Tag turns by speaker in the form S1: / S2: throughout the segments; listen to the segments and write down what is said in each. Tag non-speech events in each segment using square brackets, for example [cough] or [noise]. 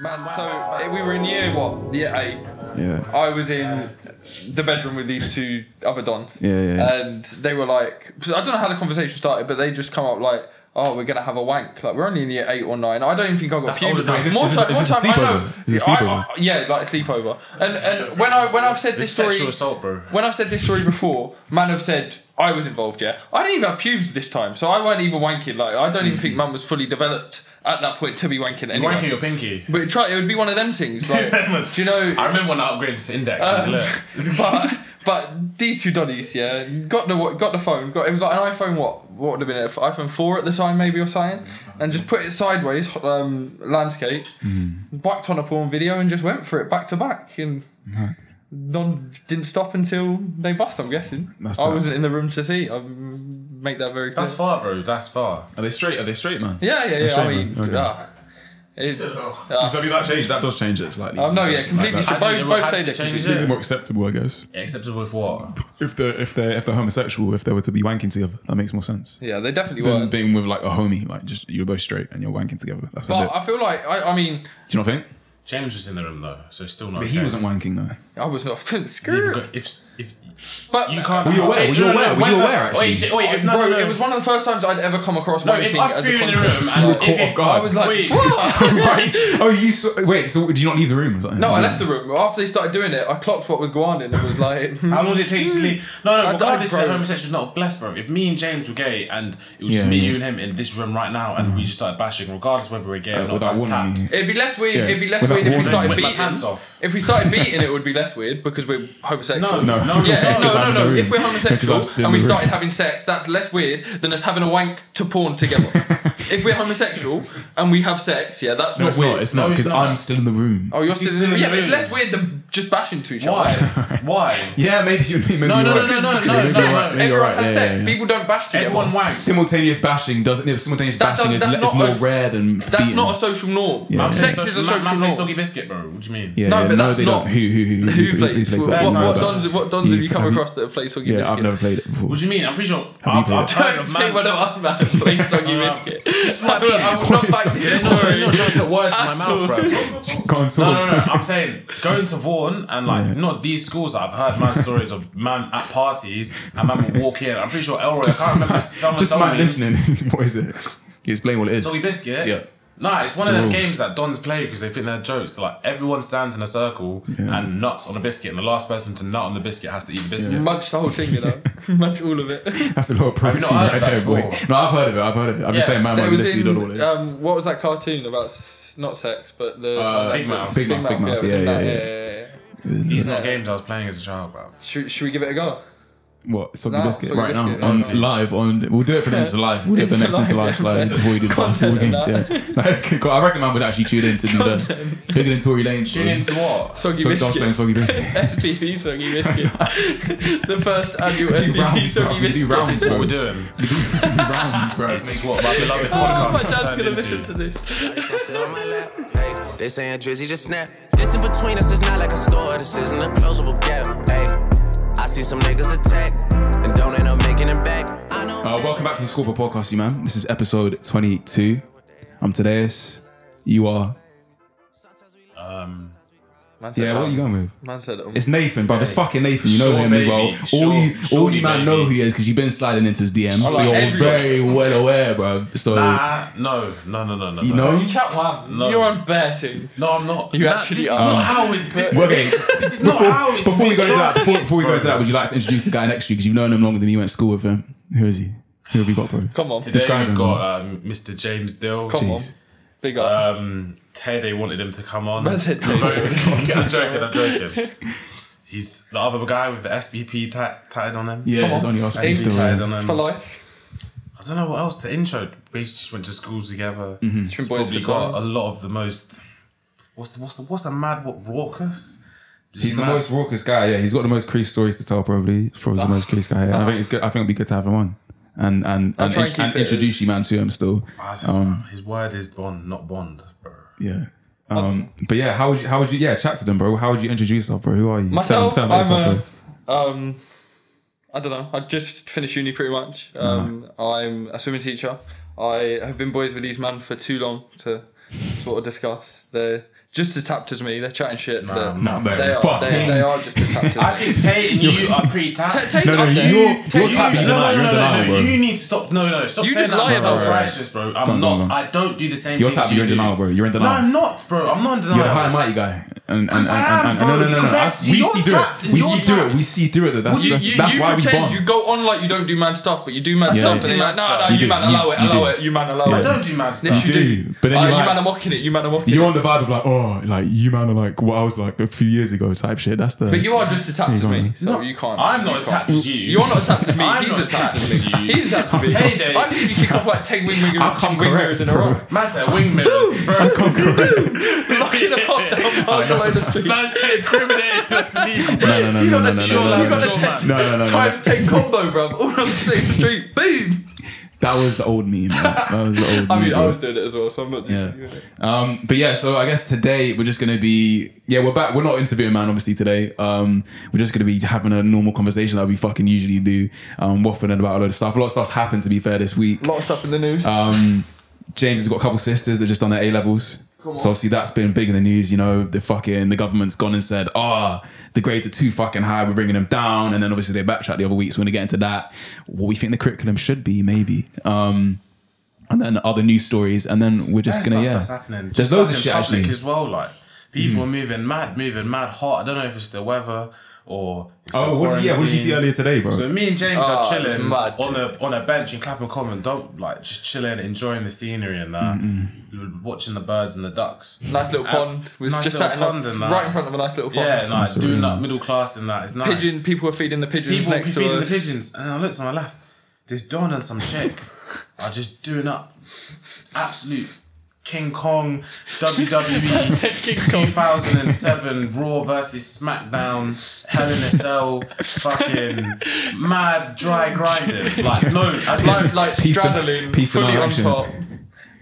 S1: Man, so eh, we were in year what? Year eight.
S2: Yeah.
S1: I was in the bedroom with these two other dons.
S2: Yeah, yeah, yeah.
S1: And they were like, so I don't know how the conversation started, but they just come up like, oh, we're gonna have a wank. Like we're only in year eight or nine. I don't even think I got
S3: That's
S1: puberty.
S3: older than-
S1: More
S3: is this-
S1: time,
S2: is
S1: more
S2: this a
S1: time I know.
S2: sleepover? Is this a
S1: I-
S2: sleepover?
S1: I- yeah, like sleepover. And and when I when I've said this
S3: It's
S1: story,
S3: sexual assault, bro.
S1: when I've said this story before, man have said I was involved. Yeah, I didn't even have pubes this time, so I weren't even wanking. Like I don't
S2: Mm-hmm.
S1: even think mum was fully developed at that point to be wanking anyway.
S3: Wanking your
S2: [laughs]
S3: pinky.
S1: But it try it would be one of them things. Like, do you know?
S3: I remember when I upgraded to index. I
S2: Um,
S3: was lit.
S2: [laughs]
S1: but but these two doddies, yeah, got the got the phone. Got it was like an iPhone. What what would have been it? iPhone four at the time, maybe or something.
S2: Mm-hmm.
S1: And just put it sideways, um, landscape.
S2: Mm.
S1: Whacked on a porn video and just went for it back to back and. None didn't stop until they bust. I'm guessing.
S2: That's
S1: I
S2: that.
S1: wasn't in the room to see. I make that very clear.
S3: That's far, bro. That's far.
S2: Are they straight? Are they straight, man?
S1: yeah, yeah, yeah. I
S2: shame,
S1: mean,
S2: man. Okay.
S1: ah, it's,
S2: So I mean, that changed. That does change it slightly.
S1: Oh, no, yeah,
S2: Like,
S1: completely.
S2: that's-
S1: So
S3: I
S1: both
S3: think it
S1: both
S3: has
S1: say they're
S3: to change
S1: completely
S3: it.
S2: These are more acceptable, I guess.
S3: Acceptable with what?
S2: If they're if they're if they're homosexual, if they were to be wanking together, that makes more sense
S1: Yeah, they definitely
S2: than
S1: were.
S2: being with like a homie. Like just you're both straight and you're wanking together. That's not
S1: But
S2: it.
S1: I feel like I, I mean
S2: Do you not think?
S3: James was in the room though, so it's still not.
S2: But he
S3: okay.
S2: wasn't wanking though. [laughs]
S1: I was not [laughs]
S3: You've
S1: screwed.
S3: got- If if
S1: But
S3: you can't.
S2: Were you aware?
S3: Wait,
S2: Were you
S3: no, no,
S2: aware?
S3: no,
S2: Were you
S3: wait,
S2: aware,
S3: Wait,
S2: actually?
S3: wait, if, no,
S1: Bro,
S3: no, no.
S1: it was one of the first times I'd ever come across
S3: No,
S1: wanking
S3: if
S1: as
S3: us
S1: a
S3: three were in the room,
S1: concept.
S3: and
S2: Like, court
S3: if-
S2: of guard.
S1: I was like, [laughs]
S3: Wait.
S1: "What?"
S3: [laughs]
S2: Oh, you saw, wait. So did you not leave the room? Or something?
S1: no, I left the room. After they started doing it, I clocked what was going on and it was like,
S3: [laughs]
S1: "Hmm."
S3: How long did it take you to leave? No, no,
S1: I
S3: regardless
S1: don't-
S3: if homosexual's not blessed, bro. If me and James were gay and it was just
S2: Yeah,
S3: me,
S2: yeah.
S3: you, and him in this room right now and we just started bashing, regardless whether we're gay or not,
S2: Uh, without
S3: that's
S2: warning
S3: tapped.
S2: me.
S1: it'd be less weird.
S2: Yeah.
S1: It'd be less
S2: Without
S1: weird if we
S2: warning.
S1: started
S3: With my
S1: beating. [laughs]
S3: pants off.
S1: If we started beating, it would be less weird because we're homosexual.
S3: No, no,
S2: [laughs]
S1: Yeah,
S3: no,
S1: no,
S2: I'm
S1: no,
S2: in
S1: no.
S2: the
S1: If
S2: room.
S1: we're
S2: [laughs] Because
S1: homosexual
S2: I'm still in
S1: and we
S2: the room.
S1: started having sex, that's less weird than us having a wank to porn
S2: [laughs]
S1: together. if we're homosexual and we have sex, yeah, that's not
S2: It's
S1: weird.
S2: not. It's
S3: No,
S2: not
S3: it's
S2: because
S3: not.
S2: I'm still in the room.
S1: Oh, you're
S3: She's
S1: still,
S3: still in
S1: yeah,
S3: the
S1: but it's
S3: room.
S1: less weird than just bashing to each [laughs]
S3: Why?
S1: other.
S3: [laughs] Why?
S2: Yeah, maybe you.
S3: No,
S2: Maybe you're
S3: no, no,
S2: right.
S3: no, no, no,
S2: Because
S3: no,
S2: you're
S3: no, no.
S2: right, you're
S1: Everyone
S2: right,
S1: has
S2: yeah,
S1: sex.
S2: yeah, yeah.
S1: People don't bash together.
S3: Everyone wanks.
S2: Simultaneous bashing doesn't. yeah, Simultaneous
S1: That does-
S2: bashing is,
S1: that's
S2: le- is
S1: not
S2: more
S1: a-
S2: rare than.
S1: That's
S2: beating.
S1: not a social norm.
S2: Yeah.
S1: Sex
S3: Social-
S1: is a
S3: man-
S1: social
S3: man plays soggy
S1: norm.
S3: biscuit, bro. What do you mean?
S2: Yeah,
S1: No,
S2: yeah,
S1: but
S2: no,
S1: that's
S2: they
S1: not-
S2: don't. Who, who, who,
S1: Who plays?
S2: plays
S1: What,
S2: that?
S1: what,
S3: no,
S1: what
S3: no.
S1: dons? What dons have you come
S2: Have you-
S1: across that have played soggy
S2: Yeah,
S1: biscuit?
S2: I've never played it before.
S3: What do you mean? I'm pretty sure.
S2: you
S3: I've,
S2: played
S3: I've
S2: it?
S1: [laughs]
S3: heard
S1: Don't
S3: of
S1: say
S3: man.
S1: one
S3: [laughs]
S1: of us man has played soggy biscuit. I will I will
S2: What
S1: not
S2: is
S1: back
S2: soggy
S1: this
S3: No, you're not
S1: story.
S3: trying to put words in my mouth, bro.
S2: Can't
S3: No,
S2: talk.
S3: no, no. I'm
S2: [laughs]
S3: saying going to Vaughan and like not these schools. I've heard man stories of man at parties and man would walk in. I'm pretty sure Elroy. I can't
S2: [laughs]
S3: remember. Someone
S2: Just
S3: told
S2: man
S3: me,
S2: listening. what is it? Can you explain what it is?
S3: Soggy biscuit.
S2: Yeah.
S3: Nah, it's one of them
S2: rules.
S3: games that dons play because they think they're jokes. So, like everyone stands in a circle and nuts on a biscuit, and the last person to nut on the biscuit has to eat the
S1: [laughs]
S3: biscuit.
S1: Munch the whole thing, you know. Munch all of it.
S2: That's a lot of
S3: you
S2: protein
S3: not heard
S2: right
S3: that
S2: there, boy.
S3: before?
S2: No, I've heard of it. I've heard of it. I'm just
S3: Yeah,
S2: saying, man,
S1: There
S2: man,
S1: was
S2: listening to all
S1: in
S2: this.
S1: um, what was that cartoon about? s- Not sex, but the
S2: Uh,
S3: Big Mouth.
S2: Big Mouth, Big Mouth,
S1: it was in
S2: yeah,
S1: that,
S2: yeah,
S1: yeah, yeah.
S3: These are not games I was playing as a child, bro.
S1: Should, should we give it a go?
S2: What? Soggy
S1: No,
S2: biscuit
S1: soggy
S2: right now
S1: biscuit,
S2: on
S1: yeah, no.
S2: live on. We'll do it for the next live. We'll do it for the
S1: It's
S2: next next live
S1: live, yeah.
S2: slide. Avoided basketball
S1: Content and
S2: games. Yeah, No, that's good. I reckon man would actually tune in to do the bigger than Tory Lane.
S3: Tune into what?
S1: Soggy
S2: So Dogs playing
S1: biscuit. [laughs]
S2: soggy biscuit.
S1: SPV soggy
S2: [laughs]
S1: biscuit. the first annual
S2: do
S1: SPV
S2: rounds, bro.
S1: soggy
S2: We do
S1: biscuit.
S2: rounds.
S3: This is what we're doing.
S2: rounds, bro.
S3: This is what my beloved
S1: Oh,
S3: podcast
S1: my
S3: has
S1: dad's
S3: turned
S1: gonna
S3: into.
S1: listen to this.
S4: Sit on my lap. Hey, they saying Drizzy just snap. This in between us is not like a store. This isn't a closable gap. Hey, I see some niggas attack and don't end up making it back. I know.
S2: Uh, welcome back to the Scorpio Podcast, you man. This is episode 22. I'm Tadeus. You are.
S3: Um,
S1: Man said,
S2: Yeah, what are you going with?
S1: Man said, um,
S2: It's Nathan, bro. It's fucking Nathan. You know
S3: Sure,
S2: him as well.
S3: baby.
S2: all you,
S3: Sure,
S2: all
S3: surely,
S2: you man
S3: baby.
S2: know who he is because you've been sliding into his DMs. so
S1: like
S2: you're
S1: everyone.
S2: very well aware, bro. So
S3: nah, Ah, no, no, no, no, no.
S2: you
S3: no.
S2: know.
S1: you chat one.
S3: No.
S1: You're on betting.
S3: No, I'm not.
S1: You
S3: Nah,
S1: actually
S3: this
S1: are.
S3: is not how it. This,
S2: Well, Okay.
S3: this is not how it's.
S2: Before we go into that,
S3: started.
S2: before, before we go into
S3: Bro.
S2: that, would you like to introduce the guy next to you because you've known him longer than you went to school with him? Who is he? Who have you got, bro?
S1: Come on.
S3: Today
S2: Describe
S3: we've
S2: him.
S3: got um, Mr. James Dill.
S1: Come
S2: Jeez.
S1: on. Big up.
S3: Um, Tay, they wanted him to come on.
S1: Man said Tay.
S3: [laughs] I'm joking. I'm joking. He's the other guy with the SBP ta- tatted on him.
S2: Yeah,
S1: Come
S2: it's
S1: on. um,
S2: only us.
S1: Hey,
S2: still.
S3: Tatted
S2: yeah.
S3: on him.
S1: For life.
S3: I don't know what else to intro. We just went to school together.
S2: Mm-hmm.
S1: Twin boys
S3: Probably
S1: for
S3: got a
S1: time.
S3: lot of the most. What's the what's the what's the mad what raucous? Just
S2: He's the
S3: mad-
S2: most raucous guy. Yeah, he's got the most crease stories to tell. Probably, He's probably the most crease guy. Yeah. And I think it's good. I think it'd be good to have him on and and and,
S1: try and
S2: int-
S1: keep
S2: and
S1: it
S2: introduce you, man, to him still. Um,
S3: His word is Bond, not Bond, bro.
S2: yeah. Um, but yeah, how would you? How would you? Yeah, chat to them, bro. How would you introduce yourself, bro? Who are you?
S1: Myself,
S2: tell them, tell them about
S1: I'm
S2: yourself,
S1: a, um, I don't know. I just finished uni pretty much. Um, I'm a swimming teacher. I have been boys with these men for too long to, to sort of discuss. They're just as tapped as me. They're chatting shit.
S3: Nah,
S1: they're,
S3: I'm not,
S1: they,
S2: mate.
S1: are, they,
S2: Fucking-
S1: they are just as [laughs] tapped
S3: I
S1: as me.
S3: think Tate and you are pretty tapped.
S1: Ta- Tate's
S2: No, no,
S1: up there.
S2: you're-
S1: Tate's
S2: you're
S1: up
S3: You,
S1: there.
S3: no,
S2: tapped.
S3: no, no,
S2: You're
S3: no,
S2: denial,
S3: no,
S2: bro.
S3: You need to stop. No, no, stop
S1: You
S3: saying
S1: just
S3: that.
S1: lie
S3: I'm
S1: about it.
S3: self-righteous, bro. I'm not.
S2: Don't, don't, don't.
S3: I don't do the same
S2: You're
S3: things
S2: tapped.
S3: you
S2: You're in
S3: do.
S2: denial, bro. You're in
S3: No,
S2: denial.
S3: I'm not, bro. I'm not in denial.
S2: You're the high and mighty guy. And, and, and,
S3: I am,
S2: and, and, no,
S3: bro.
S2: no, no, no.
S3: That's-
S2: That's, we
S3: you're
S2: see through
S3: tapped.
S2: it. We
S3: You're
S2: see through it.
S3: tapped.
S2: We see through it. though. That's,
S1: You,
S2: [laughs] that's,
S1: you,
S2: that's
S1: you
S2: why we
S1: pretend
S2: bond.
S1: you go on like you don't do mad stuff, but you do mad
S2: Yeah.
S1: stuff,
S2: You
S1: and
S2: do
S1: then you're like,
S3: mad
S1: no, no,
S3: stuff.
S1: you,
S2: You do.
S1: man,
S2: You-
S1: allow it,
S2: you
S1: allow
S2: do.
S1: it, you man, allow
S2: Yeah.
S3: I
S1: it.
S3: don't do mad
S1: Yes,
S3: stuff.
S1: you
S2: You
S1: do.
S2: do, but then
S1: Uh,
S2: you're
S1: you
S2: like-
S1: man are mocking it. You man are mocking
S2: You're
S1: it.
S2: on the vibe of like, oh, like you man are like what I was like a few years ago type shit. That's the.
S1: But you are just as tapped as
S2: go on,
S1: me,
S2: man.
S1: so you can't.
S3: I'm
S1: you
S3: not as
S1: can't.
S3: tapped as you.
S1: You're not as tapped as me.
S3: I'm
S1: He's
S3: not
S1: as tapped
S3: tapped
S1: as
S3: as
S1: me.
S3: you.
S1: He's as tapped as me.
S3: Hey, Dave.
S1: I've seen you kick off like ten wing wing
S2: I'll come
S1: wing mirrors
S2: correct,
S1: in a row.
S3: Man said wing mirrors,
S2: [laughs]
S3: bro.
S1: Fucking off
S3: [laughs]
S1: down miles below the street.
S3: Man said incriminating. That's legal, bro.
S2: No,
S1: [laughs]
S2: no, no, no, no, no,
S3: You're
S2: no,
S3: like
S1: gotta
S2: no, no.
S3: your
S1: test-
S3: man.
S2: No, no, no, no.
S1: Times ten combo, bruv. All on the same street. Boom.
S2: That was the old me. man. That was the old me.
S1: [laughs] I mean, I
S2: bro.
S1: was doing it as well, so I'm not.
S2: Yeah. Um, but yeah, so I guess today we're just gonna be yeah, we're back. We're not interviewing man obviously today. Um, we're just gonna be having a normal conversation that we fucking usually do. Um, waffling about a lot of stuff. A lot of stuff's happened to be fair this week.
S1: lot of stuff in the news.
S3: Uh,
S2: Um, James has got a couple sisters that just done their A levels. So
S1: on.
S2: obviously that's been big in the news, you know. The fucking the government's gone and said, ah, the grades are too fucking high. We're bringing them down, and then obviously they backtracked the other week. So we're gonna get into that. What we think the curriculum should be, maybe. Um, and then other news stories, and then we're just
S3: There's
S2: gonna
S3: stuff
S2: yeah.
S3: that's happening.
S2: There's
S3: Just
S2: loads of
S3: stuff
S2: shit
S3: in public
S2: actually. Hmm.
S3: as well. Like people are moving mad, moving mad hot. I don't know if it's the weather or it's the
S2: Oh, what did, yeah, what did you see
S3: quarantine.
S2: earlier today, bro?
S3: So me and James
S1: Oh,
S3: are
S1: it's
S3: chilling
S1: mad.
S3: on a on a bench in Clapham Common. Don't like just chilling, enjoying the scenery and that, watching the birds and the ducks.
S1: Nice little
S3: Uh,
S1: pond. We was
S3: nice
S1: just
S3: little
S1: sat in, like,
S3: pond and that.
S1: right in front of a nice little pond.
S3: Yeah, like
S2: surreal.
S3: doing that middle class and that. It's nice.
S1: Pigeon. People were feeding the pigeons
S3: People
S1: next
S3: feeding
S1: to
S3: the
S1: us. [laughs]
S3: pigeons. And I looked to my left. This Don and some chick are just doing up. Absolute King Kong E
S1: [laughs]
S3: WWE
S1: Said King Kong.
S3: 2007 Raw versus SmackDown Hell in a Cell fucking mad dry grinding. Like, no, as
S1: like like
S2: Peace to-
S1: straddling,
S2: peace to
S1: fully
S2: my
S1: on
S2: action.
S1: top,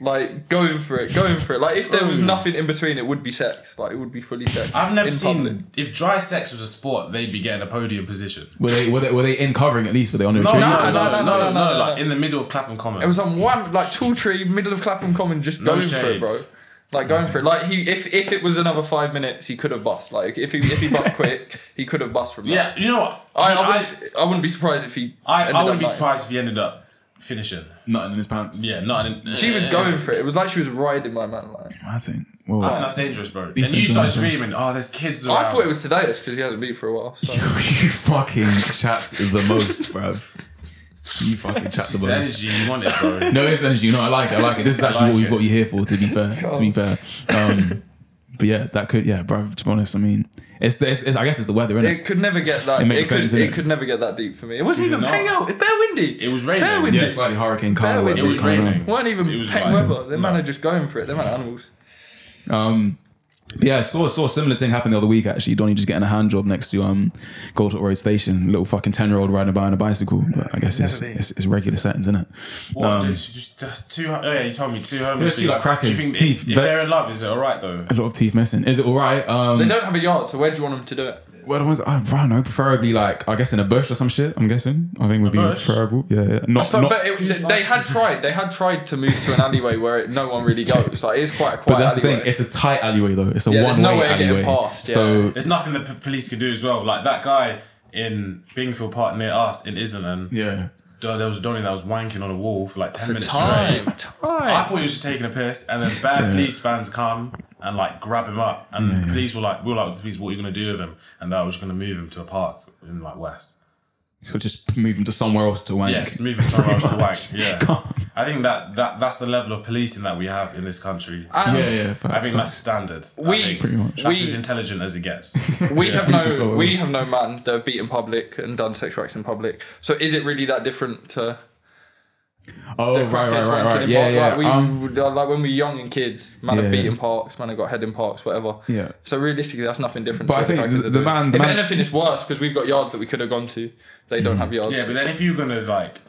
S1: like going for it, going for it. Like if there
S2: Oh.
S1: was nothing in between, it would be sex. Like it would be fully sex.
S3: I've never
S1: in
S3: seen
S1: public.
S3: if dry sex was a sport, they'd be getting a podium position.
S2: were, they, were they were they in covering at least? Were they on the
S3: No,
S2: retreat?
S3: no, no, no, no,
S1: no,
S3: no,
S1: no, no.
S3: like in the middle of Clapham Common.
S1: It was on one like tall tree, middle of Clapham Common, just
S3: No
S1: going for it, bro.
S3: shades.
S1: Like going for it. Like he, if if it was another five minutes, he could have bust. Like if he if he
S3: [laughs]
S1: bust quick, he could have bust from that.
S3: yeah, you know what?
S1: I, I,
S3: I,
S1: wouldn't, I, wouldn't be surprised if he.
S3: I,
S1: ended
S3: I
S1: up
S3: wouldn't be
S1: like-
S3: surprised if he ended up finishing.
S2: Nothing in his pants.
S3: Yeah, not an,
S1: She was going for it. It was like she was riding my man. Like
S2: I think. Well,
S3: I think that's dangerous, bro. And
S2: These
S3: you
S2: things
S3: start
S2: are dangerous.
S3: screaming, "Oh, there's kids around!"
S1: I thought it was today, because he hasn't been for a while. So.
S2: [laughs] you fucking chat the most, bruv. You fucking chat the
S3: the
S2: most.
S3: energy you wanted,
S1: [laughs]
S3: bro.
S2: No, it's energy. No, I like it. I like it. This is
S3: like
S2: actually what we've
S3: it.
S2: got you here for. To be fair, to be fair. Um, but yeah, that could yeah, bro. To be honest, I mean, it's, it's, it's I guess it's the weather, innit?
S1: It could never get that.
S2: It
S1: It,
S2: makes sense,
S1: could,
S2: innit?
S1: it could never get that deep for me. It wasn't
S3: Did it
S1: even
S3: not?
S1: paying out. It's bare windy.
S3: It was raining.
S1: Bare windy.
S2: yeah, it's like Hurricane
S1: Bear
S2: Carl.
S1: with me.
S2: whatever
S3: It was
S2: it's called
S3: raining.
S2: now.
S1: weren't even
S3: It was
S1: paying
S3: like-
S1: weather. Their man
S3: no.
S1: are just going for it. Their man are animals.
S2: Um, but yeah, I saw saw a similar thing happen the other week. Actually, Donny just getting a hand job next to um Gold Hill Road Station. Little fucking ten year old riding by on a bicycle. But I guess it's, it's, it's regular settings, isn't it?
S3: What? there's just- there's two. Oh, yeah, you told me two homeless.
S2: Let's see, Um, like,
S3: people.
S2: crackers,
S3: Do you think
S2: teeth,
S3: If, if
S2: but-
S3: they're in love, is it all right though?
S2: A lot of teeth missing. Is it all right? Um,
S1: They don't have a yard, so where do you want them to do it?
S2: Well, the ones I don't know, preferably like I guess in a bush or some shit. I'm guessing. I think would be
S3: bush?
S2: preferable. Yeah, yeah. Not,
S1: But,
S2: not
S1: but it, they had tried. They had tried to move to an alleyway where it, no one
S3: [laughs]
S1: really goes. Like it is quite a quiet
S2: But that's
S1: alleyway.
S2: the thing. It's a tight alleyway though. It's a
S1: Yeah, there's
S2: one
S1: no
S2: way
S1: way of getting
S2: alleyway.
S1: past, yeah.
S2: So
S3: There's nothing the p- police could do as well. Like that guy in Bingfield Park near us in Islington.
S2: yeah.
S3: duh, There was a Donny that was wanking on a wall for like ten minutes
S1: [laughs] time,
S3: straight. I
S1: time.
S3: thought he was just taking a piss, and then bad police vans come and like grab him up, and the police were like, "We were like, with the police, what are you gonna do with him?" And they were just gonna move him to a park in like West.
S2: So just move them to somewhere else to wank.
S3: Yes, move him somewhere
S2: [laughs]
S3: else to wank.
S2: much.
S3: Yeah,
S2: God.
S3: I think that, that that's the level of policing that we have in this country. I,
S1: And
S2: Yeah, yeah. Facts,
S3: think that's
S2: facts.
S3: standard. I
S1: We-
S3: think
S1: Pretty much.
S3: that's
S1: we-
S3: as intelligent as it gets.
S1: we have no
S2: People
S1: we
S2: saw
S1: have no man that have beaten public and done sexual acts in public. So is it really that different to
S2: oh right, right,
S1: kids
S2: right,
S1: wanking
S2: right.
S1: in
S2: Yeah,
S1: park?
S2: yeah.
S1: Like, we, [laughs]
S2: um,
S1: would- like when we were young and kids, man
S2: Yeah.
S1: have beaten parks, man have got head in parks, whatever.
S2: Yeah.
S1: So realistically, that's nothing different.
S2: But
S1: to
S2: I
S1: what
S2: think
S1: crackers
S2: the-
S1: are
S2: the
S1: doing.
S2: man- the
S1: if
S2: man- Mm.
S1: anything, it's worse because we've got yards that we could have gone to. They don't have yards.
S3: Yeah, but then if you're gonna like,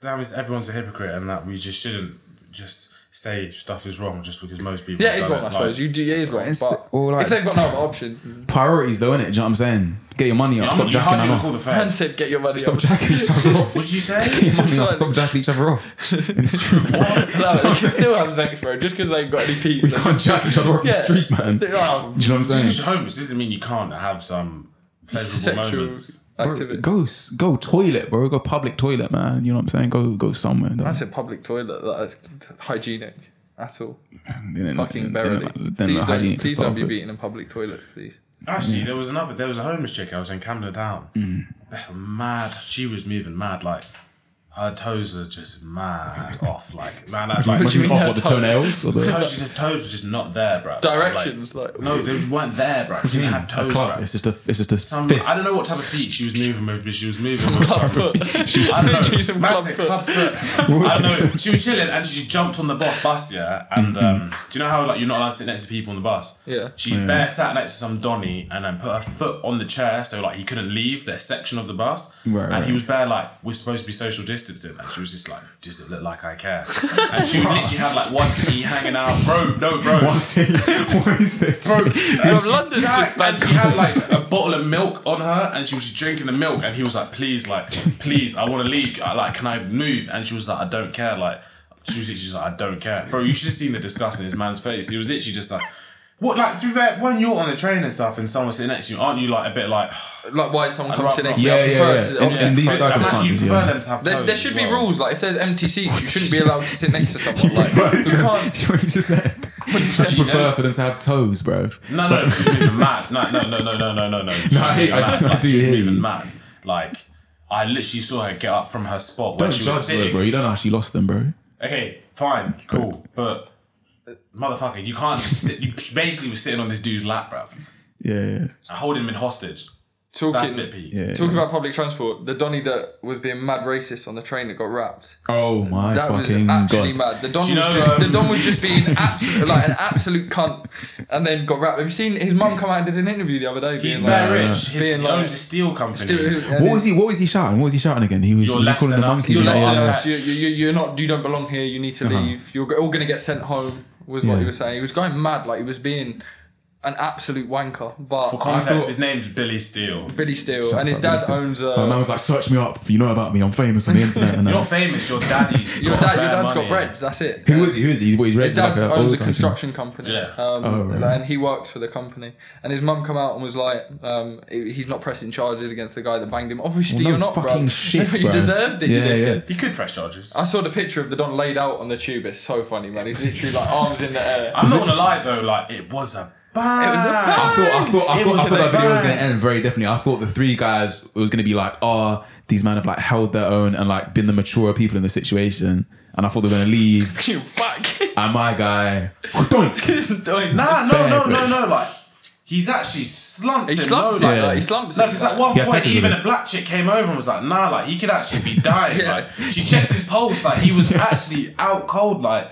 S3: that means everyone's a hypocrite, and that we just shouldn't just say stuff is wrong just because most people.
S1: Yeah,
S3: have
S1: it's
S3: done
S1: wrong, I
S3: it.
S1: suppose.
S3: Like,
S1: You do, yeah, it's wrong.
S2: It's
S1: but
S2: all like- [laughs]
S1: if they've got no other option,
S2: priorities though, innit? Do you know what I'm saying? Get your money up.
S3: I'm
S2: Stop
S3: not- you
S2: jacking
S3: hardly
S2: them
S3: gonna call
S2: off.
S3: the
S1: And
S3: fans.
S1: said, get your money
S2: Stop
S1: up.
S2: jacking each other off.
S3: What'd you say?
S2: Get your
S1: [laughs]
S2: money up.
S1: Sorry.
S2: Stop jacking each other off. In the street.
S1: [laughs]
S2: [laughs]
S1: no, they can still have sex, bro, just because they ain't got any pee.
S2: We can't jack each other off in the
S1: Yeah. [laughs]
S2: street, man. Do you know
S1: Oh,
S2: what I'm saying?
S3: Just homeless doesn't mean you can't have some pleasurable
S1: sexual
S3: moments.
S2: Bro,
S1: activity.
S2: go s- go toilet, bro. Go public toilet, man. You know what I'm saying? Go go somewhere. dog.
S1: That's a public toilet. That is hygienic at all.
S2: They don't-
S1: Fucking
S2: they don't-
S1: barely.
S2: they don't know
S1: Please
S2: hygiene
S1: don't,
S2: to
S1: please
S2: start
S1: don't be
S2: with.
S1: beaten in public toilets, please.
S3: Actually, there was another. There was a homeless chick. I was in Camden Town. Ugh, Mad. She was moving mad. Like her toes are just mad [laughs] off. Like man, I'd like
S1: What do you mean
S2: Maybe off
S1: no
S2: what, the
S1: toes?
S2: toenails or the
S3: toes. The toes were just not there, bro.
S1: Directions,
S3: Like,
S1: like,
S3: no, they weren't there, bro. She didn't have
S2: a
S3: toes,
S2: club.
S3: bro.
S2: It's just a it's just a
S3: Some,
S2: fist.
S3: I don't know what type of feet she was moving with, but she was moving with
S2: [laughs]
S3: some
S1: She's
S3: I don't know.
S1: She's some
S3: Man
S1: club
S3: said
S1: foot.
S3: club foot. I don't know. She was chilling and she jumped on the bus, bus yeah. And um, do you know how like you're not allowed to sit next to people on the bus?
S1: Yeah.
S3: She bare sat next to some Donny and then put her foot on the chair so like he couldn't leave their section of the bus.
S2: Right,
S3: and he
S2: right.
S3: was bare like, we're supposed to be social distancing. And she was just like, does it look like I [laughs] care? and she literally had like one tee hanging out. Bro, no, bro.
S2: [laughs] what is this? [laughs]
S3: Bro, and she
S1: London's
S3: sat-
S1: just bad
S3: and she had like a bottle of milk on her, and she was drinking the milk, and he was like, "Please, like, please, I want to leave. I, like, can I move?" And she was like, "I don't care." Like, she was literally just like, "I don't care." Bro, you should have seen the disgust in this man's face. He was literally just like, "What?" Like, to be fair, when you're on a train and stuff, and someone's sitting next to you, aren't you like a bit like? [sighs]
S1: Like, why someone comes to next
S3: rather
S1: to
S2: not.
S1: me? I
S2: Yeah,
S1: prefer
S2: yeah,
S1: to the
S2: yeah. In-
S1: opposite
S2: in these
S1: approach.
S3: Man,
S2: circumstances.
S3: you prefer
S2: yeah.
S3: them to have
S1: There,
S3: toes
S1: there
S3: as
S1: should be
S3: well.
S1: rules. Like, if there's empty
S2: [laughs]
S1: seats, you shouldn't be allowed to sit next to someone. Like, you can't.
S2: See what you just said? I
S3: You know?
S2: prefer for them to have toes, bro.
S3: No, no, she's moving mad. No, no, no, no, no, no,
S2: [laughs]
S3: no, no. She's
S2: No, I hear-
S3: moving
S2: I
S3: mad.
S2: do- I
S3: Like,
S2: do
S3: she's
S2: hear
S3: moving
S2: you.
S3: mad. Like, I literally saw her get up from her spot where
S2: Don't
S3: she was
S2: judge, though,
S3: sitting.
S2: bro. You don't know how she lost them, bro.
S3: Okay, fine, cool, but motherfucker, you can't just sit. You basically was sitting on this dude's lap, bruv.
S2: Yeah,
S3: I hold him in hostage. That's
S1: Talking,
S3: a bit peak.
S2: yeah.
S1: talking about public transport, the Donny that was being mad racist on the train that got wrapped.
S2: Oh my
S1: That was
S2: fucking
S1: actually
S2: god!
S1: mad. The Don,
S3: Do you
S1: was
S3: know,
S1: just, the
S3: um,
S1: Don was just being
S3: [laughs]
S1: absolute, like an absolute cunt, and then got wrapped. Have you seen his mum come out and did an interview the other day?
S3: He's
S1: Being
S3: very
S1: like,
S3: rich. His,
S1: being
S3: he
S1: like- uh,
S3: owns a steel company.
S1: still,
S2: What was he? What was he shouting? What was he shouting again? He was,
S3: You're
S2: was he
S3: less
S2: calling
S3: than
S2: the
S3: us,
S2: monkeys.
S1: You're
S2: and
S1: less
S2: all
S1: than
S2: that?
S1: us. You, you, you're not. You don't belong here. You need to leave. You're all going to get sent home. Was what
S2: Uh-huh. Yeah.
S1: he was saying. He was going mad. Like he was being an absolute wanker. But
S3: For
S1: I
S3: context,
S1: thought
S3: his name's Billy Steele.
S1: Billy Steele
S2: Shouts
S1: and his
S2: out Billy
S1: dad
S2: Steele.
S1: owns.
S2: Oh, the man
S1: Uh,
S2: was like, "Search me up. You know about me. I'm famous on the internet." [laughs] And, uh,
S3: You're not famous. Your daddy's.
S1: your
S3: got
S1: dad. Your
S3: bare
S1: dad's
S3: money.
S1: got breads. That's it.
S2: who is he? Who is he? He's, what, he's
S1: His
S2: raised
S1: dad
S2: like a
S1: owns a
S2: old-time thing.
S1: construction company,
S3: Yeah.
S1: um,
S2: Oh, right.
S1: and he works for the company. And his mum come out and was like, um, he- "He's not pressing charges against the guy that banged him. Obviously,
S2: Well, no
S1: you're not,
S2: fucking [laughs]
S1: bro.
S2: shit,
S1: [laughs] you
S2: bro.
S1: deserved it. you
S2: Yeah,
S1: dickhead.
S2: yeah.
S3: He could press charges.
S1: I saw the picture of the Don laid out on the tube. It's so funny, man. He's literally like arms in the air.
S3: I'm not gonna lie though. Like it was a bad.
S1: It was a bad-
S2: I thought, I thought, I
S3: It
S2: thought,
S3: was
S2: I thought that
S3: like,
S2: video was
S3: bang.
S2: going to end very differently. I thought the three guys it was going to be like, oh, these men have like held their own and like been the mature people in the situation, and I thought they were going to
S1: [laughs]
S2: leave.
S1: You fuck.
S2: And my guy, [laughs] doink.
S3: Nah, no,
S2: Bare
S3: no, no,
S2: bread.
S3: no. Like he's actually slumped.
S1: He
S3: him
S1: slumps
S3: low,
S1: it.
S3: like,
S1: Like, he slumps
S3: No,
S1: it.
S3: because at one
S2: Yeah,
S3: point,
S2: Tucker's
S3: even
S2: with
S3: a black chick came over and was like, "Nah, like he could actually be dying."
S1: Yeah.
S3: Like she checked his pulse, like he was actually out cold. Like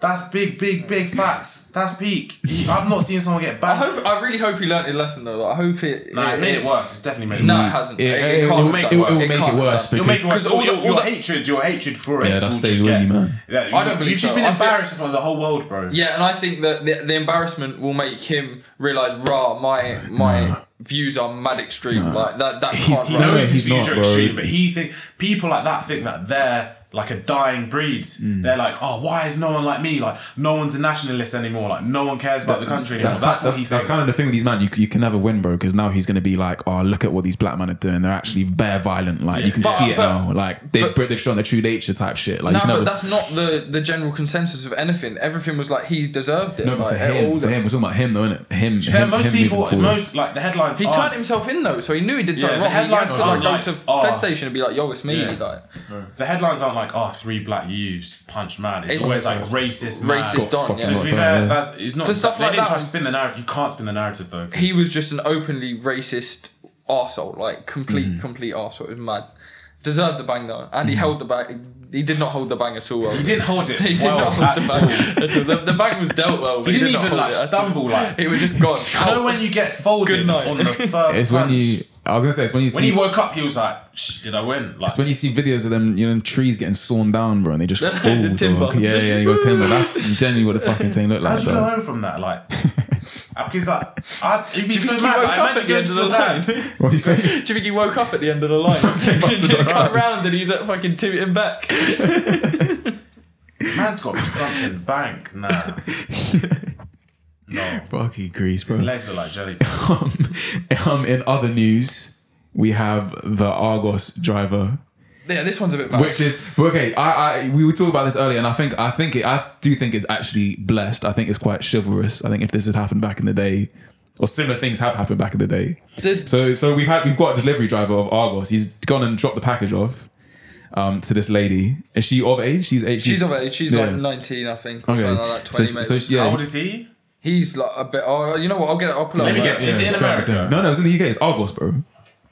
S3: that's big, big, big facts. That's peak. He, I've not seen someone get
S1: I
S3: banned.
S1: hope. I really hope he learnt his lesson though. Like, I hope it.
S3: nah, it made it worse. It's definitely made it
S1: No, it
S3: worse.
S1: hasn't.
S2: It-
S1: It,
S2: it-
S1: it,
S2: it
S1: can't
S2: will
S1: have
S2: make-
S1: done
S2: it will
S1: that.
S2: make it
S1: can't have
S2: worse
S1: done.
S3: You'll
S2: because-
S3: make it worse.
S1: Because all
S3: Your,
S1: the-
S3: your
S1: all the-
S3: hatred, your hatred for it.
S2: Yeah, that
S3: will
S2: stays
S3: just
S2: with
S3: get-
S2: you, man.
S3: Yeah, you,
S1: I don't believe
S3: You've just
S1: so.
S3: been
S1: I think-
S3: embarrassed for the whole world, bro.
S1: Yeah, and I think that the, the embarrassment will make him realize, rah, my my views are mad extreme. Like that. That can't.
S3: He
S1: run.
S2: No,
S3: knows his
S2: he's
S3: views
S2: not,
S3: are
S2: bro.
S3: extreme, but he think people like that think that they're like a dying breed.
S2: Mm.
S3: They're like, oh, why is no one like me? Like, no one's a nationalist anymore. Like, no one cares about the country anymore.
S2: That's,
S3: That's,
S2: that's,
S3: what
S2: that's,
S3: he
S2: that's
S3: thinks.
S2: kind of the thing with these men. You, you can never win, bro, because now he's going to be like, oh, look at what these black men are doing. They're actually bare violent. Like, you can
S1: But-
S2: see it
S1: but-
S2: now. Like, they,
S1: but-
S2: they've shown their true nature type shit. Like,
S1: No,
S2: you can
S1: but
S2: never,
S1: that's not the, the general consensus of anything. Everything was like he deserved it.
S2: no, but for
S1: like, all
S2: him,
S1: the-
S2: for him, we're talking about him, though, innit? Him,
S3: Fair,
S2: him,
S3: most
S2: him moving
S3: people,
S2: forward.
S3: most like the headlines.
S1: He
S3: aren't-
S1: turned himself in though, so he knew he did something
S3: the
S1: wrong. He had
S3: headlines
S1: to like,
S3: are
S1: go
S3: like,
S1: to
S3: oh.
S1: fence station and be like, "Yo, it's me."
S3: Yeah.
S1: Like
S3: The headlines aren't like, oh, three black youths punch man. It's,
S1: It's-
S3: always like racist, man.
S1: racist Don.
S2: fucked
S1: Yeah.
S3: So to be
S2: Yeah.
S3: fair, that's it's not.
S1: For stuff
S3: they
S1: like
S3: didn't
S1: that-
S3: try to spin the narrative. You can't spin the narrative though. 'cause
S1: he was just an openly racist arsehole, like complete,
S2: Mm-hmm.
S1: complete arsehole. It was mad. Deserved the bang though, and he held the bang. He did not hold the bang at all. Well.
S3: He didn't hold it.
S1: He did
S3: well
S1: not
S3: at
S1: hold the
S3: all.
S1: bang. at all. The, the bang was dealt well. But
S3: He
S1: he,
S3: didn't
S1: did not
S3: even
S1: hold
S3: like
S1: it at all.
S3: stumble. Like,
S1: He was just
S3: [laughs]
S1: gone.
S3: you know when you get folded
S1: Good night.
S2: [laughs]
S3: on the first
S2: It's
S3: punch.
S2: when you, I was going to say, it's when you see.
S3: When he woke up, he was like, Shh, "Did I win?" Like,
S2: It's when you see videos of them, you know, trees getting sawn down, bro, and
S3: [laughs]
S2: they just
S1: The
S2: fall.
S1: timber.
S2: dog. Yeah, yeah, you got timber. That's genuinely what the fucking thing looked
S3: how
S1: [laughs]
S2: like.
S3: did you go
S2: Dog.
S3: home from that? Like, Uh, because like, I, you'd be
S1: Do you
S3: so
S1: think he
S3: mad.
S1: woke
S3: I
S1: up
S3: imagine
S1: at the
S3: getting
S1: end
S3: to
S1: of
S3: the
S1: the
S3: time.
S1: line?
S2: What do you say? [laughs]
S1: Do you think he woke up at the end of the line? he just cut round and he's at fucking Tooting back.
S3: [laughs] Man's got stumped in the bank.
S1: [laughs]
S3: Nah. No.
S2: Fucking grease, bro.
S3: His legs are like jelly. beans.
S2: um, um, in other news, we have the Argos driver,
S1: Yeah, this one's a bit mad.
S2: which is but okay. I, I we were talking about this earlier, and I think I think it, I do think it's actually blessed. I think it's quite chivalrous. I think if this had happened back in the day, or similar things have happened back in the day.
S1: Did-
S2: so so we've had we've got a delivery driver of Argos. He's gone and dropped the package off um, to this lady. Is she of age? She's age.
S1: she's of age. She's like
S2: yeah.
S1: 19, I think.
S2: Okay.
S1: Something like that,
S2: So-
S1: 20 maybe.
S2: so she- yeah.
S3: How old is he?
S1: He's like a bit. Oh, you know what? I'll get it. I'll pull it
S3: Let
S1: up.
S3: me guess. Is it in
S2: go back to
S3: America?
S2: him. No, no, it's in the UK. It's Argos, bro.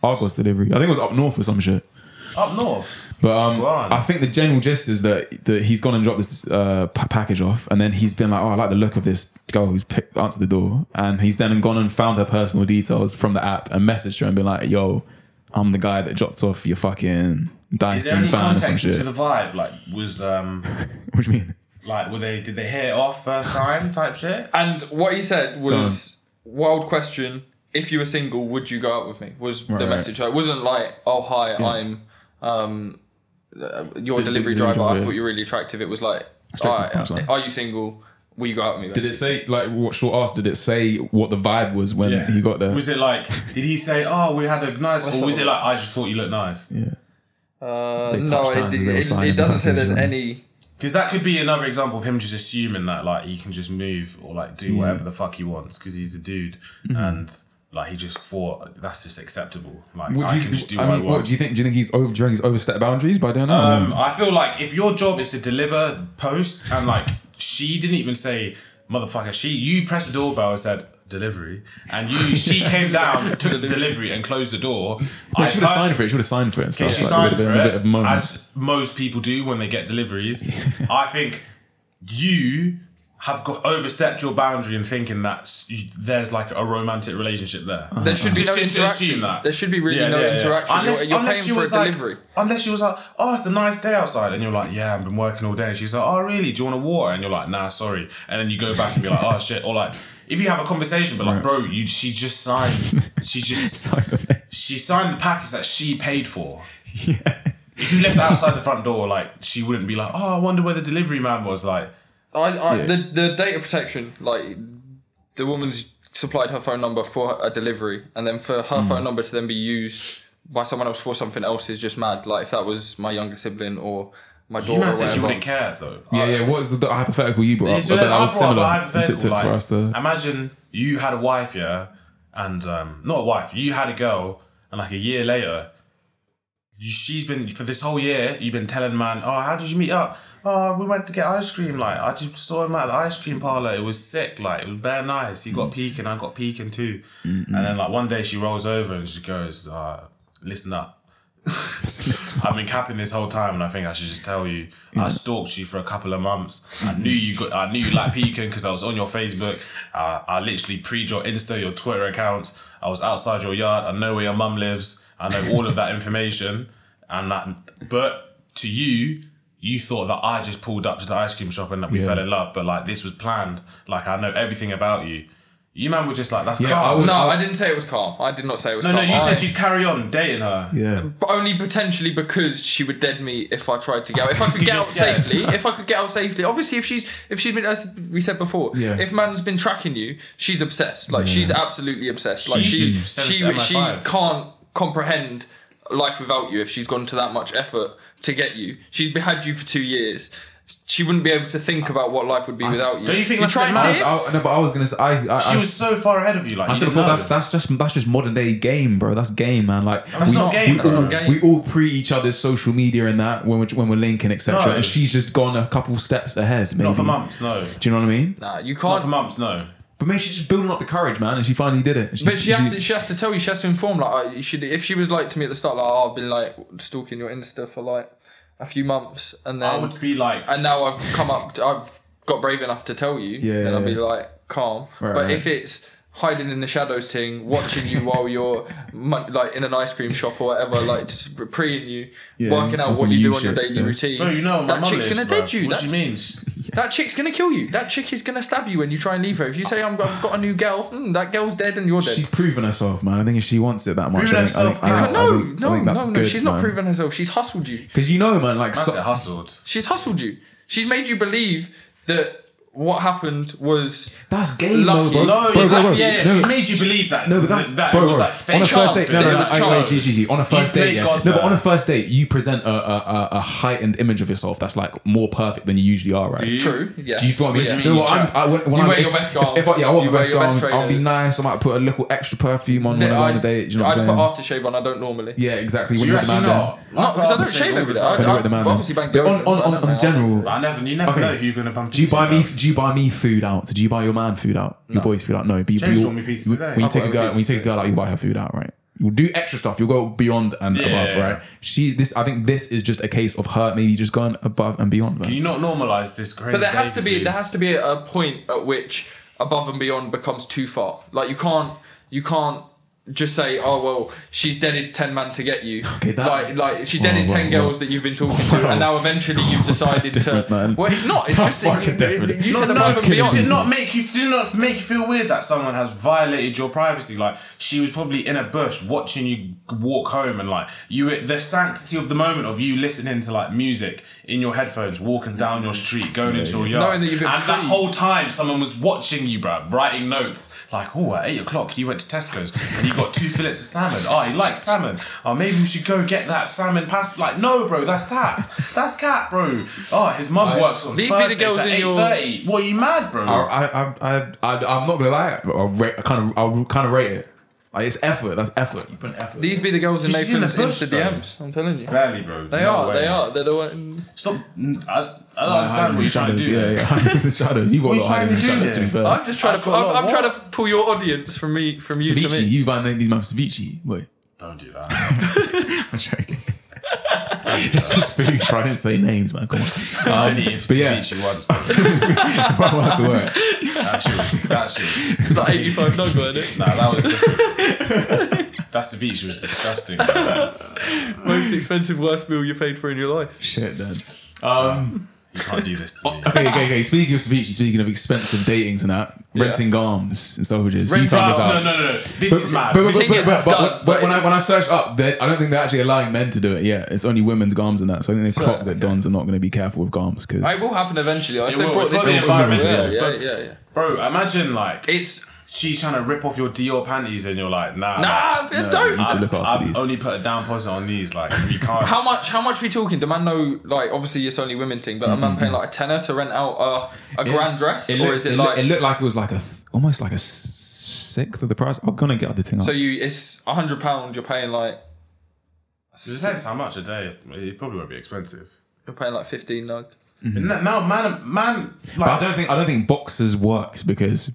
S2: Argos delivery. I think it was up north or some shit.
S3: Up north.
S2: But um,
S3: Go on.
S2: I think the general gist is that that he's gone and dropped this uh, pa- package off, and then he's been like, "Oh, I like the look of this girl who's picked, answered the door," and he's then gone and found her personal details from the app and messaged her and been like, "Yo, I'm the guy that dropped off your fucking
S3: Is there
S2: Dyson
S3: any
S2: fan or some
S3: context
S2: shit."
S3: to the vibe? Like, was um,
S2: [laughs] what do you mean?
S3: like, were they? Did they hit it off first time? Type shit.
S1: And what he said was wild question. If you were single, would you go out with me? Was the
S2: right.
S1: message? It wasn't like, oh hi, I'm um, uh, your delivery
S2: delivery
S1: driver.
S2: driver,
S1: I
S2: yeah.
S1: thought you were really attractive. It was like,
S2: Straight to the
S1: Alright,
S2: punchline.
S1: are you single? Will you go out with me?
S2: Did it say like what short asked? Did it say what the vibe was when he got there?
S3: Was it like? Did he say, "Oh, we had a nice," or was
S1: up?
S3: it like, "I just thought you looked nice"?
S1: Uh,
S2: They
S1: no,
S2: touched
S1: it,
S2: hands as
S1: it,
S2: they were
S1: it,
S2: signing
S1: it doesn't say
S2: packages,
S1: there's
S2: isn't it?
S1: any.
S3: Because that could be another example of him just assuming that like he can just move or like do whatever the fuck he wants because he's a dude
S2: Mm-hmm.
S3: and like he just thought that's just acceptable. Like
S2: Would
S3: I
S2: you-
S3: can just do
S2: I
S3: what
S2: mean,
S3: I want.
S2: what do you think? Do you think he's over? Do you think he's overstepped boundaries by doing that? or
S3: Um,
S2: no?
S3: I feel like if your job is to deliver post and like she didn't even say motherfucker, she you pressed the doorbell and said delivery, and you she came down, took
S2: [laughs]
S3: the delivery, and closed the door.
S2: Well,
S3: I
S2: she would
S3: pers-
S2: have signed for it. She would have signed for it. And stuff.
S3: she
S2: like,
S3: signed
S2: there
S3: for
S2: would have been a bit
S3: it,
S2: of moment.
S3: as most people do when they
S1: [laughs]
S3: get deliveries. I think you have got overstepped your boundary in thinking that s- you, there's like a romantic relationship there.
S1: There should Uh-huh. be no
S3: Uh-huh. Just to- to assume
S1: interaction.
S3: that.
S1: There should be really no interaction.
S3: Unless,
S1: you're you're
S3: unless
S1: paying
S3: she
S1: for a
S3: was like,
S1: delivery.
S3: Unless she was like, oh, it's a nice day outside. And you're like, yeah, I've been working all day. And she's like, oh, really? Do you want a water? And you're like, nah, sorry. And then you go back and be
S1: [laughs]
S3: like, oh, shit. Or like, if you have a conversation, but like, bro, you she just signed, she just,
S2: [laughs] Signed for it.
S3: she signed the package that she paid for. If you left that outside the front door, like, she wouldn't be like, oh, I wonder where the delivery man was. Like,
S1: I, I the, the data protection, like the woman's supplied her phone number for a delivery, and then for
S3: Mm.
S1: her phone number to then be used by someone else for something else is just mad. Like if that was my younger sibling or my
S3: you
S1: daughter or
S3: man said she
S1: whatever.
S3: wouldn't care, though. Uh,
S2: Yeah, yeah. What is the, the hypothetical you brought up?
S3: It's just-
S2: But that
S3: I
S2: was
S3: brought up a
S2: similar. It's
S3: hypothetical,
S2: it took
S3: like,
S2: for us to.
S3: Imagine you had a wife, yeah, and um, not a wife. You had a girl, and like a year later, you, she's been for this whole year. You've been telling man, oh, how did you meet up? Oh, we went to get ice cream. Like I just saw him at the ice cream parlor. It was sick. Like it was bare nice. He got
S2: Mm.
S3: peeking. I got peeking too. And then like one day she rolls over and she goes, uh, listen up. I've been capping this whole time, and I think I should just tell you. I stalked you for a couple of months. I knew you got. I knew you like peeking because I was on your Facebook. Uh, I literally preed your Insta, your Twitter accounts. I was outside your yard. I know where your mum lives. I know all of that information. And that, but to you, you thought that I just pulled up to the ice cream shop and that we fell in love. But like this was planned. Like I know everything about you. You man were just like that's
S2: Yeah, I
S3: calm.
S2: would-
S1: No, I didn't say it was calm. I did not say it was
S3: no, no,
S1: calm.
S3: you
S1: I-
S3: said you'd carry on dating her.
S2: Yeah.
S1: but only potentially because she would dead me if I tried to get out. If I could get out
S3: Just, yeah.
S1: safely, if I could get out safely. Obviously, if she's if she's been as we said before,
S2: Yeah.
S1: if man's been tracking you, she's obsessed. Like she's absolutely obsessed. Like
S3: She
S1: she
S3: should send us
S1: she
S3: to
S1: she,
S3: MI5.
S1: can't comprehend life without you if she's gone to that much effort to get you. She's had you for two years. She wouldn't be able to think about what life would be without you.
S3: Don't you think that's
S1: try
S3: the
S1: and
S3: man-
S2: I
S1: date?
S2: was, I, Oh, no, but I was gonna. Say, I, I,
S3: She
S2: I,
S3: was so far ahead of you. Like
S2: I
S3: you
S2: said
S3: didn't
S2: before
S3: know.
S2: that's that's just that's just modern day game, bro. That's game, man. Like
S3: That's
S2: we,
S3: not game,
S2: we,
S3: that's
S2: all,
S1: not game.
S2: we all pre each other's social media and that when we're when we're linking etc.
S3: No.
S2: And she's just gone a couple steps ahead. Maybe.
S3: Not for months, no.
S2: Do you know what I mean?
S1: Nah, you
S3: Not
S1: can't.
S3: for months, no.
S2: But maybe she's just building up the courage, man, and she finally did it. And
S1: But she has to. She has to tell you. She has to inform. Like, I- you should. If she was like to me at the start, like, oh, I've been like stalking your Insta for like a few months, and
S3: I
S1: then
S3: would be like,
S1: and now I've come up. to- I've got brave enough to tell you.
S2: Yeah,
S1: Then I'll be
S2: yeah.
S1: like calm.
S2: Right,
S1: but
S2: right.
S1: if it's hiding in the shadows thing, watching you while you're mon- like in an ice cream shop or whatever, like just preying you,
S2: Yeah,
S1: working
S2: on
S1: out
S2: some
S1: what you do
S2: you
S1: on your
S2: shit,
S1: daily
S2: yeah.
S1: routine.
S3: bro, you know, my
S1: that
S3: mum
S1: chick's
S3: lives,
S1: gonna
S3: bro.
S1: dead you.
S3: What
S1: That-
S3: do you mean?
S1: That chick's gonna kill you. That chick is gonna stab you when you try and leave her. If you say I'm, I've got a new girl, mm, that girl's dead and you're dead.
S2: She's proven herself, man. I think if she wants it that much, I think, I think,
S1: no,
S2: I think,
S1: no,
S2: I think,
S1: no,
S2: I think that's
S1: no,
S2: good.
S1: She's not proven herself. She's hustled you.
S2: because you know, man. Like,
S3: That's
S2: so-
S3: it, hustled.
S1: She's hustled you. She's made you believe that what happened was
S2: that's gay,
S1: Lucky.
S2: bro.
S1: No,
S2: bro, bro,
S3: exactly.
S2: bro.
S3: Yeah, yeah.
S2: No,
S3: she's made you believe that.
S2: No, but that's
S3: that
S2: bro,
S3: it was
S2: bro.
S3: like fake
S2: on a first
S3: chance,
S2: date. No, no,
S3: it
S2: no,
S3: was
S2: I- I-
S3: chance.
S2: gee, gee, gee. On a
S3: thank
S2: first date, yeah.
S3: God
S2: no, but
S3: that.
S2: on a first date, you present a, a, a, a heightened image of yourself that's like more perfect than you usually are, right?
S3: Do you?
S1: true. Yeah.
S2: Do you feel what I mean?
S1: Yeah.
S2: No, well, I'm, I, when, when
S1: You
S2: I'm,
S1: wear
S2: if-
S1: your best garments.
S2: If, I, yeah, I want
S1: You
S2: my
S1: wear
S2: best
S1: your best
S2: garments. I'll be
S1: trainers.
S2: nice. I might put a little extra perfume on when I go on a date. Do you know what
S1: I'd
S2: I'm
S1: put
S2: saying?
S1: aftershave on. I don't normally.
S2: Yeah, exactly. When
S3: You're
S2: you're with the
S3: actually
S2: man
S3: not.
S2: then.
S1: No, because I don't
S3: Aftershave
S1: shave
S3: all
S1: every
S3: the
S1: day.
S3: time.
S2: When
S1: I,
S2: you're
S1: I,
S2: with the man
S1: I've
S2: then.
S1: obviously bang
S2: But on, on, on, on general,
S3: But I never, you never
S2: Okay.
S3: know who you're gonna bump
S2: do you
S3: into,
S2: buy me?
S3: bro.
S2: Do you buy me food out? Do you buy your man food out? Your boys food out? No, but you,
S3: James
S2: you,
S3: bought me pizza
S2: when
S3: today.
S2: you
S3: I
S2: take
S1: bought
S2: a
S1: him
S2: girl, when you
S1: pizza
S2: take a girl out, you buy her food out, right? You'll do extra stuff. You'll go beyond and
S3: Yeah.
S2: above, right? She, this, I think, this is just a case of her maybe just going above and beyond. man.
S3: Can you not normalize this crazy?
S1: But there has to be there has to be a point at which above and beyond becomes too far. Like you can't you can't just say, oh well, she's deaded ten man to get you.
S2: [laughs] Okay, that-
S1: like like she deaded
S2: Whoa, whoa,
S1: ten
S2: whoa.
S1: girls that you've been talking to, and now eventually
S2: [laughs]
S1: you've decided to.
S2: different, man.
S1: Well, it's not. It's
S2: That's
S1: just that
S2: fucking different.
S1: you, you
S3: No,
S1: said
S3: no,
S1: above
S3: just
S1: and
S2: kidding.
S1: beyond.
S3: did not make you did not make you feel weird that someone has violated your privacy. Like she was probably in a bush watching you walk home, and like you were- the sanctity of the moment of you listening to like music in your headphones, walking down your street, going into your yard,
S1: Knowing that you've been
S3: and that
S1: free.
S3: whole time someone was watching you, bruh, writing notes. Like, oh, at eight o'clock you went to Tesco's and
S1: [laughs]
S3: you got two fillets of salmon. Oh, you like salmon? Oh, maybe we should go get that salmon pasta. Like, no, bro, that's tat, that's cat, bro. Oh, his mum works on
S1: These be the
S3: Thursdays
S1: girls
S3: at
S1: in your-
S3: 8:30. What are you mad, bro?
S2: I, I, I, I, I'm not gonna lie. I, rate, I kind of, I kind of rate it. Like it's effort. That's effort. You put an effort.
S1: These be the girls in
S3: You've seen
S1: Nathan's
S3: the bush,
S1: Insta
S3: though.
S1: DMs. I'm telling you,
S3: Barely, bro.
S1: they are. They are. They're the one.
S3: Stop. n- I, I don't understand what you're trying to do.
S2: Yeah, yeah. [laughs] hiding in the shadows. You got a
S3: What
S2: lot
S3: are you
S2: hiding in the
S3: trying to
S2: shadows.
S3: do
S2: To be fair,
S1: I'm just trying to.
S3: got a lot
S1: I'm,
S3: of
S1: I'm
S3: what?
S1: trying to pull your audience from me, from you to
S2: ceviche.
S1: me.
S2: You buying these man ceviche? Wait, [laughs]
S3: Don't do that.
S2: Um,
S3: [laughs]
S2: I'm joking. it's just food, bro. I didn't say names, man. Come on. [laughs]
S3: I only if
S2: but yeah.
S3: yeah. you once. bro.
S2: Bro, work, work.
S3: That shit was. That shit.
S2: [laughs]
S1: That 85 dog, weren't it?
S3: [laughs] Nah, that was. Different. That ceviche was disgusting. Bro.
S1: Most expensive, worst meal you paid for in your life.
S2: Shit, dad. Um,
S3: You can't do this to me.
S2: okay, okay, okay. Speaking of ceviche, speaking of expensive datings and that,
S1: Yeah.
S2: renting arms and soldiers. you
S1: Renting arms,
S2: found this
S3: No,
S2: out.
S3: Um, no, no, no. This
S2: But,
S3: is mad.
S2: but,
S3: This-
S2: but,
S1: thing
S2: but,
S1: is
S2: but, but,
S1: done,
S2: but
S1: but
S2: when
S1: it-
S2: I when I search up, they, I don't think they're actually allowing men to do it yet. It's only women's garms and that. So I think they
S1: So,
S2: clocked that
S1: okay.
S2: dons are not going to be careful with garms because
S1: It will happen eventually. I
S3: It
S1: think
S3: will.
S1: brought this
S3: It's not the
S1: in-
S3: environment,
S1: Yeah,
S3: it's
S1: yeah,
S3: not.
S1: yeah, yeah.
S3: bro, imagine like
S1: It's
S3: she's trying to rip off your Dior panties, and you're like, nah.
S1: nah,
S2: you
S1: don't.
S2: need to look after
S3: I've
S2: these.
S3: only put a down deposit on these. Like, you can't.
S1: how much? How much we talking? Do man know? Like, obviously, it's only women thing, but a man paying like a tenner to rent out a, a grand
S2: It's-
S1: dress,
S2: It
S1: or
S2: looked,
S1: is it,
S2: it, loo-
S1: like?
S2: it looked like it was like a th- almost like a s- sixth of the price. I'm gonna get the thing up.
S1: so you, it's a hundred pound. You're paying like
S3: It depends how much a day. It probably won't be expensive.
S1: you're paying like fifteen nug.
S3: N- No, man, man.
S2: but I
S3: Like,
S2: don't think I don't think boxes works because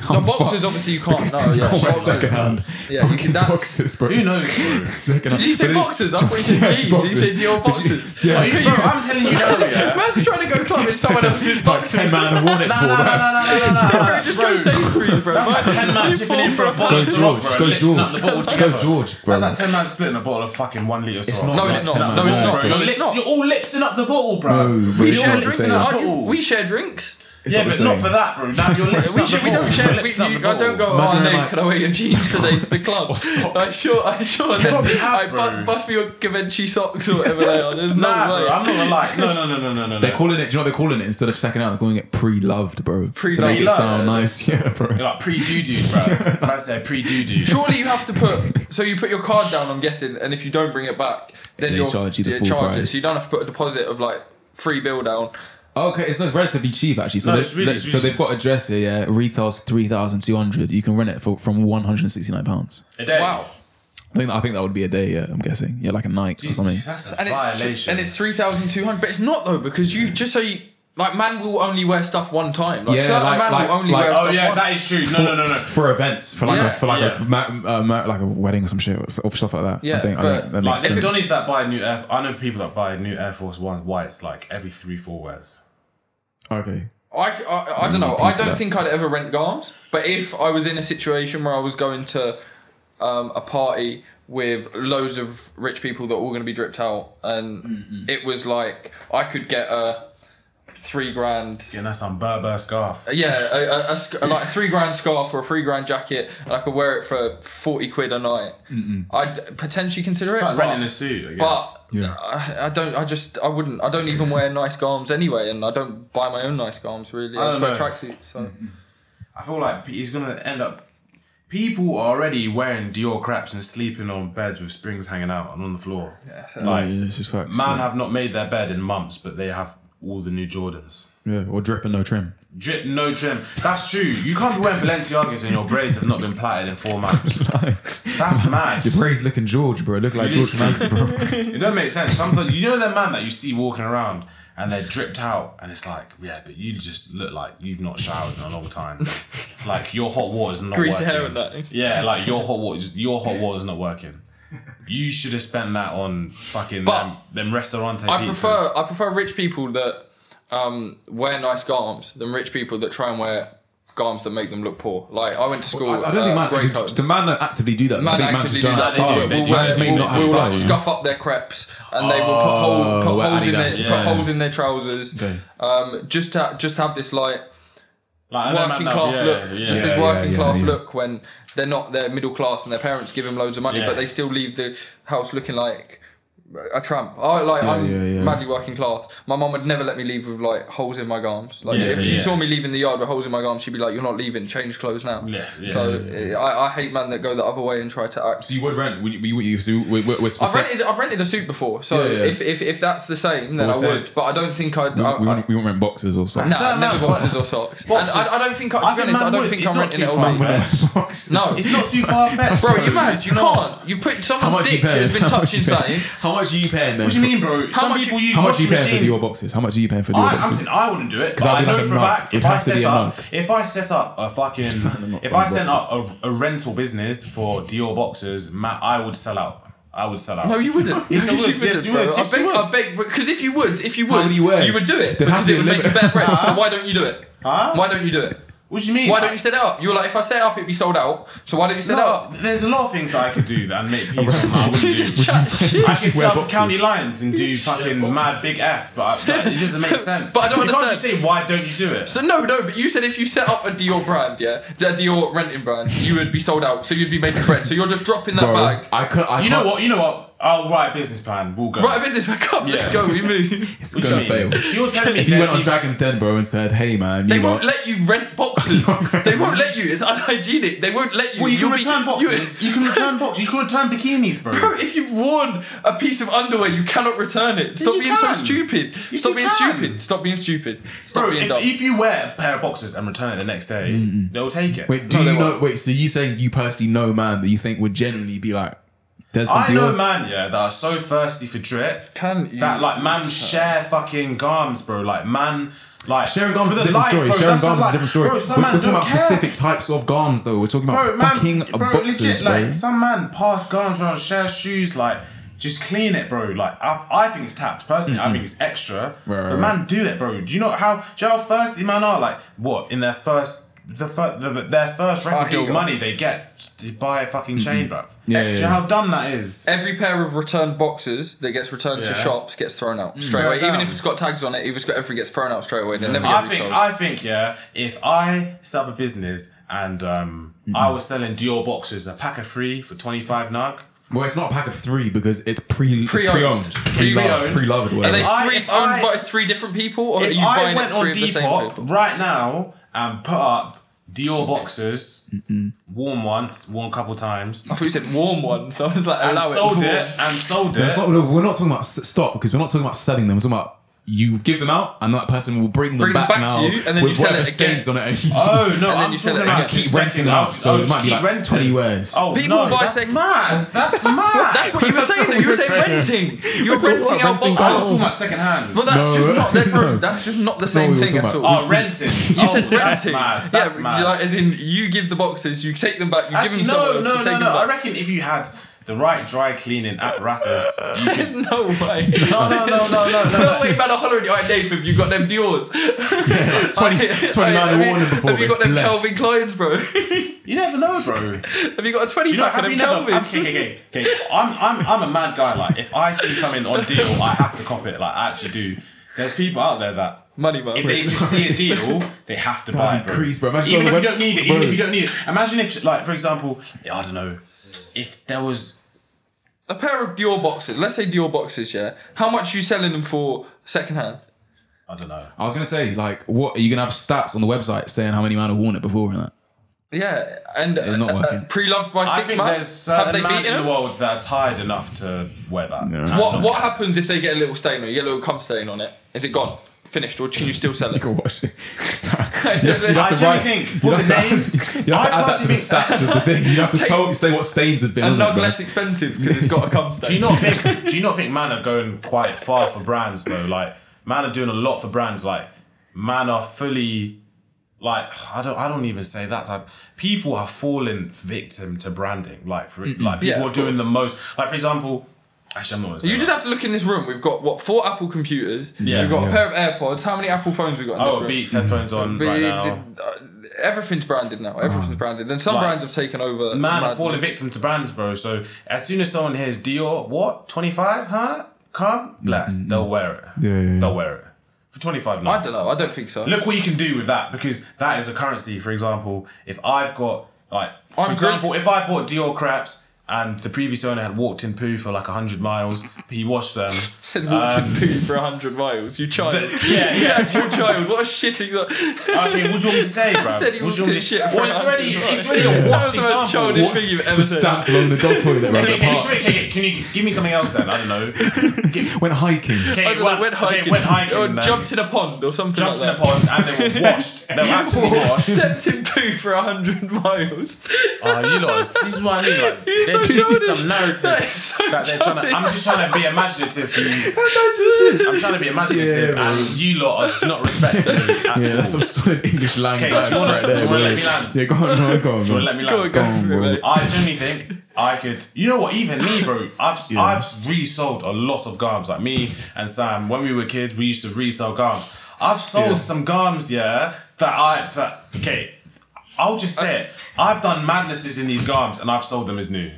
S2: [laughs]
S1: No, boxes obviously you can't.
S2: Because
S1: No,
S2: you [laughs]
S1: yeah,
S2: can't wear
S1: boxes.
S2: secondhand.
S1: Yeah, you
S2: Fucking
S1: can- that's-
S2: boxes, bro.
S3: who knows? Bro?
S2: Secondhand.
S1: Did you say
S2: But it-
S1: boxes? I thought you said
S2: Yeah,
S1: jeans. You said your
S2: But you-
S1: boxes.
S2: [laughs] Yeah.
S1: Like,
S3: [laughs] Bro, I'm telling you now,
S1: [laughs]
S3: yeah.
S1: Man's trying to go club in someone
S3: [laughs]
S1: else's
S2: Like
S1: boxes.
S2: ten man worn it for.
S3: no, no,
S2: bro.
S3: no, no, no, no,
S1: [laughs]
S3: no.
S1: Just go Sainsbury's, bro. Like,
S3: Ten man
S1: you
S3: chipping
S1: fall
S3: in for a bottle
S2: Go
S3: of
S2: George.
S3: Ciroc, bro.
S2: Go
S3: Let's
S2: George.
S3: snap the bottle
S2: Go
S3: together.
S2: George, bro.
S3: That's like ten man splitting a bottle of fucking one liter Ciroc.
S1: No,
S2: not
S1: it's
S2: like
S1: not.
S2: ten man
S1: No, it's
S2: wine,
S1: not.
S2: bro.
S1: No,
S3: Bro, your
S1: it's
S3: lips,
S1: not.
S3: you're all lipsing up the bottle, bro.
S2: No, bro,
S1: We
S2: it's
S1: share
S2: not the
S1: drinks.
S2: same.
S1: aren't
S3: It's
S1: you?
S3: not
S1: We share drinks.
S3: yeah,
S2: the
S3: but not
S2: same.
S3: for that, bro. Now your lips
S1: We,
S3: up the
S1: should, we
S3: bottle.
S1: don't share.
S3: Your
S1: We,
S3: lips up
S1: you,
S3: the
S1: I don't
S3: bottle.
S1: go.
S2: Imagine
S1: Oh,
S2: I'm
S1: Nate,
S2: like-
S1: can I wear your jeans today to the club? I sure, I sure. Then,
S3: probably have,
S1: I
S3: bro.
S1: bust, bust for your Givenchy socks or whatever they are. There's no
S3: Nah,
S1: way.
S3: bro. I'm not gonna lie. No, no, no, no, no, no.
S2: They're
S3: no.
S2: calling it. Do you know what they're calling it? Instead of second out, they're calling it pre-loved, bro. To make it
S3: Pre-loved.
S2: sound nice, [laughs] yeah, bro.
S3: You're like pre doo doo, bro. Man said pre doo doo.
S1: Surely you have to put. So you put your card down. I'm guessing, and if you don't bring it back, then
S2: They
S1: you're
S2: charge you the
S1: yeah,
S2: full
S1: charge It,
S2: price.
S1: so you don't have to put a deposit of like free bill down.
S2: Okay, it's, it's relatively cheap actually. So,
S3: No,
S2: they-
S3: it's really-
S2: they-
S3: it's
S2: so
S3: really-
S2: they've got a dress here. Yeah, retails three thousand two hundred. You can rent it for from one hundred and sixty nine pounds.
S3: A day.
S1: Wow.
S2: I think I think that would be a day. Yeah, I'm guessing. Yeah, like a night or
S3: Jeez,
S2: something.
S3: That's a
S1: and it's
S3: violation.
S1: and it's three thousand two hundred, but it's not though because you just so you like man will only wear stuff one time. Like
S2: Yeah,
S1: certain
S2: like-
S1: man
S2: like-
S1: will only
S2: like-
S1: wear
S2: Oh,
S1: stuff
S3: Oh yeah,
S1: once.
S3: that is true. No, no, no, no.
S2: For events, for like
S1: Yeah.
S2: a, for like
S3: Yeah.
S2: a ma- uh, ma- like a wedding or some shit or s- or stuff like that.
S1: Yeah,
S2: I think, I
S1: but-
S2: think that
S3: Like
S2: makes
S3: there's
S2: sense.
S3: Donnies that buy new Air. I know people that buy new Air Force One whites like every three four wears.
S2: okay.
S1: I, I, I don't know.
S2: pay
S1: I
S2: for
S1: don't
S2: that.
S1: think I'd ever rent garms, but if I was in a situation where I was going to um, a party with loads of rich people that were all going to be dripped out, and it was like I could get a three grand.
S3: And that's on Berber scarf.
S1: Uh, Yeah, a, a- a sc- a, like three grand scarf or a three grand jacket, and I could wear it for forty quid a night. I'd potentially consider
S3: It's
S1: it,
S3: like
S1: but,
S3: renting a suit, I guess.
S1: but
S2: Yeah.
S1: I, I don't. I just. I wouldn't. I don't even wear nice garms anyway, and I don't buy my own nice garms really. I,
S3: I
S1: just
S3: don't
S1: wear
S3: know.
S1: tracksuits. So
S3: I feel like he's gonna end up. People are already wearing Dior craps and sleeping on beds with springs hanging out and on the floor.
S1: yeah, so-
S2: Yeah,
S3: Like
S2: yeah, this is facts.
S3: man
S2: yeah.
S3: have not made their bed in months, but they have all the new Jordans.
S2: yeah, or drip and no [laughs] trim.
S3: Drip, no trim. That's true. You can't be wearing Balenciagas and your braids have not been plaited in four months.
S1: [laughs]
S3: That's mad.
S2: Your braids looking George, bro. Look like George Master, bro.
S3: It don't make sense. Sometimes you know that man that you see walking around and they're dripped out, and it's like, yeah, but you just look like you've not showered in a
S1: [laughs]
S3: long time. like your hot water is not
S1: Greasy
S3: working.
S1: hair and that, eh?
S3: Yeah, like your hot water, is- your hot water is not working. You should have spent that on fucking
S1: But
S3: them, them restaurante
S1: I prefer.
S3: pizzas.
S1: I prefer rich people that um, wear nice garms than rich people that try and wear garms that make them look poor. Like I went to school.
S2: I, I don't think
S1: uh,
S2: man,
S1: grey
S2: do-
S1: coats.
S2: do man not actively do that.
S1: Man
S2: I think man
S1: actively
S2: just
S1: do
S2: don't have
S1: that. They
S2: style.
S1: do. They do.
S2: Man just may
S1: We'll,
S2: not have
S1: we'll like
S2: style. you know?
S1: scuff up their creps, and they will put, hole, put
S2: wear
S1: holes in their
S2: Adidas,
S1: put
S3: yeah.
S1: holes in their trousers.
S2: Okay.
S1: Um, just to, just have this like
S3: Like, I know man
S1: working
S3: that-
S1: class
S3: yeah,
S1: look,
S3: yeah,
S1: just
S3: yeah.
S1: this
S2: yeah,
S1: working
S2: yeah,
S1: class
S2: yeah.
S1: look when they're not they're middle class and their parents give them loads of money,
S3: Yeah.
S1: but they still leave the house looking like a tramp. I like I'm
S2: yeah, yeah.
S1: madly working class. My mum would never let me leave with like holes in my garms. Like
S3: Yeah,
S1: if she
S3: yeah.
S1: saw me leaving the yard with holes in my garms, she'd be like, "You're not leaving. Change clothes now."
S3: Yeah, yeah.
S1: so eh, I, I hate men that go the other way and try to act.
S2: So you would rent? Would you, would you, so we- we- we're
S1: I've
S2: specific.
S1: rented, I've rented a suit before, so
S2: Yeah, yeah.
S1: If, if if that's the same, then I
S3: What's that?
S1: would. But I don't think I'd.
S2: We,
S1: I,
S2: we,
S1: I,
S2: won't, we won't rent boxes or something.
S1: no,
S3: Sam,
S1: no
S3: that's
S1: boxes
S3: fine.
S1: or socks.
S3: Boxes.
S1: And I, I don't think. I, to
S3: I
S1: be
S3: think
S1: honest, I
S3: man
S1: don't
S3: would.
S1: think
S3: It's
S1: I'm
S3: not
S1: renting
S3: too
S1: it
S3: far
S1: all.
S3: fetched.
S1: No,
S3: It's not too far fetched,
S1: bro, you mad? You
S3: know what?
S1: can't. You put
S2: How
S1: someone's
S2: much
S1: dick
S2: you paying?
S1: has been
S2: [laughs] How much
S1: touching
S2: you paying?
S1: something.
S2: How much are you paying then?
S3: What do you
S2: for-
S3: mean, bro? Some
S1: much you-
S3: people use
S2: How much are you
S3: washing
S2: paying for
S3: machines.
S2: your boxes? How much are you paying for your
S3: I, I'm
S2: boxes?
S3: saying I wouldn't do it. But
S2: 'Cause I'd
S3: I
S2: be
S3: know
S2: like a
S3: for a
S2: monk.
S3: fact
S2: You'd
S3: if I
S2: have to be
S3: set
S2: a
S3: up
S2: monk.
S3: if I set up a fucking if
S2: not
S3: I
S2: buying
S3: set up a, a rental business for Dior boxes, Matt, I would sell out. I would sell out.
S1: No, you wouldn't.
S3: [laughs] Yes,
S1: No,
S3: you would. Yes, you would.
S1: bro. I
S3: Yes, you
S1: beg,
S3: would.
S1: I beg, because if you would, if you would,
S2: many wears?
S1: you would do it
S2: There'd
S1: because
S2: have to
S1: it
S2: be a
S1: would make you
S2: limit.
S1: better bread. So why don't you do it?
S3: Huh?
S1: Why don't you do it?
S3: What do you mean?
S1: Why don't you set it up? You were like, if I set it up, it'd be sold out. So why don't you set it
S3: No,
S1: up?
S3: there's a lot of things that I could do that I'd make peace on. I wouldn't
S1: You
S3: do.
S1: just chat shit.
S3: [laughs] I could
S2: Wear
S3: sell
S2: boxes.
S3: county lines and do fucking mad big F, but, but it doesn't make sense.
S1: But I don't
S3: you can't just
S1: understand.
S3: say why don't you do it.
S1: So no, no, but you said if you set up a Dior brand, yeah, a Dior renting brand, you would be sold out, so you'd be making bread. So you're just dropping that
S2: Bro,
S1: bag.
S2: I could. I
S3: you know
S2: can't-
S3: what? You know what? I'll write a business plan. We'll go.
S1: Right, I've been this back up. Let's
S3: Yeah.
S1: go. We move.
S2: [laughs] It's
S3: What do you
S2: gonna
S3: mean?
S2: fail.
S3: So you're telling me
S2: If you
S3: there's
S2: went on
S3: people-
S2: Dragon's Den, bro, and said, "Hey, man,
S1: They
S2: you
S1: won't
S2: lot,
S1: let you rent
S2: [laughs]
S1: boxes. they won't let you. It's unhygienic. They won't let you.
S3: Well, you can
S1: You'll be-
S3: return
S1: you-
S3: boxes. You, can return boxes. You can return bikinis, bro.
S1: [laughs] Bro, if you've worn a piece of underwear, you cannot return it. Stop
S3: you
S1: being
S3: can.
S1: so stupid.
S3: Yes,
S1: Stop
S3: you
S1: being
S3: can.
S1: stupid. Stop being stupid. Stop
S3: Bro,
S1: being
S3: if,
S1: dumb.
S3: if you wear a pair of boxes and return it the next day, they'll take it.
S2: wait, do
S1: No, they
S2: you know?
S1: won't.
S2: Wait, so you saying you personally know a man that you think would genuinely be like Desmond
S3: I know
S2: Dior?
S3: man, yeah, that are so thirsty for drip
S1: Can you-
S3: that like man share fucking garms, bro. Like man, like
S2: Sharing garms
S3: for
S2: is a
S3: the
S2: different
S3: life,
S2: story.
S3: bro,
S2: Sharing
S3: that's
S2: garms is
S3: not
S2: a different story.
S3: like- Bro,
S2: we're
S3: some
S2: we're
S3: man
S2: talking
S3: don't
S2: about
S3: care.
S2: specific types of garms, though. We're talking about
S3: bro, man,
S2: fucking
S3: bro,
S2: boxes,
S3: legit,
S2: bro.
S3: like some man pass garms around, share shoes, like. Just clean it, bro. Like I, I think it's tapped. Personally, I think it's extra.
S2: Mm-hmm. Right, right,
S3: but man, do it, bro. Do you know how? Do you know how thirsty man are? Like what in their first, the, fir- the their first record
S1: Oh, here you
S3: deal
S1: go.
S3: money they get to buy a fucking chain, bro.
S2: Mm-hmm. Yeah,
S3: do
S2: yeah,
S3: you know
S2: yeah.
S3: how dumb that is?
S1: Every pair of returned boxes that gets returned to
S3: Yeah.
S1: shops gets thrown out straight
S3: Throw
S1: away.
S3: it
S1: Even
S3: Mm. down. Mm.
S1: if it's got tags on it, if it's got everything gets thrown out straight away. They never
S3: I
S1: get
S3: think
S1: resold.
S3: I think yeah. If I set up a business and um,
S2: Mm-hmm.
S3: I was selling Dior boxes, a pack of three for twenty five nag.
S2: Well, it's not a pack of three because it's pre pre
S1: Pre-owned.
S2: owned, pre loved,
S3: Pre-owned.
S2: pre loved,
S1: Are
S2: whatever.
S1: they
S3: If I-
S1: three
S3: if
S1: owned
S3: I-
S1: by three different people, or are
S3: If
S1: you
S3: I
S1: buying it
S3: went on
S1: three of the same people?
S3: Depop right now and put up Dior boxes, worn once, worn a couple times,
S1: I thought you said warm one, so I was like,
S3: and
S1: allow
S3: sold it,
S1: it.
S3: and sold
S2: That's
S3: it.
S2: not, no, we're not talking about s- stop because we're not talking about selling them. We're talking about you give them out and that person will bring them
S1: Bring them
S2: back,
S1: back to
S2: now
S1: you, and then
S2: with
S1: you sell
S2: whatever
S1: it again.
S2: stains on it. And you
S3: Oh no!
S1: then
S3: I'm
S1: you sell
S3: talking
S1: it
S3: about
S1: again.
S3: keep
S2: Keep renting
S3: renting
S2: them
S3: out.
S2: out, so
S3: oh,
S2: it might be
S3: keep
S2: like
S3: renting.
S2: 20 wares.
S3: Oh,
S1: People
S3: no,
S1: buy
S3: that's
S1: second- [laughs]
S3: mad. That's mad.
S1: That's what you were saying. though. You were
S2: [laughs]
S1: saying renting. You were
S2: We're talking
S1: renting
S2: about
S1: out
S2: renting
S1: boxes.
S3: I was
S2: garments.
S3: talking about second hand.
S1: Well, that's
S2: No.
S1: just not
S2: [laughs]
S1: that, bro,
S2: No.
S1: that's just not the same
S2: we were
S1: thing
S2: talking
S1: at all.
S2: about-
S3: Oh,
S1: [laughs] You
S3: renting. oh,
S1: said
S3: That's
S1: renting.
S3: mad. That's
S1: yeah,
S3: mad.
S1: like, as in you give the boxes, you take them back, you
S3: Actually,
S1: give them
S3: no,
S1: to someone
S3: no,
S1: else, you
S3: no,
S1: take
S3: no. I
S1: them back.
S3: reckon if you had the right dry cleaning apparatus,
S1: [laughs]
S3: you
S1: There's
S3: could. [laughs]
S1: no way.
S3: No, no, no, no, no,
S1: No
S3: no.
S1: way, man, a hundred. All right, Dave, have you got them
S3: [laughs]
S1: Dior's?
S2: 20 29
S1: have you-
S2: warning before
S1: Have you
S2: this,
S1: got them
S2: blessed.
S1: Calvin Klein's, bro? [laughs] have
S3: You never know, bro.
S1: you got a twenty
S3: You know,
S1: pack of
S3: have
S1: them
S3: you never?
S1: Calvin's?
S3: Okay, okay, okay. okay. I'm, I'm, I'm a mad guy. Like, if I see something on deal, I have to cop it. Like, I actually do. There's people out there that
S1: Money, man.
S3: if they just see a [laughs] deal, they have to buy it. Bro.
S2: crease, bro. Imagine
S3: even if
S2: going
S3: you
S2: on the
S3: don't need it,
S2: web-
S3: even if you
S2: bro.
S3: don't need it. Imagine if, like, for example, I don't know, if there was
S1: a pair of Dior boxes. Let's say Dior boxes. Yeah, how much you selling them for secondhand?
S3: I don't know.
S2: I was gonna say, like, what are you gonna have stats on the website saying how many men have worn it before [laughs] and that?
S1: Yeah, and uh,
S2: It's not working.
S1: pre-loved by
S3: I
S1: six
S3: think
S1: man.
S3: there's
S1: Have
S3: certain
S1: they
S3: men
S1: beaten
S3: in
S1: them?
S3: the world that are tired enough to wear that.
S2: Yeah.
S3: And
S1: What
S3: not
S1: What
S3: care.
S1: happens if they get a little stain or you get a little cum stain on it? Is it gone? Finished, or can you still sell
S2: [laughs] You
S1: it?
S2: can watch it.
S1: I
S3: I generally think for the name,
S2: [laughs] You have to
S3: I
S2: add that to the
S3: personally think. [laughs]
S2: stats of the thing. You have to tell, say what stains have been
S1: And
S2: on it,
S1: not
S2: bro.
S1: less expensive because it's got a
S2: [laughs]
S1: cum
S3: Do
S1: stain. [laughs]
S3: you not think? Do you not think man are going quite far for brands though? Like man are doing a lot for brands. Like man are fully, like I don't. I don't even say that type. People are falling victim to branding. Like for like people
S1: Yeah,
S3: are
S1: of
S3: doing the most. Like for example, actually I'm not. Gonna say
S1: You
S3: that.
S1: just have to look in this room. We've got what four Apple computers.
S3: Yeah,
S1: We've got
S2: yeah.
S1: a pair of AirPods. How many Apple phones we got in this [laughs]
S3: oh
S1: room?
S3: Beats headphones on
S1: We
S3: right
S1: did-
S3: now.
S1: uh, everything's branded now. Everything's branded, and some
S3: Like,
S1: brands have taken over.
S3: Man are
S1: madly.
S3: falling victim to brands, bro. So as soon as someone hears Dior, what twenty five? Huh? Come blessed. They'll wear it.
S2: Yeah, yeah, yeah.
S3: They'll wear it for twenty five.
S1: I don't know. I don't think so.
S3: look what you can do with that because that is a currency. For example, if I've got like, for
S1: I'm
S3: example, if I bought Dior craps and the previous owner had walked in poo for like hundred miles, he
S1: [laughs]
S3: washed them.
S1: Said walked in poo for hundred miles. You child. [laughs]
S3: Th- Um, yeah, yeah.
S1: You child. What a shit exa-
S3: Okay, what do you want me to say, bro?
S1: said [laughs] he
S3: What
S1: walked
S3: do you want
S1: in
S3: me to-
S1: shit for
S3: Well, it's
S1: 100
S3: already, it's already
S1: [laughs]
S3: a
S1: That was
S3: washed
S1: the most
S3: example.
S1: childish
S3: What's-
S1: thing you've ever
S2: Just
S1: said.
S2: stamps along the dog
S3: [laughs]
S2: toilet around
S3: Can
S2: the
S3: you, can, you,
S2: park.
S3: can, you, can you give me something else then? I
S1: [laughs]
S3: don't know. Give-
S2: Went hiking.
S3: [laughs] Okay,
S1: I don't know,
S3: went-
S1: went hiking,
S3: Okay, went hiking
S1: or
S3: then.
S1: jumped in a pond or something
S3: Jumped in
S1: like
S3: a pond and it was
S1: [laughs]
S3: washed. They were actually
S1: that.
S3: washed.
S1: Stepped in poo for hundred
S3: [laughs]
S1: miles. [laughs]
S3: Oh, you lot, this is what I mean. Like,
S1: He's
S3: they're
S1: so
S3: just
S1: childish.
S3: some narrative
S1: That
S3: that,
S1: is so
S3: they're trying to. I'm just trying to be imaginative. For you. I'm trying to be imaginative,
S2: Yeah,
S3: and you lot are just not respecting me. At
S2: Yeah, that's
S3: all.
S2: some solid English
S3: Okay,
S2: language
S3: do you wanna-
S2: right there.
S3: do you wanna let me
S2: bro.
S3: land?
S2: Yeah, go on, go on, go on.
S3: Do [laughs] you want to
S2: bro.
S3: let me
S1: Go on,
S3: land?
S1: go
S2: Go on,
S1: for it,
S2: bro.
S1: mate.
S3: I generally think I could. You know what? Even me, bro. I've I've resold a lot of garms. Like me and Sam, when we were kids, we used to resell garms. I've sold some garms, yeah. That I that okay. I'll just say it. I've done madnesses in these garms, and I've sold them as new.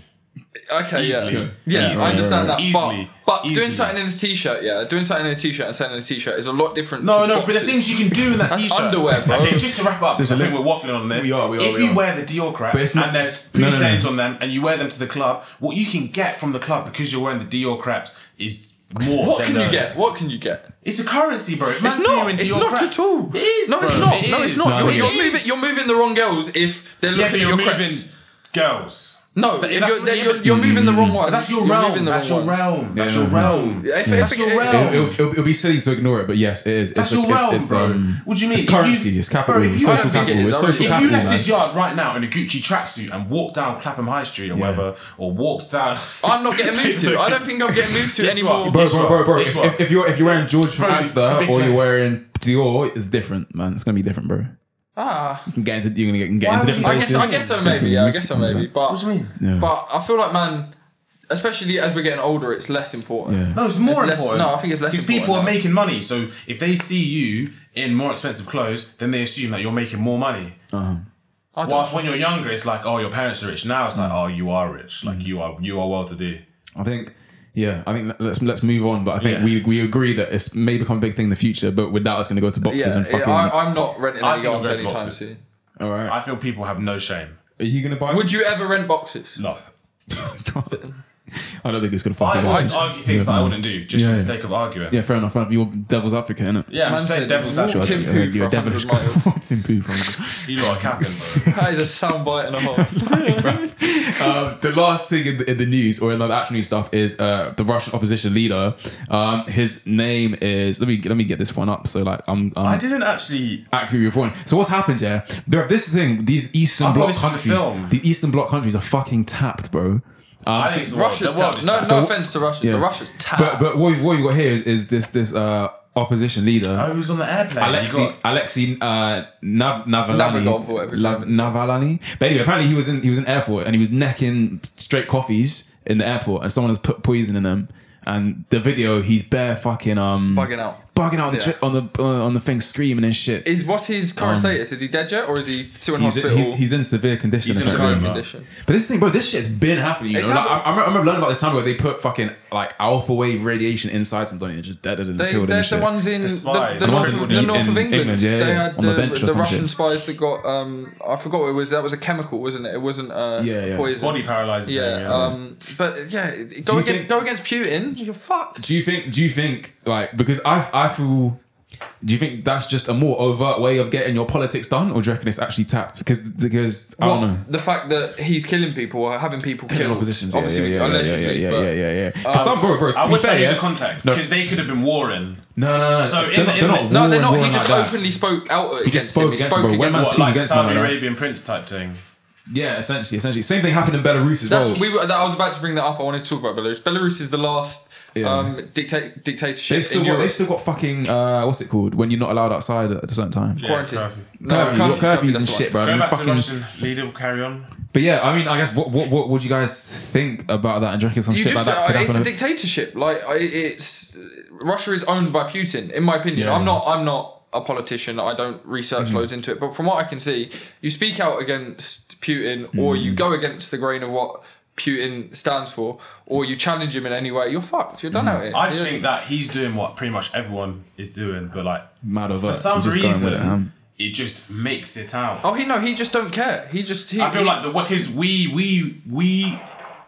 S1: Okay, yeah.
S3: Easily.
S1: Yeah,
S3: Easily.
S1: I understand that.
S3: Easily.
S1: But, but doing
S3: Easily.
S1: something in a t shirt, yeah, doing something in a t shirt and selling a t shirt is a lot different.
S3: No,
S1: to
S3: no, but the
S1: boxes.
S3: things you can do in that
S1: That's
S3: t-shirt.
S1: underwear, bro.
S3: Okay, just to wrap up,
S2: There's
S3: I
S2: a
S3: think we're
S2: lim-
S3: waffling on this.
S2: We are, we are,
S3: If
S2: we
S3: you
S2: are.
S3: wear the Dior crap
S2: But it's not-
S3: and there's poo
S2: No, no, no.
S3: stains on them, and you wear them to the club, what you can get from the club because you're wearing the Dior craps is more.
S1: What
S3: than
S1: can you
S3: the-
S1: get? What can you get?
S3: It's a currency, bro. It's
S1: not. It's not at all.
S3: It is.
S1: No,
S3: bro.
S1: it's not.
S3: It
S1: no,
S3: is.
S1: it's not.
S2: No,
S1: you're,
S2: it
S1: you're moving. You're moving the wrong girls if they're
S3: Yeah,
S1: looking
S3: but
S1: at
S3: you're
S1: your
S3: moving
S1: creps.
S3: girls.
S1: No,
S3: But
S1: if you're,
S3: that's what
S1: they're-
S3: the-
S1: you're, you're moving the wrong one.
S3: That's your
S1: you're
S3: realm.
S1: moving the
S3: That's your
S1: wrong ones.
S3: realm. That's
S2: Yeah.
S3: your realm.
S1: If- if-
S3: That's
S1: if-
S3: your
S1: if-
S3: realm.
S2: It'll, it'll, it'll, it'll be silly to ignore it, but yes, it is. It's
S3: That's
S2: a-
S3: your
S2: it's-
S3: realm,
S2: it's,
S3: bro.
S2: um,
S3: what do you mean?
S2: It's
S3: If you-
S2: currency. it's capital.
S3: Bro, if
S2: it's
S3: you
S2: social
S1: I think it
S2: capital.
S1: is.
S2: It's
S1: I
S2: social
S1: really-
S3: If
S2: capital.
S3: you left
S2: man.
S3: this yard right now in a Gucci tracksuit and walked down Clapham High Street or whatever, or walked down,
S1: I'm not getting moved
S3: [laughs]
S1: to. I don't think I'm getting moved to
S3: Guess
S1: anymore.
S3: what?
S2: Bro,
S3: It's
S2: bro,
S3: what-
S2: bro, bro.
S3: it's
S2: If,
S3: what-
S2: if, if you're if you're wearing George from
S3: Bro, it's a
S2: Asda
S3: big
S2: or you're
S3: place.
S2: wearing Dior, it's different, man. It's gonna be different, bro.
S1: Ah,
S2: You can get into you're gonna get, you can get
S3: Why would
S2: into different
S3: you-
S1: I guess, I
S2: places.
S1: guess so.
S2: Different
S1: Maybe. Yeah, I guess
S2: music,
S1: so. Maybe. But
S3: What do you mean?
S2: Yeah.
S1: But I feel like man, especially as we're getting older, it's less important.
S2: Yeah.
S3: No, it's more
S1: less-
S3: important.
S1: no, I think it's less
S3: Because
S1: important
S3: people are
S1: now.
S3: making money, so if they see you in more expensive clothes, then they assume that you're making more money.
S2: Uh-huh.
S1: I don't,
S3: Whilst when you're younger, it's like, oh, your parents are rich. Now it's like,
S2: Mm.
S3: oh, you are rich. Like you are, you are well to do.
S2: I think. Yeah, I think let's let's move on. But I think
S3: Yeah.
S2: we we agree that it's may become a big thing in the future. But with that, it's gonna go to boxes
S1: yeah,
S2: and fucking.
S1: I, I'm not renting
S3: I
S1: any
S3: think I'll
S1: arms
S3: go to
S1: anytime
S3: boxes.
S1: soon.
S2: all right.
S3: I feel people have no shame.
S2: Are you gonna buy?
S1: Would you ever rent boxes?
S3: No,
S2: [laughs] I don't think it's gonna
S3: I
S2: fucking.
S3: always
S2: happen.
S3: argue things that I wouldn't do just
S2: Yeah,
S3: for the
S2: yeah.
S3: sake of arguing.
S2: Yeah,
S3: Yeah,
S2: fair enough. Fair enough. You're devil's advocate, innit?
S3: I'm
S1: Man
S3: just saying
S1: said,
S3: devil's
S1: "Walk
S3: advocate.
S1: Tim
S2: You're-
S1: Poo
S2: you're- you're
S1: for 100
S2: devilish.
S1: miles.
S2: [laughs] What's in poo from?
S3: You lot are capping, bro.
S2: [laughs]
S1: That is a soundbite and a half.
S2: um, the last thing in the, in the news or in the actual news stuff is uh, the Russian opposition leader. Um, his name is let me let me get this one up. So like I'm,
S3: I
S2: I'm
S3: didn't actually.
S2: accurately reporting. So what's happened? Yeah, there are this thing. These Eastern
S3: I thought
S2: Bloc
S3: this was a
S2: countries,
S3: film.
S2: the Eastern Bloc countries are fucking tapped, bro. Um,
S3: I think it's the world.
S1: Russia's
S3: The world
S1: tapped.
S3: is
S1: No,
S3: tapped.
S1: no
S2: So-
S1: offense to Russia,
S2: yeah.
S1: but Russia's tapped.
S2: but but what we what we got here is, is this this uh, opposition leader.
S3: Oh, who's on the airplane? You
S2: Alexei
S3: got-
S2: Alexei uh, Nav- Navalny,
S1: Navigov or whatever.
S2: Lav- Navalny. But anyway, apparently he was in he was in airport and he was necking straight coffees in the airport, and someone has put poison in them. And the video, he's bare fucking um
S1: Bugging out.
S2: bugging out on the
S1: Yeah.
S2: tri- on the uh, on the thing, screaming and shit.
S1: Is what's his current status? Is he dead yet, or is he still in
S2: Um, He's,
S1: hospital?
S2: he's, he's in severe condition.
S3: He's in a
S2: apparently.
S3: coma.
S1: condition.
S2: But this thing, bro, this shit's been happening. You know,
S1: It's
S2: like, I,
S1: happened-
S2: I remember- I remember learning about this time where they put fucking like alpha wave radiation inside somebody and just deaded and
S1: They,
S2: killed
S1: they're
S2: and
S1: the
S2: shit.
S1: ones in
S3: The
S1: the,
S3: spy.
S1: the,
S3: The
S1: north,
S3: ones in-
S1: the
S3: in-
S1: north of
S2: in
S1: England.
S2: England, yeah,
S1: they
S2: yeah.
S1: had
S2: On
S1: the,
S2: the bench or
S1: the
S2: some
S1: Russian
S2: shit.
S1: spies that got. Um, I forgot what it was. That was a chemical, wasn't it? It wasn't uh,
S2: Yeah, yeah.
S1: poison.
S3: Body paralyzes
S1: yeah,
S3: him, yeah.
S1: Um, but yeah,
S2: you
S1: go against,
S2: think-
S1: go against Putin. You're fucked.
S2: do you think? Do you think like because I I feel. Do you think that's just a more overt way of getting your politics done, or do you reckon it's actually tapped? Because because I don't
S1: What?
S2: know.
S1: The fact that he's killing people or having people
S2: Killing
S1: killed.
S2: oppositions, yeah, yeah,
S1: obviously,
S2: yeah, yeah, yeah,
S1: allegedly,
S2: yeah, yeah,
S1: but- um,
S2: yeah, yeah, yeah. Because some- bro, bro, to
S3: I
S2: be
S3: wish I
S2: fair,
S3: knew
S2: yeah,
S3: the context
S2: No.
S3: because they could have been warring.
S2: No, no, no.
S3: So
S2: they're,
S3: in the-
S2: not, they're
S3: in
S2: not
S3: the-
S1: No,
S2: warring
S1: they're not. He
S2: like
S1: just
S2: that.
S1: openly spoke out against
S2: spoke
S1: him. He
S2: against
S1: spoke
S2: him, bro. When
S1: against
S2: Matt's
S3: What, like
S2: against
S3: Saudi
S2: Canada.
S3: Arabian prince type thing.
S2: Yeah, essentially, essentially. Same thing happened in Belarus as
S1: That's
S2: well.
S1: we were, that, I was about to bring that up. I wanted to talk about Belarus. Belarus is the last
S2: Yeah.
S1: um, dicta- dictatorship
S2: They've still,
S1: in
S2: got,
S1: Europe.
S2: they've still got fucking uh, what's it called when you're not allowed outside at a certain time.
S1: Quarantine.
S3: Yeah, curfew.
S1: No,
S2: Curfew,
S1: curfew, curfew,
S2: curfews and
S1: that's the one.
S2: shit, bro. I
S3: Going
S2: mean,
S3: back to the
S2: fucking-
S3: Russian leader, we'll carry on.
S2: But yeah, I mean, I guess what what what would you guys think about that? And do you reckon some
S1: You
S2: shit
S1: just,
S2: like that could
S1: uh, it's a
S2: happen?
S1: dictatorship. Like I- it's Russia is owned by Putin, in my opinion.
S2: Yeah.
S1: I'm not. I'm not a politician. I don't research
S2: Mm-hmm.
S1: loads into it, but from what I can see, you speak out against Putin, or
S2: Mm-hmm.
S1: you go against the grain of what Putin stands for, or you challenge him in any way. You're fucked. You're done
S2: Mm-hmm.
S1: out here.
S3: I just
S1: You're-
S3: think that he's doing what pretty much everyone is doing, but like
S2: Mad over
S3: for some reason,
S2: it,
S3: it,
S2: um,
S3: just makes it out.
S1: Oh, he no. He just don't care. He just. He,
S3: I feel
S1: he-
S3: like the because we we we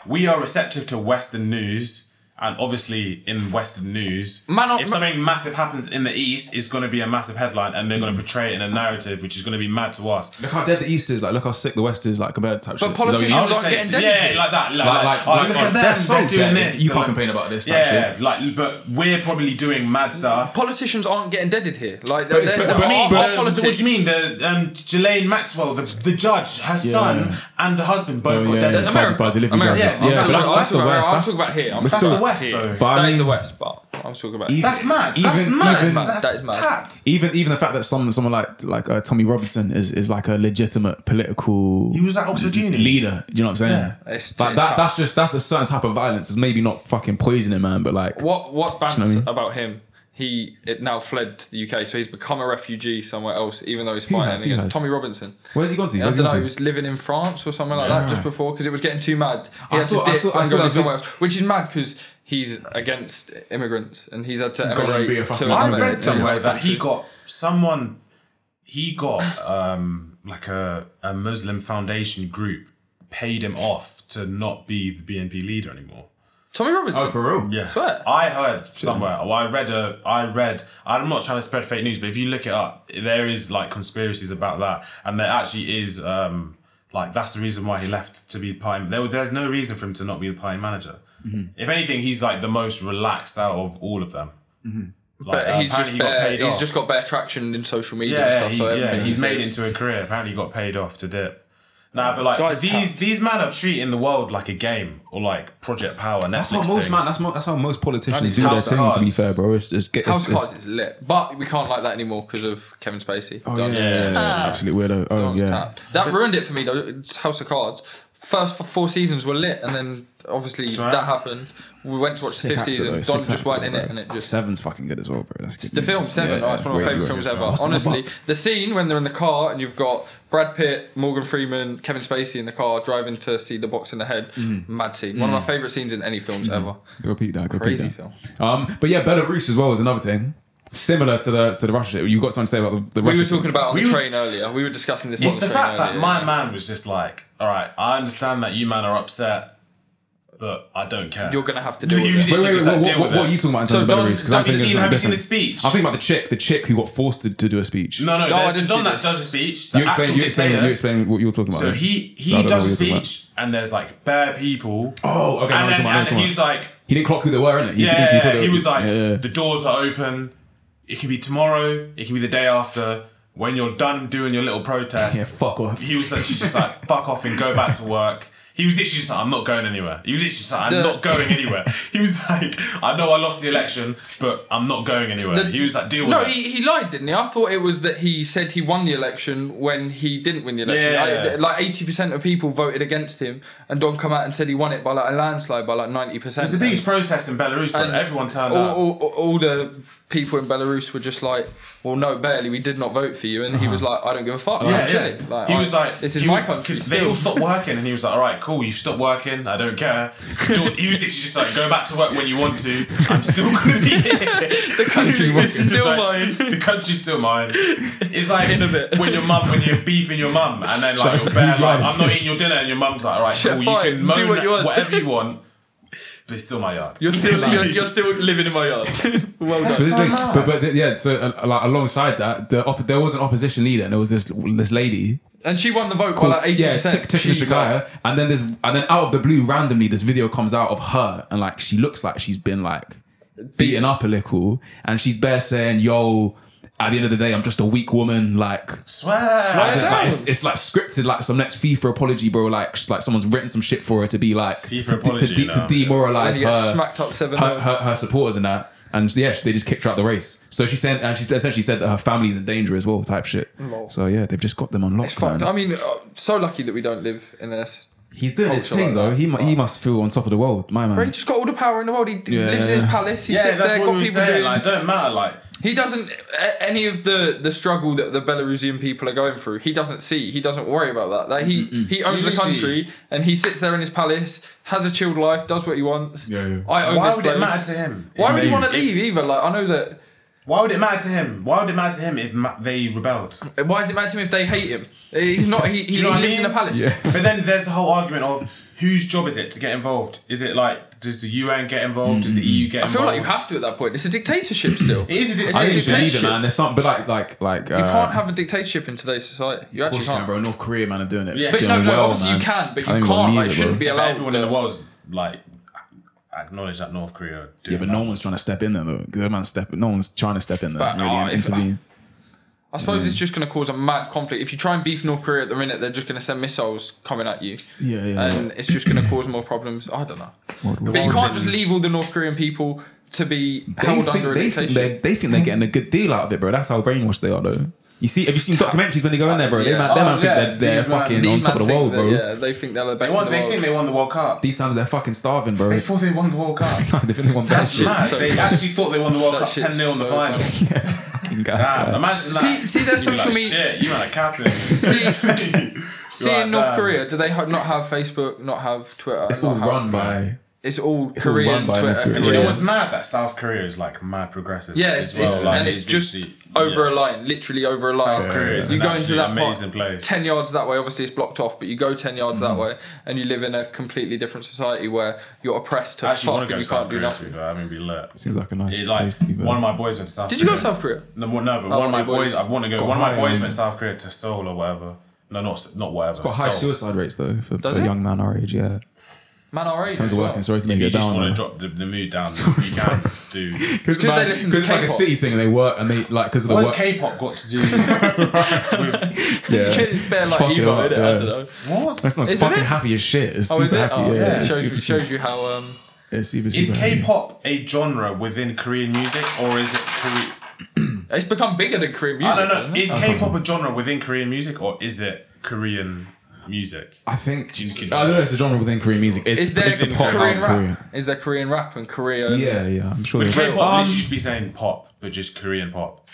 S3: we are receptive to Western news, and obviously in Western news,
S1: Man up-
S3: if something massive happens in the East, it's going to be a massive headline, and they're going to portray it in a narrative which is going to be mad to us.
S2: look how dead the East is. Like, look how sick the West is. Like compared to
S1: But
S2: type shit. Is that what
S1: politicians
S2: you mean?
S1: are
S3: I'll just say
S1: getting
S3: it's- yeah,
S1: dedicated.
S3: yeah, like that, like, like,
S2: Like- like-
S3: oh, look
S2: like,
S3: at
S2: they're
S3: them,
S2: so
S3: they're doing
S2: dead.
S3: this.
S2: You can't
S3: like-
S2: complain about this type
S3: Yeah,
S2: shit.
S3: like, but we're probably doing mad stuff.
S1: politicians aren't getting deaded here. Like, they're,
S2: it's-
S1: they're,
S2: but-
S1: our-
S2: mean,
S1: our
S2: but- um,
S3: uh,
S1: politics.
S3: what do you mean? The um, Ghislaine Maxwell, the, the judge, her son, and the husband both
S2: Oh,
S3: got
S2: yeah.
S3: dead.
S2: That's-
S1: America,
S2: By- by delivery
S1: America.
S2: drivers.
S3: Yeah,
S1: I'm
S3: yeah,
S1: talking
S3: but
S1: about-
S2: that's-
S1: I'm talking
S2: that's
S1: about- I'm
S2: the
S1: talking about here. I'm
S2: That's
S1: talking
S2: the
S1: about
S3: West,
S1: here.
S3: though.
S2: But I
S1: That is
S2: mean-
S1: the West, but I'm talking about.
S2: Even-
S3: That's mad. that's
S2: Even-
S3: mad.
S2: even-
S3: that's
S1: that is mad.
S3: tapped.
S2: Even even the fact that some someone like like uh, Tommy Robinson is is like a legitimate political
S3: He was at Oxford Uni.
S2: leader. Do you know what I'm saying?
S1: It's
S2: like
S1: tough.
S2: that. That's just that's a certain type of violence. It's maybe not fucking poisoning, man, but like
S1: What what's bad
S2: know what I mean?
S1: about him? He it now fled to the UK, so he's become a refugee somewhere else, even though he's
S2: Who
S1: fighting
S2: has? Who
S1: against
S2: has?
S1: Tommy Robinson.
S2: where's he gone to?
S1: I
S2: Where's
S1: don't know,
S2: he gone
S1: he
S2: to?
S1: was living in France or somewhere like that just
S2: Alright.
S1: before because it was getting too mad. He
S2: I
S1: had
S2: saw- I
S1: to dip
S2: saw- I
S1: and go
S2: saw that
S1: live
S2: vid-
S1: somewhere else, which is mad because he's against immigrants and he's had to
S2: and
S1: emigrate
S2: be a fucking
S1: to
S2: immigrant.
S3: I
S1: America.
S3: read somewhere that he got someone. He got um, like a, a Muslim foundation group paid him off to not be the BNP leader anymore.
S1: Tommy Robinson.
S2: Oh, for real?
S3: Yeah.
S1: Swear.
S3: I heard somewhere, or I read a, I read, I'm not trying to spread fake news, but if you look it up, there is like conspiracies about that. And there actually is, um, like, that's the reason why he left to be party. There, there's no reason for him to not be the party manager.
S2: Mm-hmm.
S3: If anything, he's like the most relaxed out of all of them. Like,
S2: Mm-hmm.
S1: But
S3: uh,
S1: he's just
S3: apparently
S1: better, he's
S3: off.
S1: just got better traction in social media
S3: yeah,
S1: and
S3: yeah,
S1: stuff.
S3: he,
S1: so
S3: yeah,
S1: everything he
S3: he's made
S1: says-
S3: into a career. Apparently, he got paid off to dip. Nah, but like
S1: Guys,
S3: these these men are treating the world like a game or like Project Power. Netflix
S2: That's how most
S3: thing.
S2: man. That's, mo- that's how most politicians
S3: That
S2: do
S3: is
S2: their
S3: House of
S2: thing. To be
S3: Cards.
S2: fair, bro, it's just get.
S1: House
S2: It's,
S1: of
S2: it's,
S1: Cards is lit, but we can't like that anymore because of Kevin Spacey.
S2: oh yeah, yeah, yeah, yeah. absolute weirdo. Oh
S1: That was
S2: yeah.
S1: tapped. That ruined it for me though. It's House of Cards. First f- four seasons were lit, and then obviously
S3: right.
S1: that happened. We went to watch the
S2: Sick
S1: fifth
S2: actor,
S1: season.
S2: though.
S1: Don
S2: Sick
S1: just
S2: actor,
S1: weren't in
S2: bro.
S1: it, and it just
S2: Seven's fucking good as well, bro. That's
S1: the film Seven. oh, it's one of my favorite films ever. Honestly, the scene when they're in the car and you've got Brad Pitt, Morgan Freeman, Kevin Spacey in the car driving to see the box in the head.
S2: Mm.
S1: Mad scene. One of my favorite scenes in any films ever.
S2: Go repeat that. Go repeat
S1: Crazy film.
S2: that. Um, but yeah, Belarus as well is another thing. Similar to the to the Russia shit. You got something to say about the, the
S1: We
S2: Russia
S1: were talking
S2: thing?
S1: about on
S3: We
S1: the
S3: were-
S1: train earlier. We were discussing this.
S3: It's
S1: on
S3: the
S1: the, train
S3: fact that
S1: earlier,
S3: my
S1: yeah.
S3: man was just like, all right, I understand that you man are upset, but I don't care.
S1: You're gonna have to do
S3: You
S1: it.
S2: Wait,
S3: literally
S2: wait, wait,
S3: just,
S2: what,
S3: like,
S2: what,
S3: deal
S2: what,
S3: with
S2: are you
S3: it.
S2: talking about in
S1: So
S2: terms of
S1: Don-
S2: Belarus? Because
S1: Don-
S2: I'm thinking
S1: have
S3: you
S2: something
S3: seen the
S2: different.
S3: speech?
S2: I'm thinking about the chick, the chick who got forced to, to do a speech.
S3: No, no,
S1: No, I
S3: there's
S1: didn't
S3: done
S1: see
S3: that
S1: this.
S3: does a speech. The
S2: you explain.
S3: actual
S2: You explain.
S3: dictator.
S2: You explain what you were talking about.
S3: So
S2: then.
S3: he
S2: I
S3: he
S2: don't know
S3: does
S2: what
S3: a
S2: you're talking about.
S3: speech, and there's like bare people.
S2: Oh,
S3: and
S2: okay. I know
S3: then,
S2: what you're talking about, I know
S3: and
S2: what you're
S3: then he's
S2: talking about.
S3: like,
S2: He didn't clock who they were, innit? He,
S3: yeah,
S2: thought
S3: yeah,
S2: they
S3: yeah.
S2: were-
S3: he was like,
S2: yeah, yeah.
S3: the doors are open. It could be tomorrow. It could be the day after. When you're done doing your little protest,
S2: Yeah, fuck
S3: [laughs]
S2: off.
S3: he was literally just like, fuck off and go back to work. He was literally just like, I'm not going anywhere. He was literally just like, I'm
S1: The-
S3: not going anywhere. [laughs] He was like, I know I lost the election, but I'm not going anywhere.
S1: The-
S3: he was like, deal with
S1: No,
S3: it.
S1: he, he lied, didn't he? I thought it was that he said he won the election when he didn't win the election.
S3: Yeah.
S1: Like- like eighty percent of people voted against him, and Don come out and said he won it by like a landslide by like ninety percent.
S3: It was the biggest protest in Belarus, but
S1: And
S3: everyone turned
S1: all,
S3: out.
S1: all, all the people in Belarus were just like, well, no, barely. We did not vote for you, and he was like, I don't give a fuck.
S3: Uh-huh. Yeah,
S1: like,
S3: yeah.
S1: chill. Like,
S3: he
S1: I-
S3: was like,
S1: this is
S3: he
S1: my
S3: was-
S1: country.
S3: 'cause
S1: [laughs]
S3: They all stopped working, and he was like, "All right, cool, you stopped working. I
S1: [laughs]
S3: don't care." Do- he was literally just like, "Go back to work when you want to. I'm still gonna be
S1: [laughs]
S3: here. the
S1: country's
S3: [laughs]
S1: still mine.
S3: The country's still mine." It's like
S1: In a bit.
S3: when your mum, when you're beefing your mum, and then like
S2: Shut
S3: your
S2: up,
S3: bear,
S2: who's
S3: like,
S2: right?
S3: "I'm not eating your dinner," and your mum's like, "All right,
S1: Yeah,
S3: cool,
S1: fine,
S3: you
S1: do
S3: can moan
S1: what you
S3: at
S1: want."
S3: whatever
S1: [laughs]
S3: you want, but it's still my yard."
S1: You're still, you're, you're still living in my yard. [laughs] well done.
S2: But, this- but, but yeah, so uh, like alongside that, the op- there was an opposition leader, and there was this this lady
S1: And she won the vote by like eighty
S2: yeah,
S1: percent.
S2: Tick- Tiffany Shagaya. And then there's and then out of the blue, randomly, this video comes out of her, and like she looks like she's been like beaten up a little, and she's bare saying, "Yo." At the end of the day, I'm just a weak woman. Like,
S3: Swear,
S1: Swear down.
S2: like, it's, it's like scripted, like some next FIFA apology, bro. Like, sh- like someone's written some shit for her to be like
S3: FIFA
S2: to- to,
S3: apology,
S2: de-
S3: no.
S2: to demoralize
S1: And you get
S2: her
S1: smacked up seven.
S2: her, her, her supporters and that. And yeah, they just kicked her out the race. So she said, and she essentially said that her family's in danger as well, type shit.
S1: Lol.
S2: So yeah, they've just got them on
S1: It's fucked. I
S2: lockdown.
S1: mean, uh, so lucky that we don't live in a. s-
S2: He's doing his
S1: Culture like
S2: thing though.
S1: that.
S2: He mu- he must feel on top of the world, my
S1: Bro, he
S2: man.
S1: just got all the power in the world. He d lives in his
S2: Yeah.
S1: palace. He
S3: yeah,
S1: sits
S3: that's
S1: there,
S3: what we
S1: got
S3: were
S1: people
S3: saying.
S1: doing.
S3: Like, don't matter. Like,
S1: he doesn't a- any of the the struggle that the Belarusian people are going through. He doesn't see. He doesn't worry about that. Like he he owns
S3: He
S1: the
S3: literally-
S1: country and he sits there in his palace, has a chilled life, does what he wants.
S2: Yeah, yeah.
S1: I own
S3: Why
S1: this
S3: would it
S1: place.
S3: matter to him?
S1: Why
S3: If
S1: would he
S3: they-
S1: want to
S3: if-
S1: leave either? Like I know that.
S3: Why would it matter to him? Why would it matter to him if ma- they rebelled?
S1: Why does it matter to him if they hate him? He's not.
S3: [laughs]
S1: He, he
S3: know what I
S1: lives
S3: mean?
S1: in a palace.
S2: Yeah.
S3: But then there's the whole argument of whose job is it to get involved? Is it like does the UN get involved? Does the EU
S1: Mm-hmm. I
S3: get involved?
S1: feel like you have to at that point. It's a dictatorship still.
S3: It is a
S1: It's
S3: dictatorship.
S2: I think
S1: a
S2: you should leave it,
S1: dictatorship.
S2: man. There's something, but like, like, like. uh,
S1: You can't have a dictatorship in today's society. You actually can't.
S2: bro. North Korea, man, are doing it.
S3: Yeah.
S1: But
S2: doing
S1: no, no,
S2: well,
S1: obviously
S2: man.
S1: you can, but
S2: I
S1: you
S2: think we'll
S1: can't.
S2: leave
S1: Like,
S2: it,
S1: it shouldn't
S2: bro.
S1: be
S3: But
S1: allowed.
S3: everyone in the world's like acknowledge that North Korea. are Doing
S2: Yeah, but
S3: that.
S2: no one's trying to step in there though. 'Cause that man's step, no one's trying to step in there.
S1: But,
S2: really,
S1: oh,
S2: and
S1: if-
S2: intervene.
S1: I suppose it's just going to cause a mad conflict. If you try and beef North Korea at the minute, they're just going to send missiles coming at you.
S2: Yeah, yeah,
S1: And it's just going to cause more problems. I don't know. But you
S3: world's
S1: can't just
S3: in-
S1: leave all the North Korean people to be
S2: they
S1: held
S2: think,
S1: under a
S2: they, think
S1: dictatorship.
S2: they're, they think they're getting a good deal out of it, bro. That's how brainwashed they are, though. You see, have you seen documentaries when they go in there, bro? They
S1: Yeah.
S2: man, they
S3: Oh,
S2: man
S3: yeah.
S2: think they're,
S3: These
S2: they're
S3: man-
S2: fucking
S1: These
S2: on top
S1: men
S2: of the
S1: think
S2: world,
S1: that-
S2: bro.
S1: Yeah, they think they're the best
S3: They, won,
S1: in the
S3: they
S1: world.
S3: think they won the World Cup.
S2: These times they're fucking starving, bro.
S3: They thought they won the World
S2: [laughs]
S3: Cup.
S2: they think they want bad shit.
S3: Mad.
S1: so
S3: they
S1: funny.
S3: actually thought they won the World
S1: That
S3: Cup
S1: shit's
S3: 10 0 in the
S1: so
S3: final.
S1: funny. [laughs]
S2: Guys,
S3: Damn,
S2: guys.
S3: imagine that.
S1: See- see their
S3: You'd be
S1: social
S3: like,
S1: me-
S3: Shit, you man
S1: [laughs]
S3: a capitalist.
S1: See, see
S3: Right,
S1: in North
S3: damn.
S1: Korea, do they ha- not have Facebook, not have Twitter?
S2: It's
S1: not
S2: all
S1: have-
S2: run by.
S1: It's all
S2: all run
S1: Korean
S2: by North
S1: Twitter.
S2: Korea.
S3: Do you know
S2: Yeah.
S3: what's mad? That South Korea is like mad progressive.
S1: Yeah,
S3: as
S1: it's,
S3: well.
S1: it's,
S3: Like,
S1: and it's just
S3: literally-
S1: over
S3: yeah.
S1: a line, literally over a line.
S3: South Korea is
S1: you
S3: an
S1: go into
S3: absolutely
S1: that
S3: amazing
S1: amazing
S3: place. Mm.
S1: Ten yards that way, obviously it's blocked off, but you go ten yards that way, and you live in a completely different society where you're oppressed to
S3: I actually
S1: fuck
S3: want to
S1: and
S3: go
S1: you
S3: to
S1: can't
S3: South
S1: do
S3: Korea. To be
S1: nothing.
S3: fair. I mean, be lit.
S2: Seems like a nice
S3: It,
S2: place
S3: like
S2: to be. fair.
S3: one of my boys went to South.
S1: Did you go
S3: Korea.
S1: to South Korea?
S3: No, well, no, but one of my boys. I want to go.
S2: Got
S3: One of my
S2: high,
S3: boys
S2: um,
S3: went to South Korea to Seoul or whatever. No, not not whatever.
S2: Got high
S3: Seoul.
S2: suicide rates though for, for
S1: it?
S2: a young man our age. Yeah, in
S1: Man, our age.
S2: terms
S1: as
S2: of
S1: well.
S2: working. Sorry to
S3: If
S2: make
S3: you
S2: it
S3: just want to
S2: down.
S3: drop the, the mood down, you can do.
S2: Because
S1: they listen to
S2: it's like a
S1: K-pop.
S2: city thing, and they work, and they like because of the
S3: What's
S2: work.
S3: K-pop got to do? with,
S1: [laughs]
S2: Yeah,
S1: It's bare like
S2: fucking
S1: emo,
S2: up,
S1: innit? I
S2: yeah.
S1: don't know.
S3: what?
S2: That's not
S1: Isn't
S2: fucking
S1: it?
S2: happy as shit. It's
S1: Oh, is
S2: super
S1: it?
S2: happy.
S1: Oh,
S2: yeah,
S1: yeah,
S2: it's
S1: shows,
S2: super,
S1: shows you how. Um,
S2: It's super, super
S3: Is
S2: happy.
S3: K-pop a genre within Korean music, or is it? Korean?
S1: it's become bigger than Korean music.
S3: I don't
S1: hasn't
S3: know.
S1: it?
S3: Is K-pop a genre within Korean music, or is it Korean music?
S2: I think
S3: you could-
S2: I don't know. It's a genre within Korean music. It's,
S1: Is there
S2: it's the pop
S1: Korean
S2: out
S1: rap?
S2: of Korea.
S1: Is there Korean rap in Korea? and-
S2: Yeah, yeah. I'm sure. there's-
S3: K-pop
S2: Um,
S3: literally should be saying pop, but just Korean pop,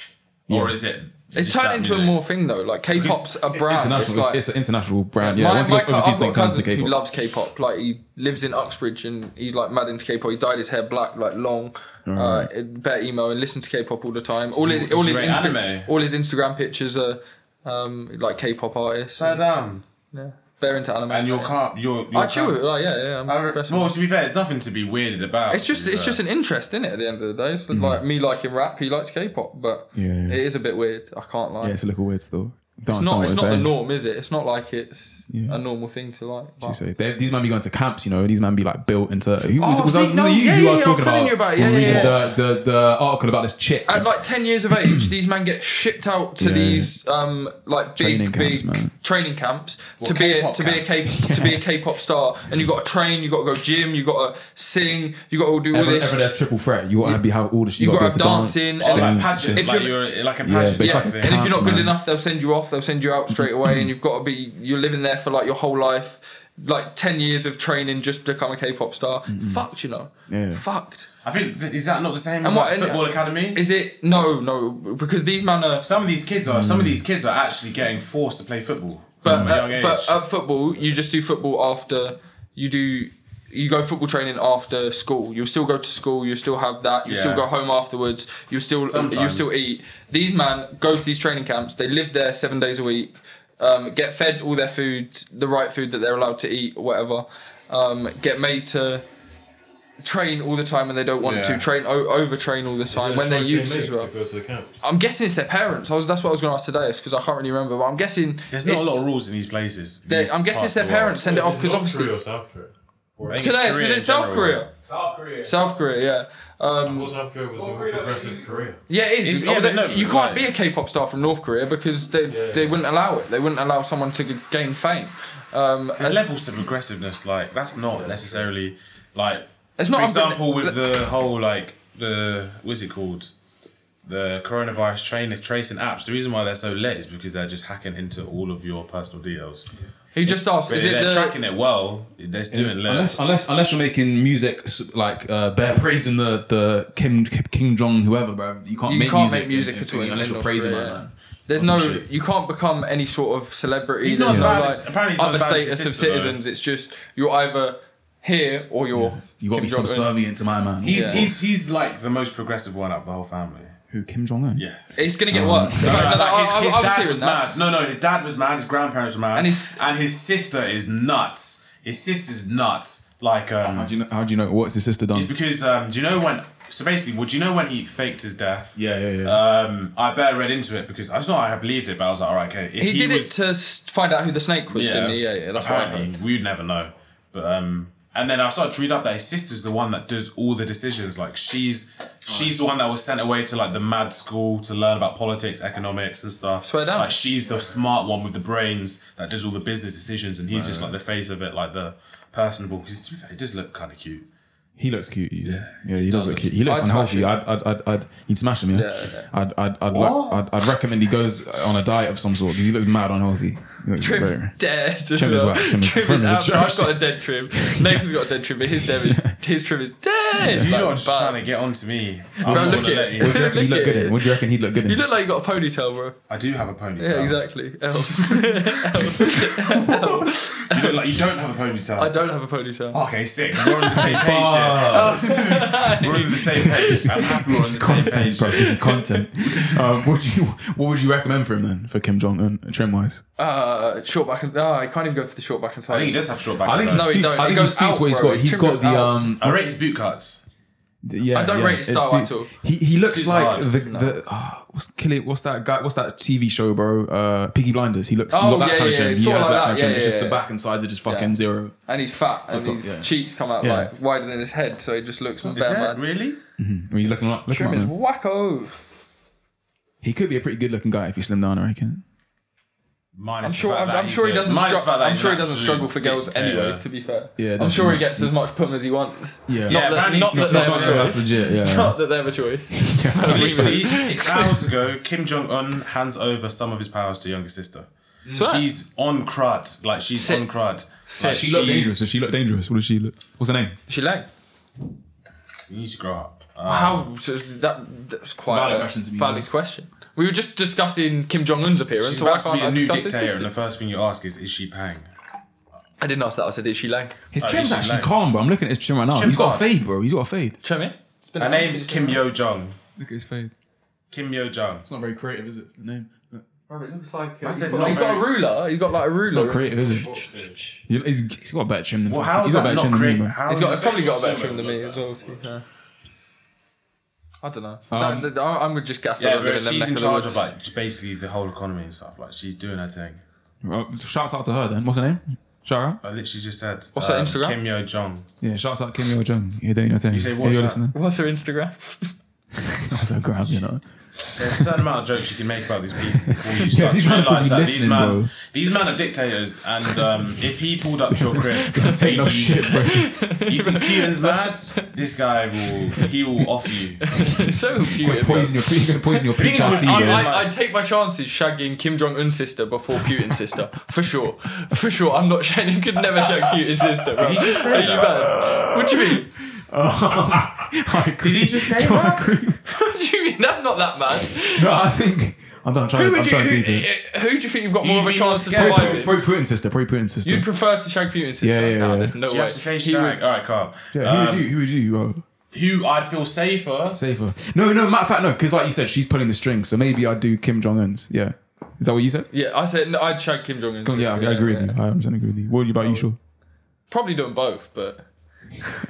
S3: or
S2: Yeah.
S3: is it?
S1: It's
S3: just
S1: turned
S3: that
S1: into a
S3: music?
S1: more thing though. Like K-pop's a
S3: it's
S1: brand.
S2: international. It's,
S1: like-
S2: it's an international brand. Yeah,
S1: my,
S2: once it
S1: my
S2: goes
S1: co-
S2: overseas,
S1: I've
S2: then
S1: got a
S2: it comes to
S1: cousin who
S2: K-pop.
S1: loves K-pop. Like he lives in Uxbridge and he's like mad into K-pop. He dyed his hair black, like long, uh,
S2: Alright.
S1: bet emo, and listens to K-pop all the time. All his,
S3: he-
S1: all
S3: does he
S1: his
S3: rate
S1: Insta-
S3: anime?
S1: all his Instagram pictures are um, like K-pop artists.
S3: Sit down.
S1: yeah. They're into anime.
S3: And your car, your your
S1: I chill with it. Like, yeah, yeah. I'm
S3: car-
S1: best
S3: Well,
S1: man.
S3: to be fair, there's nothing to be weirded about.
S1: it's just
S3: to be
S1: it's
S3: fair.
S1: just an interest in it. At the end of the day, it's like me liking rap. He likes K-pop, but
S2: Mm. Yeah, yeah.
S1: it is a bit weird. I can't lie.
S2: Yeah, it's a little weird still. Don't
S1: it's not
S2: understand
S1: it's
S2: what
S1: not the
S2: you're saying.
S1: norm, is it? It's not like it's
S2: Yeah.
S1: a normal thing to like.
S2: You
S1: but-
S2: say they- these man be going to camps, you know. These man be like built into. Who was,
S1: Oh,
S2: was,
S1: see,
S2: was, was
S1: no,
S2: it you
S1: yeah,
S2: who I
S1: yeah,
S2: was
S1: I was
S2: talking
S1: telling
S2: about?
S1: you about it,
S2: when
S1: yeah,
S2: reading
S1: yeah,
S2: The, the the article about this chick.
S1: At like ten years of age, these men get shipped out to
S2: Yeah.
S1: these um like big
S2: Training
S1: big
S2: camps, man.
S1: training camps to be a,
S3: K-pop
S1: to be a K to
S2: [laughs]
S1: be a K-pop star, and you got to train, you got to go gym, you got to sing, you got to do all
S2: Ever,
S1: this.
S2: ever there's triple threat. You gotta be have all this. You,
S1: You
S2: gotta, be
S1: gotta
S2: able
S1: have
S2: to
S1: dancing,
S2: dance,
S1: Oh,
S2: sing,
S3: like
S2: shit.
S3: pageant,
S1: If
S3: like
S1: you're-
S3: you're, like a
S2: Yeah,
S3: pageant.
S2: but it's
S1: yeah,
S2: like a
S1: and if you're not good
S2: camp, man.
S1: enough, they'll send you off. They'll send you out straight away, and you've got to be you're living there for like your whole life, like ten years of training just to become a K-pop star. Fucked, you know.
S2: Yeah.
S1: Fucked.
S3: I think th- is that not the same as
S1: And what-
S3: like
S1: and-
S3: football academy?
S1: Is it no, no? Because these men are.
S3: some of these kids are some of these kids are actually getting forced to play football
S1: But
S3: from a young
S1: at,
S3: age.
S1: but uh, at football, you just do football after you do. You go football training after school. You'll still go to school. You still have that. You will still
S3: Yeah.
S1: go home afterwards. You still you
S3: Sometimes.
S1: still eat. These man go to these training camps. They live there seven days a week. Um, get fed all their food, the right food that they're allowed to eat, or whatever. Um, get made to train all the time when they don't want
S3: Yeah.
S1: to. Train o- overtrain all the time when they're youths as well.
S5: go to the camp.
S1: I'm guessing it's their parents. I was that's what I was going to ask today. It's because I can't really remember, but I'm guessing
S3: There's not a
S1: it's-
S3: lot of rules in these places.
S1: they-
S3: These
S1: I'm guessing it's
S3: parts
S1: their
S3: of the world.
S1: parents send it off because obviously
S5: Korea or South Korea?
S3: I think
S1: today it's
S3: Korea
S1: was it
S3: in
S1: South
S3: general.
S1: Korea?
S5: South Korea.
S1: South Korea, yeah, um,
S5: South Korea was the more progressive Korea.
S1: yeah, it is.
S3: It's-
S1: Oh,
S3: yeah,
S1: they-
S3: but no,
S1: you can't
S3: like-
S1: be a K-pop star from North Korea because they they wouldn't allow it. They wouldn't allow someone to g- gain fame. Um,
S3: There's levels to progressiveness. Like that's not necessarily like.
S1: It's not
S3: For
S1: unbe-
S3: example, with the whole like the what's it called, the coronavirus train tracing apps. The reason why they're so late is because they're just hacking into all of your personal details.
S1: he just asked, is
S3: If
S1: it
S3: they're
S1: the
S3: tracking it well. They're doing less.
S2: Unless, unless, unless you're making music s- like uh, they're praising the the Kim King Jong whoever, bro. You can't
S1: you
S2: make
S1: can't
S2: music,
S1: make music
S2: in-
S1: at
S2: in-
S1: all
S2: unless
S1: in
S2: you're
S1: North
S2: praising
S1: Korea.
S2: my man.
S1: There's
S2: Or
S1: no,
S2: some shit.
S1: you can't become any sort of celebrity.
S3: He's not
S1: There's
S3: as
S1: no,
S3: bad
S1: like,
S3: as- apparently he's not
S1: other
S3: as bad as his
S1: status of
S3: sister, though.
S1: citizens. It's just you're either here or you're.
S2: You gotta
S1: Kim
S2: be
S1: Jong-un.
S2: subservient to my man.
S3: he's
S1: Yeah.
S3: he's he's like the most progressive one out of the whole family.
S2: who Kim Jong Un?
S3: Yeah.
S1: It's gonna get worse. No, no, no,
S3: Like,
S1: I- I-
S3: his,
S1: I
S3: his dad
S1: serious
S3: was
S1: now.
S3: mad. No, no, his dad was mad. His grandparents were mad,
S1: And his-
S3: sister is nuts. His sister's nuts. Like,
S2: How
S1: Uh-huh.
S3: um,
S2: do you know? How do you know? What's his sister done?
S3: it's because um, do you know when? So basically, would you know when he faked his death?
S2: Yeah, yeah,
S1: Uh,
S2: yeah.
S3: Um, I better read into it because I just know I believed it, but I was like, all right, okay. If
S1: He, did
S3: was,
S1: it to s- find out who the snake was, didn't he? Yeah, yeah. That's right.
S3: apparently, we'd never know. But um, and then I started to read up that his sister's the one that does all the decisions. Like she's she's the one that was sent away to like the mad school to learn about politics, economics, and stuff.
S1: Swear down.
S3: Like she's the smart one with the brains that does all the business decisions, and he's just like the face of it, like the personable. Because to be fair, he does look kind of cute.
S2: He looks cute. he's- Yeah, he does look cute. He looks
S1: I'd
S2: unhealthy.
S1: smash
S2: I'd, I'd, I'd, I'd, he'd smash him. Yeah,
S1: Yeah, yeah.
S2: I'd, I'd, I'd, like, I'd, I'd recommend he goes on a diet of some sort because he looks mad unhealthy. He looks
S1: Trim's [laughs]
S2: very-
S1: dead.
S2: Trim is
S1: well.
S2: whack. Trim is- Trim is a
S1: absolute- I've
S2: joke.
S1: got a dead trim. Nathan's got a dead trim, but his trim
S2: [laughs]
S1: is his trim is dead.
S3: [laughs] You
S1: Like,
S3: are just
S1: but-
S3: trying to get on to me. I'm
S1: Bro,
S3: not
S1: look
S3: gonna
S1: at
S3: let
S1: it.
S3: you.
S2: What do you reckon he
S1: Look
S2: look
S1: at
S2: good in?
S1: him.
S2: What do you reckon he'd look good in?
S1: You look like you got a ponytail, bro.
S3: I do have a ponytail.
S1: Yeah, exactly. Um, L.
S3: You look like you don't have a ponytail.
S1: [laughs] I don't have a ponytail.
S3: Okay, sick. We're on the
S1: [laughs]
S3: same page [laughs] here. We're on the same page. I'm happy we're on the
S2: This is
S3: same
S2: content,
S3: page.
S2: bro. This is content. [laughs] um, would you, what would you recommend for him then for Kim Jong Un trim wise?
S1: Uh, short back and no, I can't even go for the short back and side.
S3: Oh. I think he does have short back.
S2: I think he
S1: No, he
S2: suits.
S1: don't. He
S2: I think he
S1: goes
S2: suits
S1: out,
S2: what he's
S1: bro.
S2: got.
S1: His
S2: He's
S1: trim
S2: got
S1: goes
S2: the
S1: out.
S2: um.
S3: I rate his boot cuts.
S2: Yeah,
S1: I don't
S2: yeah,
S1: rate his
S2: it
S1: style at
S2: suits-
S1: all.
S2: He, he looks
S3: Suits
S2: like
S3: hard.
S2: the the ah, what's Killy, What's that guy? What's that TV show, bro? Uh, Peaky Blinders. He looks. he's
S1: Oh,
S2: got that
S1: yeah,
S2: kind of
S1: yeah,
S2: chin.
S1: yeah,
S2: He
S1: sort of
S2: has
S1: like
S2: that
S1: that.
S2: kind of chin.
S1: Yeah,
S2: It's
S1: yeah,
S2: just the
S1: yeah.
S2: back and sides are just fucking
S1: Yeah.
S2: zero.
S1: and he's fat, and
S2: all,
S1: his
S2: yeah.
S1: cheeks come out
S2: Yeah.
S1: like wider than his head, so he just looks
S3: Is
S1: bare
S3: that
S1: man.
S3: really?
S2: I mean, he's looking like, looking
S1: Trim
S2: like
S1: is
S2: him.
S1: wacko.
S2: He could be a pretty good looking guy if he slimmed down. I reckon.
S3: Minus
S1: I'm
S3: the
S1: sure.
S3: fact
S1: I'm,
S3: that
S1: I'm
S3: he's
S1: sure he
S3: a-
S1: doesn't.
S3: minus the
S1: Stru-
S3: fact that
S1: I'm
S3: he's
S1: sure he
S3: an
S1: doesn't struggle for
S3: absolute
S1: girls
S3: dictator.
S1: anyway. To be fair,
S2: Yeah,
S1: I'm sure
S2: definitely.
S1: he gets as much pum as he wants.
S2: Yeah.
S1: not
S2: Yeah,
S1: that,
S3: apparently
S1: not that
S3: he's
S1: they
S3: not
S1: have a
S3: strong.
S1: choice.
S2: That's legit.
S1: [laughs]
S2: Yeah.
S1: Not that they have a choice. [laughs]
S3: Literally, six hours ago, Kim Jong Un hands over some of his powers to younger sister.
S1: Swear.
S3: She's on crud. Like she's
S1: Sick.
S3: on crud.
S1: Sick.
S3: Like,
S2: She looked dangerous.
S3: she's,
S2: Does she look dangerous? What does she look? What's her name?
S1: She like
S3: you need to grow up.
S1: how so that that's quite
S2: valid
S1: a
S2: question to me,
S1: valid
S2: though.
S1: question. We were just discussing Kim Jong Un's appearance,
S3: She's
S1: so why
S3: about
S1: can't
S3: to be
S1: I
S3: a new
S1: discuss his
S3: dictator, and
S1: sister?
S3: the first thing you ask is, is she Pang?
S1: I didn't ask that. I said, "Is she like
S2: His
S3: Oh,
S2: trim's
S3: he's
S2: actually
S3: lame.
S2: calm, bro. I'm looking at his trim right now.
S3: Trim's
S2: he's got a
S3: hard.
S2: fade, bro. He's got a fade.
S1: Chummy?" It's been
S3: Her
S1: a-
S3: name's Kim Yo Jong.
S2: Look at his fade.
S3: Kim Yo Jong.
S2: It's not very creative, is it? The name.
S1: Oh, it looks like uh,
S3: I
S1: he's
S3: said
S1: got,
S3: not
S1: he's got a
S3: very-
S1: ruler. He's got like a ruler.
S2: Not creative, is it? He- He's, he's got a better trim than.
S3: Well, how
S2: he's
S3: is
S2: got a
S3: that
S2: better
S3: not
S2: trim than me,
S3: great?
S2: bro.
S3: How
S1: He's
S3: is
S1: got
S3: it-
S1: probably got a better trim than me as well. To be fair. I don't know.
S2: Um,
S1: that, that, I'm gonna just guess. I
S3: Yeah,
S1: don't live
S3: but
S1: them
S3: she's
S1: neck
S3: in
S1: the
S3: charge
S1: woods.
S3: of like basically the whole economy and stuff. Like she's doing her thing.
S2: Uh, Shouts out to her then. What's her name? Shout out.
S3: I literally just said. um,
S1: What's that, Instagram?
S3: Kim Yo Jong.
S2: Yeah, shouts out Kim
S3: [laughs]
S2: Yo Jong. You don't know what I'm saying.
S3: say,
S2: If
S3: what's
S2: you're
S3: that? [laughs]
S2: listening.
S1: What's her [laughs] Instagram?
S2: That's a grab, you know.
S3: There's a certain amount of jokes you can make about these
S2: [laughs]
S3: people before you start
S2: these
S3: to
S2: man
S3: realise
S2: could be
S3: that these
S2: listening, bro.
S3: man, these man are dictators. And
S2: [laughs]
S3: um, if he pulled up to your crib,
S2: Take [laughs] no
S3: you- [laughs]
S2: shit, bro.
S3: You think
S1: [laughs]
S3: Putin's mad? This guy will. He will off you.
S1: so
S2: You're
S1: cute.
S2: poison your, you're gonna [laughs] poison your
S3: Things
S2: peach ass
S3: would-
S2: tea,
S3: I-
S2: bro.
S3: I-
S1: I, I, I take my chances shagging Kim Jong Un's sister before Putin's sister. For sure. For sure. I'm not shagging. You could never shag Putin's sister. Bro. Did you just say Are you mad? What do you mean?
S2: [laughs]
S3: Did he just say that?
S1: What do you mean? That's not that mad.
S2: No, I think I'm, I'm trying.
S1: Who,
S2: I'm
S1: would you,
S2: trying to
S1: who,
S2: think.
S1: who do you think you've got more of a
S3: mean
S1: chance to
S3: together?
S1: survive
S2: Probably
S1: with?
S2: probably Putin's sister. Probably Putin's sister.
S1: You'd prefer to shag Putin's sister?
S2: Yeah, yeah,
S1: No,
S2: yeah.
S1: there's no
S3: Do you
S1: way.
S3: have to say
S1: He would-
S3: shag? All right, calm.
S2: yeah, who
S3: Um,
S2: would you? Who would you? Uh,
S3: Who I'd feel safer.
S2: safer. No, no. Matter of fact, no. Because like you said, she's pulling the strings. So maybe I do Kim Jong Un's. Yeah. Is that what you said? Oh,
S1: Yeah, I said no, I'd shag Kim Jong Un.
S2: Yeah, I, I agree with you. I understand. Agree with you. What about you, Shaw?
S1: Probably doing both, but [laughs]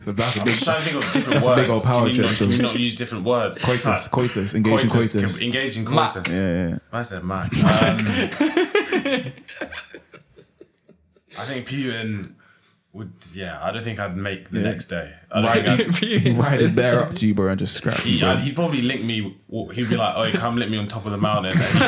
S2: So that's a
S3: I'm
S2: big
S3: just trying to think
S2: [laughs]
S3: of different
S2: That's a
S3: words.
S2: big old power
S3: can, you not,
S2: trip,
S3: can you
S2: so-
S3: not use different words?
S2: coitus,
S3: Like,
S2: coitus, engaging coitus.
S3: coitus. can- Engage in
S1: Mac.
S3: coitus.
S2: Yeah, yeah.
S3: I said Mac.
S1: [laughs]
S2: [laughs]
S3: Um, I think Putin would. Yeah, I don't think I'd make the next day. I don't think
S2: [laughs]
S3: I'd-
S1: Putin's
S2: Ride his bear up to you, bro, and just scrap you.
S3: He, I,
S2: Bro.
S3: he'd probably link me. He'd be like, "Oh, you come lick me on top of the mountain." And he'd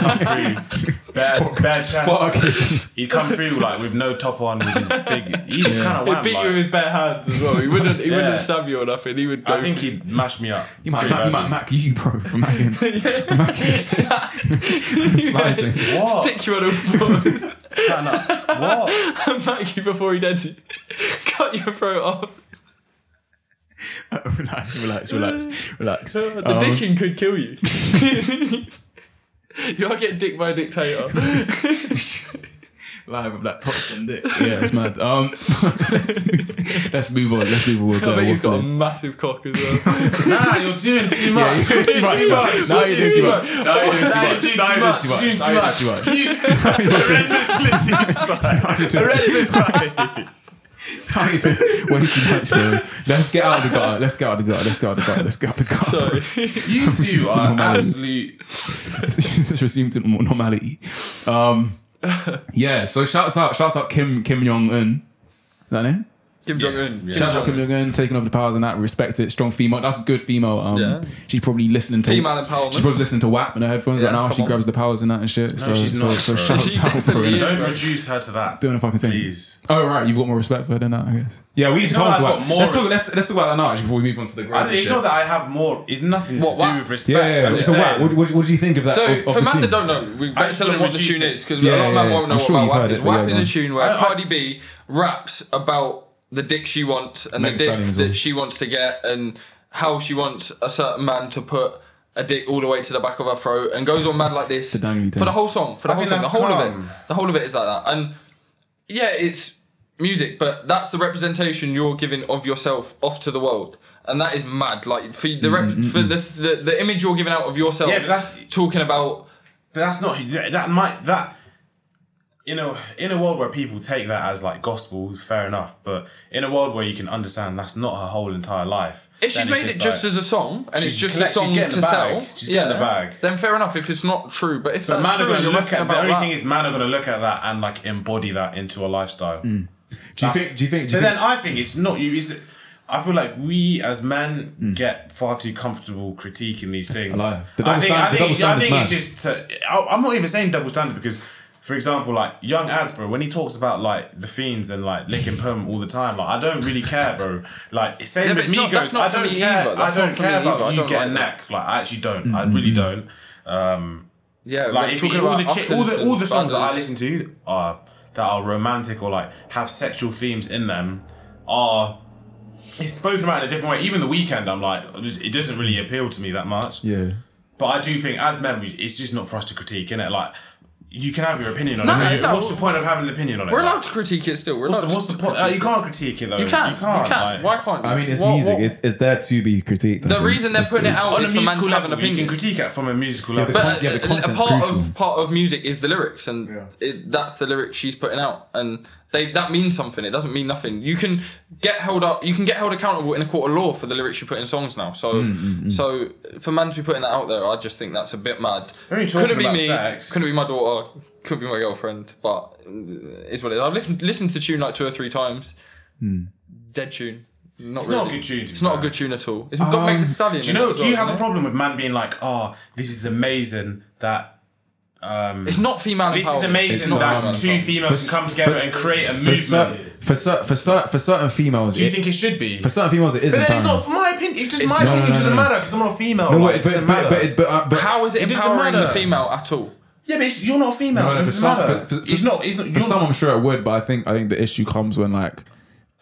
S3: come
S2: [laughs]
S3: through, bad, bad chest. He'd come through like with no top on, with his big. He's
S1: [laughs]
S3: kind of
S1: He'd
S3: wham.
S1: beat you
S3: like,
S1: with his bare hands as
S3: [laughs]
S1: well. He wouldn't. He
S3: Yeah.
S1: wouldn't stab you or nothing. He would. Go
S3: I think he'd mash me up.
S2: He might,
S3: pretty
S2: mac, he might
S3: badly.
S2: mac you, bro, [laughs] for macking. For macking assist. [laughs] Slide [laughs] thing.
S3: What?
S1: stick you on a board [laughs]
S3: Stand up. What?
S1: and mack you before he dead. you. [laughs] Cut your throat off.
S2: relax, relax, relax, relax.
S1: The
S2: Um,
S1: dicking could kill you. [laughs] you are getting dicked by a dictator.
S2: live with that top and dick. [laughs] Yeah, it's mad. [laughs] Um, let's, move, let's move on. Let's move on. with
S1: I
S2: Blair
S1: bet he's got a
S2: Waffling.
S1: massive cock as well.
S3: [laughs] Nah, you're doing too much. you're doing too much.
S2: Now you're doing too much.
S3: Now you're doing too
S2: Now you're
S3: much.
S2: doing too much. Now you're doing too much. Now you're doing [laughs] way too much, bro. Let's get out of the gutter. Let's get out of the gutter. Let's get out of the gutter. Let's get out of the gutter.
S1: Sorry.
S3: You two
S2: It's
S3: are
S2: normal.
S3: absolute.
S2: [laughs] just resume to normal- normality. Um, yeah, so shouts out, shouts out Kim Kim Jong Un. Is that her name?
S1: Kim Jong Un.
S2: Shouts out Kim Jong Un taking over the powers and that. Respect it, strong female. That's a good female. Um,
S1: Yeah.
S2: she's probably listening to
S1: Female empowerment.
S2: She's probably listening to WAP in her headphones
S1: Yeah,
S2: right now.
S1: come
S2: She
S1: on.
S2: grabs the powers and that and shit. so,
S3: she's
S2: so,
S3: not,
S1: [laughs]
S2: so
S3: bro.
S2: shouts
S1: She
S2: out, bro.
S1: definitely is.
S3: Don't reduce her to that.
S2: Doing a fucking thing.
S3: Please.
S2: Oh right, you've got more respect for her than that, I guess. Yeah, we need to
S3: know
S2: come on to
S3: I've
S2: WAP.
S3: got more
S2: Let's talk.
S3: res-
S2: Let's, let's talk about that now actually, before we move on to the
S3: I
S2: grades.
S3: don't,
S2: and
S3: it's
S2: shit.
S3: not that I have more. It's nothing
S1: What,
S3: to
S1: what?
S3: do with respect.
S2: Yeah, yeah,
S3: I'm
S2: yeah.
S3: just
S2: So
S3: saying.
S2: WAP, what, what, what do you think of that?
S1: So,
S2: of, of
S1: for
S2: the
S1: man that
S2: tune?
S1: don't know, we better
S3: just
S1: tell them
S3: gonna
S1: what the
S3: reduce
S1: tune
S3: it.
S1: is because a
S2: Yeah,
S1: lot of
S2: yeah,
S1: man
S2: yeah.
S1: won't know
S2: I'm
S1: what
S2: sure
S1: about
S2: you've
S1: WAP
S2: heard
S1: is.
S2: it, but
S1: WAP
S2: yeah,
S1: is
S2: go
S1: a
S2: on.
S1: tune where Cardi B raps about the dick she wants and the
S2: Meg
S1: dick
S2: Stallion as well.
S1: that she wants to get and how she wants a certain man to put a dick all the way to the back of her throat and goes on mad like this
S2: The dangly
S1: for the
S2: thing.
S1: whole song, for the
S3: I
S1: whole
S3: think
S1: song, the
S3: that's
S1: whole of it.
S3: calm.
S1: The whole of it is like that. And yeah, it's music, but that's the representation you're giving of yourself off to the world. And that is mad. Like for the rep,
S2: Mm,
S1: for the, the the image you're giving out of yourself.
S3: Yeah, but that's-
S1: talking about
S3: that's not that that might that in a in a world where people take that as like gospel, fair enough. But in a world where you can understand that's not her whole entire life.
S1: If she's
S3: then it's
S1: made it
S3: like-
S1: just as a song and it's
S3: She's
S1: just
S3: collect-
S1: a
S3: she's
S1: song
S3: getting
S1: to
S3: the bag.
S1: sell,
S3: She's getting the bag.
S1: Then fair enough if it's not true. But if that's
S3: But man are
S1: true,
S3: gonna
S1: and you're
S3: look
S1: looking
S3: at the
S1: about
S3: only
S1: that,
S3: thing is man are gonna look at that and like embody that into a lifestyle.
S2: Mm. Do you think? Do you think? Do
S3: But
S2: you
S3: then
S2: think?
S3: I think it's not you. Is it? I feel like we as men get far too comfortable critiquing these things.
S2: I Mm. lie. The
S3: I
S2: double
S3: think,
S2: stand- the
S3: I
S2: double
S3: think, I
S2: standard's
S3: think it's
S2: mad.
S3: just. To, I, I'm not even saying double standard because, for example, like young ads, bro. When he talks about like the fiends and like licking perm all the time, like I don't really care, bro. Like same
S1: Yeah, but
S3: with
S1: it's
S3: me
S1: not-
S3: goes.
S1: that's not
S3: I
S1: for
S3: don't
S1: me
S3: care.
S1: either.
S3: I
S1: That's
S3: don't
S1: not for
S3: care
S1: me
S3: about
S1: either. I
S3: you
S1: don't
S3: getting
S1: like
S3: neck. Like I actually don't.
S2: Mm-hmm.
S3: I really don't. Um,
S1: yeah,
S3: like
S1: we're
S3: if you
S1: talking
S3: all the
S1: about
S3: chi- all the
S1: uppers
S3: all the songs that I
S1: and
S3: listen to are that are romantic or like have sexual themes in them are it's spoken about in a different way. Even the weekend, I'm like, it doesn't really appeal to me that much.
S2: Yeah.
S3: But I do think as men, we, it's just not for us to critique, innit? Like you can have your opinion on
S1: No,
S3: it.
S1: no.
S3: what's the point of having an opinion on it?
S1: We're
S3: Like,
S1: allowed to critique it still. We're
S3: What's
S1: allowed
S3: the,
S1: to
S3: what's the point? Like, you can't critique it though.
S1: You can. You can.
S3: like-
S1: Why can't you?
S2: I mean, it's
S1: What-
S2: music.
S1: what-
S2: It's, it's there to be critiqued. I
S1: The
S2: think.
S1: reason they're
S2: It's-
S1: putting it
S2: it's-
S1: out
S3: on a
S1: is for man
S3: musical
S1: to have an
S3: level, you can
S1: opinion.
S3: critique it from a musical level.
S2: but-
S1: But
S2: Yeah, the
S1: a- a
S2: content's
S1: part
S2: crucial.
S1: of part of music is the lyrics, and it, that's the lyrics she's putting out, and They, that means something. It doesn't mean nothing. You can get held up. You can get held accountable in a court of law for the lyrics you put in songs now. So,
S2: Mm,
S1: so for man to be putting that out there, I just think that's a bit mad.
S3: When you're
S1: Couldn't
S3: talking
S1: be
S3: about
S1: me.
S3: sex-
S1: Couldn't be my daughter. Couldn't be my girlfriend. But it's what it is. I've listened, listened to the tune like two or three times.
S2: Mm.
S1: Dead tune. Not
S3: It's
S1: really.
S3: not a good tune. to be
S1: It's not a
S3: fair.
S1: good tune at all. It's got
S2: Um,
S1: Meg Thee Stallion.
S3: Do you know?
S1: in it as
S3: Do you
S1: well,
S3: have a
S1: isn't it?
S3: problem with man being like, "Oh, this is amazing that um,
S1: It's not female
S3: this
S1: empowerment.
S3: is amazing
S1: It's not
S3: that
S1: female
S3: two
S1: empowerment.
S3: females can come together and create a
S2: for cer-
S3: movement"?
S2: for cer- for cer- for certain females.
S3: Do you
S2: it-
S3: think it should be?
S2: for certain females it is
S3: But then it's
S2: empowering.
S3: not for my opinion. It's just
S1: It's- no,
S3: my
S1: no,
S3: opinion.
S2: no,
S3: doesn't
S2: no.
S3: matter because I'm not a female.
S2: No,
S3: like,
S2: wait,
S3: it
S2: but
S3: doesn't
S2: but
S3: matter.
S2: but it- but uh, but
S1: How is it,
S3: It doesn't
S1: empowering the
S3: matter.
S1: female at all?
S3: yeah, but it's, you're not a female.
S2: No,
S3: so
S2: no,
S3: it
S2: for
S3: doesn't
S2: some-
S3: matter.
S2: for- for-
S3: it's not. It's not.
S2: For
S3: You're
S2: some,
S3: not
S2: I'm sure it would, but I think I think the issue comes when like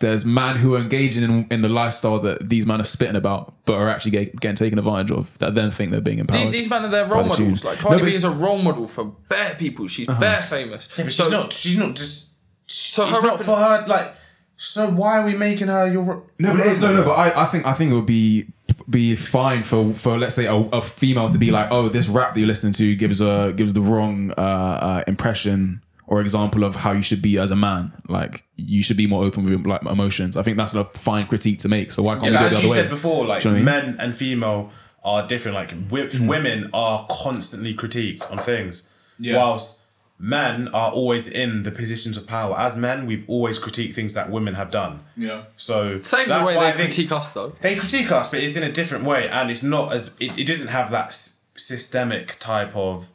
S2: there's men who are engaging in, in the lifestyle that these men are spitting about, but are actually get, getting taken advantage of. That then think they're being
S1: The-
S2: empowered.
S1: These men are their
S2: by
S1: role
S2: the
S1: models.
S2: tunes.
S1: Like
S2: No,
S1: Cardi
S2: but
S1: B
S2: it's-
S1: is a role model for bare people. She's bare famous.
S3: Uh-huh. Yeah, but
S1: so,
S3: she's not. She's not just.
S1: So
S3: It's
S1: her
S3: not
S1: rep-
S3: for her. Like, so why are we making her your?
S2: No, but it's, no, no. But I, I think I think it would be be fine for for let's say a, a female to be like, oh, this rap that you're listening to gives a gives the wrong uh, uh, impression or example of how you should be as a man. Like you should be more open with your, like emotions. I think that's a fine critique to make. So why can't
S3: Yeah,
S2: we
S3: but
S2: go the
S3: as
S2: other
S3: you
S2: way?
S3: said before, like
S2: Do you know what I Hmm.
S3: men and female are different. Like wi- women are constantly critiqued on things, whilst men are always in the positions of power. As men, we've always critiqued things that women have done.
S5: Yeah.
S3: So
S1: Same the
S3: that's
S1: way
S3: why
S1: they
S3: I think-
S1: critique us though.
S3: They critique us, but it's in a different way, and it's not as it, it doesn't have that s- systemic type of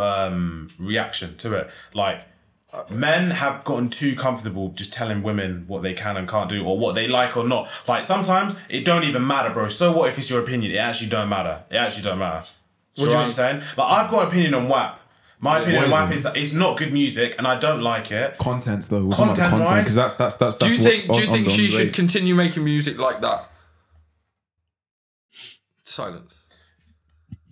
S3: um, reaction to it. Like men have gotten too comfortable just telling women what they can and can't do, or what they like or not. Like sometimes it don't even matter, bro. So what if it's your opinion? It actually don't matter. It actually don't matter. So what
S1: you
S3: I'm
S1: mean?
S3: saying, like I've got an opinion on WAP. My opinion on
S2: what is
S3: WAP
S2: it?
S3: is that it's not good music, and I don't like it.
S2: Content though, we're talking about the
S3: Content-wise-
S2: content because that's that's that's
S1: Do
S2: that's
S1: you think?
S2: what's
S1: Do you
S2: on-
S1: think
S2: on-
S1: she
S2: on the
S1: should
S2: rate.
S1: continue making music like that? Silence.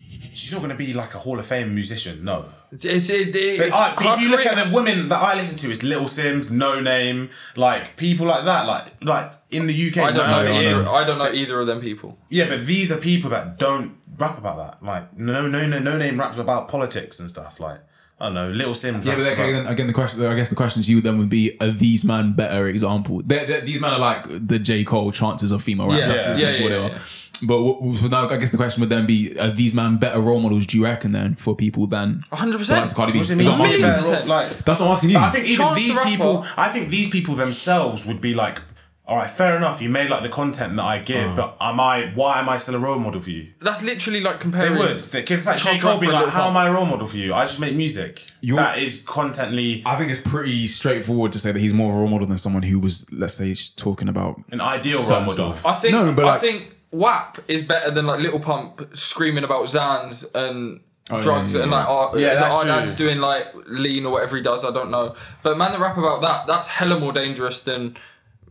S3: She's not going to be like a Hall of Fame musician, no.
S1: It's, it, it,
S3: But I,
S1: her
S3: if you look
S1: career-
S3: at the women that I listen to, it's Little Sims, No Name, like people like that, like like in the UK.
S1: I don't know.
S3: whatever it
S1: either,
S3: is.
S1: I don't know either of them people.
S3: Yeah, but these are people that don't rap about that. Like no, no, no, No Name raps about politics and stuff. Like I don't know, Little Sims.
S2: Yeah, but
S3: raps
S2: then again,
S3: about-
S2: again, the question, I guess, the question to you then would be: Are these men better example? They're, they're- these men are like the J Cole chances of female rap.
S1: Yeah.
S2: That's
S1: Yeah.
S2: essentially
S1: Yeah, yeah,
S2: what they
S1: yeah,
S2: are. But w- w- so now, I guess the question would then be: Are these men better role models? Do you reckon then for people than
S1: 100%.
S2: the likes of Cardi B?
S3: What do you
S2: That's
S3: mean?
S2: what I'm
S1: Million
S2: asking you.
S1: percent.
S3: Like
S2: That's what I'm asking you.
S3: But I think even
S1: Chance the
S3: these
S1: Rapper-
S3: people, I think these people themselves would be like, all right, fair enough. You may like the content that I give, but am I? Why am I still a role model for you?
S1: That's literally like
S3: They
S1: comparing.
S3: would, because it's like J
S1: Chance
S3: Cole
S1: Rapper
S3: be
S1: and
S3: like,
S1: Lil
S3: how
S1: Pump.
S3: am I a role model for you? I just make music
S2: You're-
S3: that is contently
S2: I think it's pretty straightforward to say that he's more of a role model than someone who was, let's say, sh- talking about.
S3: an ideal
S2: Certain
S3: role model.
S2: stuff.
S1: I think.
S2: No, but
S1: I
S2: like-
S1: think WAP is better than like Little Pump screaming about Zans and
S2: Oh, yeah,
S1: drugs
S2: yeah,
S1: and
S2: yeah.
S1: like our,
S3: Yeah,
S1: is it
S3: that's
S1: our
S3: true.
S1: dad's doing like lean or whatever he does. I don't know. But man, that rap about that that's hella more dangerous than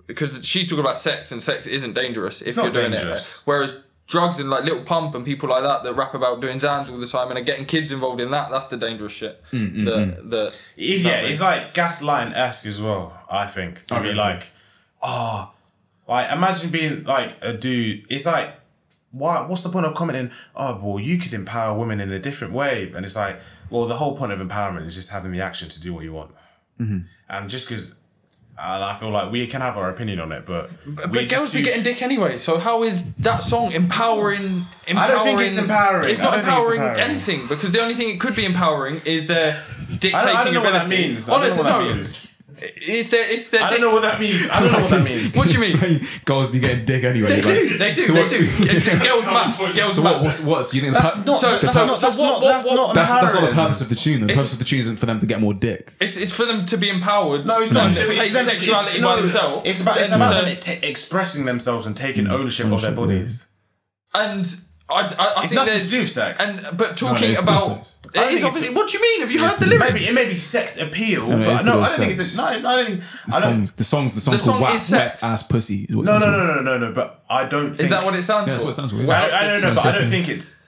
S1: because she's talking about sex and sex isn't dangerous if
S3: not
S1: you're doing
S3: dangerous.
S1: it. Whereas drugs and like Little Pump and people like that that rap about doing Zans all the time and are getting kids involved in that that's the dangerous shit.
S2: Mm,
S1: The the
S3: It is, yeah, it's like gaslighting esque as well. I think to be like, oh, like imagine being like a dude. It's like, why? What's the point of commenting? Oh, well, you could empower women in a different way, and it's like, well, the whole point of empowerment is just having the action to do what you want, and just because. And I feel like we can have our opinion on it, but we're
S1: But
S3: just
S1: girls be
S3: too-
S1: getting dick anyway, so how is that song empowering? empowering I
S3: don't think it's empowering.
S1: It's not
S3: I don't think it's
S1: empowering,
S3: empowering.
S1: anything because the only thing it could be empowering is their dick taking ability.
S3: I don't, I don't know what that means. I don't know
S1: Honestly,
S3: what that
S1: no.
S3: means.
S1: It's their, it's their
S3: I
S1: dick.
S3: don't know what that means. I don't know what that [laughs] means.
S1: What do you mean?
S2: [laughs] Girls be getting dick anyway.
S1: They do, they do, they
S3: [laughs]
S1: do. Girls map, girls
S2: So what?
S1: map.
S2: What's what's you think? the pur-
S1: So-
S3: that's
S1: so-
S3: not-
S1: so what-
S3: that's not-
S1: what-
S3: that's
S1: what-
S3: not
S2: that's that's not the
S3: empowering.
S2: purpose of the tune. The
S1: It's-
S2: purpose of the tune isn't for them to get more dick.
S1: It's, it's for them to be empowered.
S3: No, it's
S1: and
S3: not.
S1: to take
S3: them-
S1: sexuality
S3: it's-
S1: by
S3: no,
S1: themselves.
S3: It's about, it's
S1: and,
S3: about
S1: uh,
S3: them ta- expressing themselves and taking ownership of their
S2: Ownership,
S3: bodies.
S1: and I, I, I
S3: It's
S1: think
S3: nothing
S1: there's
S3: to do with sex.
S1: and but
S2: No,
S1: talking
S2: it's the
S1: about
S2: sex.
S3: I
S1: it
S3: think
S1: is
S3: it's
S1: obviously.
S3: the-
S1: What do you mean? Have you heard the
S3: Maybe-
S1: lyrics?
S3: it may be sex appeal,
S2: it
S3: but
S2: is
S3: no,
S2: the
S3: I don't think it's.
S2: sex.
S3: A, no, it's, I don't think. I don't,
S2: songs, the songs, the songs
S1: The
S2: called
S1: song
S2: wet,
S1: is
S2: wet
S1: sex.
S2: ass pussy. Is what
S3: no, no, no, no, no, no. But I don't. Think,
S1: Is that what it stands
S2: Yeah, that's
S1: for?
S2: what it stands for.
S1: Well,
S3: I, I don't know, but I don't
S2: Sex.
S3: think it's.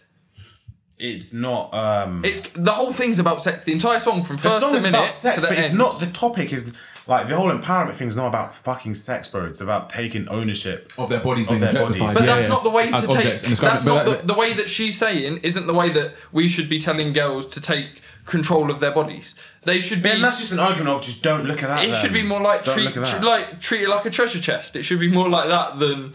S3: It's not. Um,
S1: It's the whole thing's about sex. The entire song from
S3: the
S1: first
S3: song is
S1: minute
S3: about
S1: to
S3: sex,
S1: the
S3: but
S1: end.
S3: it's not. The topic is like the whole empowerment thing is not about fucking sex, bro. It's about taking ownership
S2: Of their bodies
S3: Of
S2: being
S3: their
S2: objectified.
S3: bodies.
S1: But
S2: yeah,
S1: that's
S2: yeah.
S1: not the way
S2: As
S1: to take.
S2: objects and describe
S1: That's
S2: it, but
S1: not the,
S2: that-
S1: the way that she's saying. Isn't the way that we should be telling girls to take control of their bodies. They should be.
S3: And that's just an argument of just don't look at that.
S1: it
S3: then.
S1: should be more like
S3: Don't
S1: treat,
S3: look at that.
S1: tr- like treat it like a treasure chest. It should be more like that than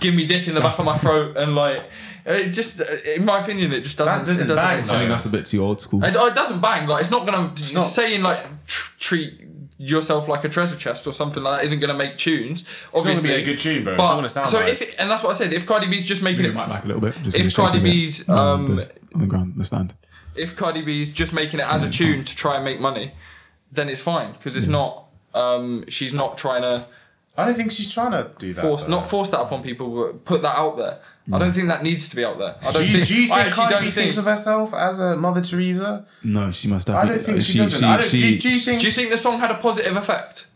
S1: give me dick in the back of my throat and like it just. In my opinion, it just doesn't.
S3: That doesn't
S1: it doesn't
S3: bang,
S1: make
S3: though.
S2: I
S1: sense.
S2: think that's a bit too old school.
S1: It, oh, it doesn't bang. Like it's not gonna
S3: not.
S1: saying like tr- treat yourself like a treasure chest or something like that isn't gonna make tunes.
S3: It's not gonna
S1: obviously
S3: be a good tune, bro. It's
S1: But,
S3: not gonna sound
S1: so
S3: nice.
S1: if it- and that's what I said. If Cardi B's just making
S2: Bring
S1: it,
S2: your mic back a little bit. Just
S1: if
S2: give it a shake
S1: Cardi
S2: a bit.
S1: B's
S2: No,
S1: um,
S2: there's- on the ground, the stand.
S1: if Cardi B's just making it as
S3: Mm-hmm.
S1: a tune to try and make money, then it's fine because it's not. Um, she's not trying to
S3: I don't think she's trying to do that. uh,
S1: force
S3: though.
S1: not force that upon people, but put that out there. I don't think that needs to be out there. I don't
S3: do you,
S1: think.
S3: do you
S1: I
S3: think
S1: actually
S3: Cardi
S1: don't
S3: B
S1: think.
S3: thinks of herself as a Mother Teresa?
S2: No, she must have.
S3: I don't think she, doesn't. I don't, do, do you think?
S1: do you think the song had a positive effect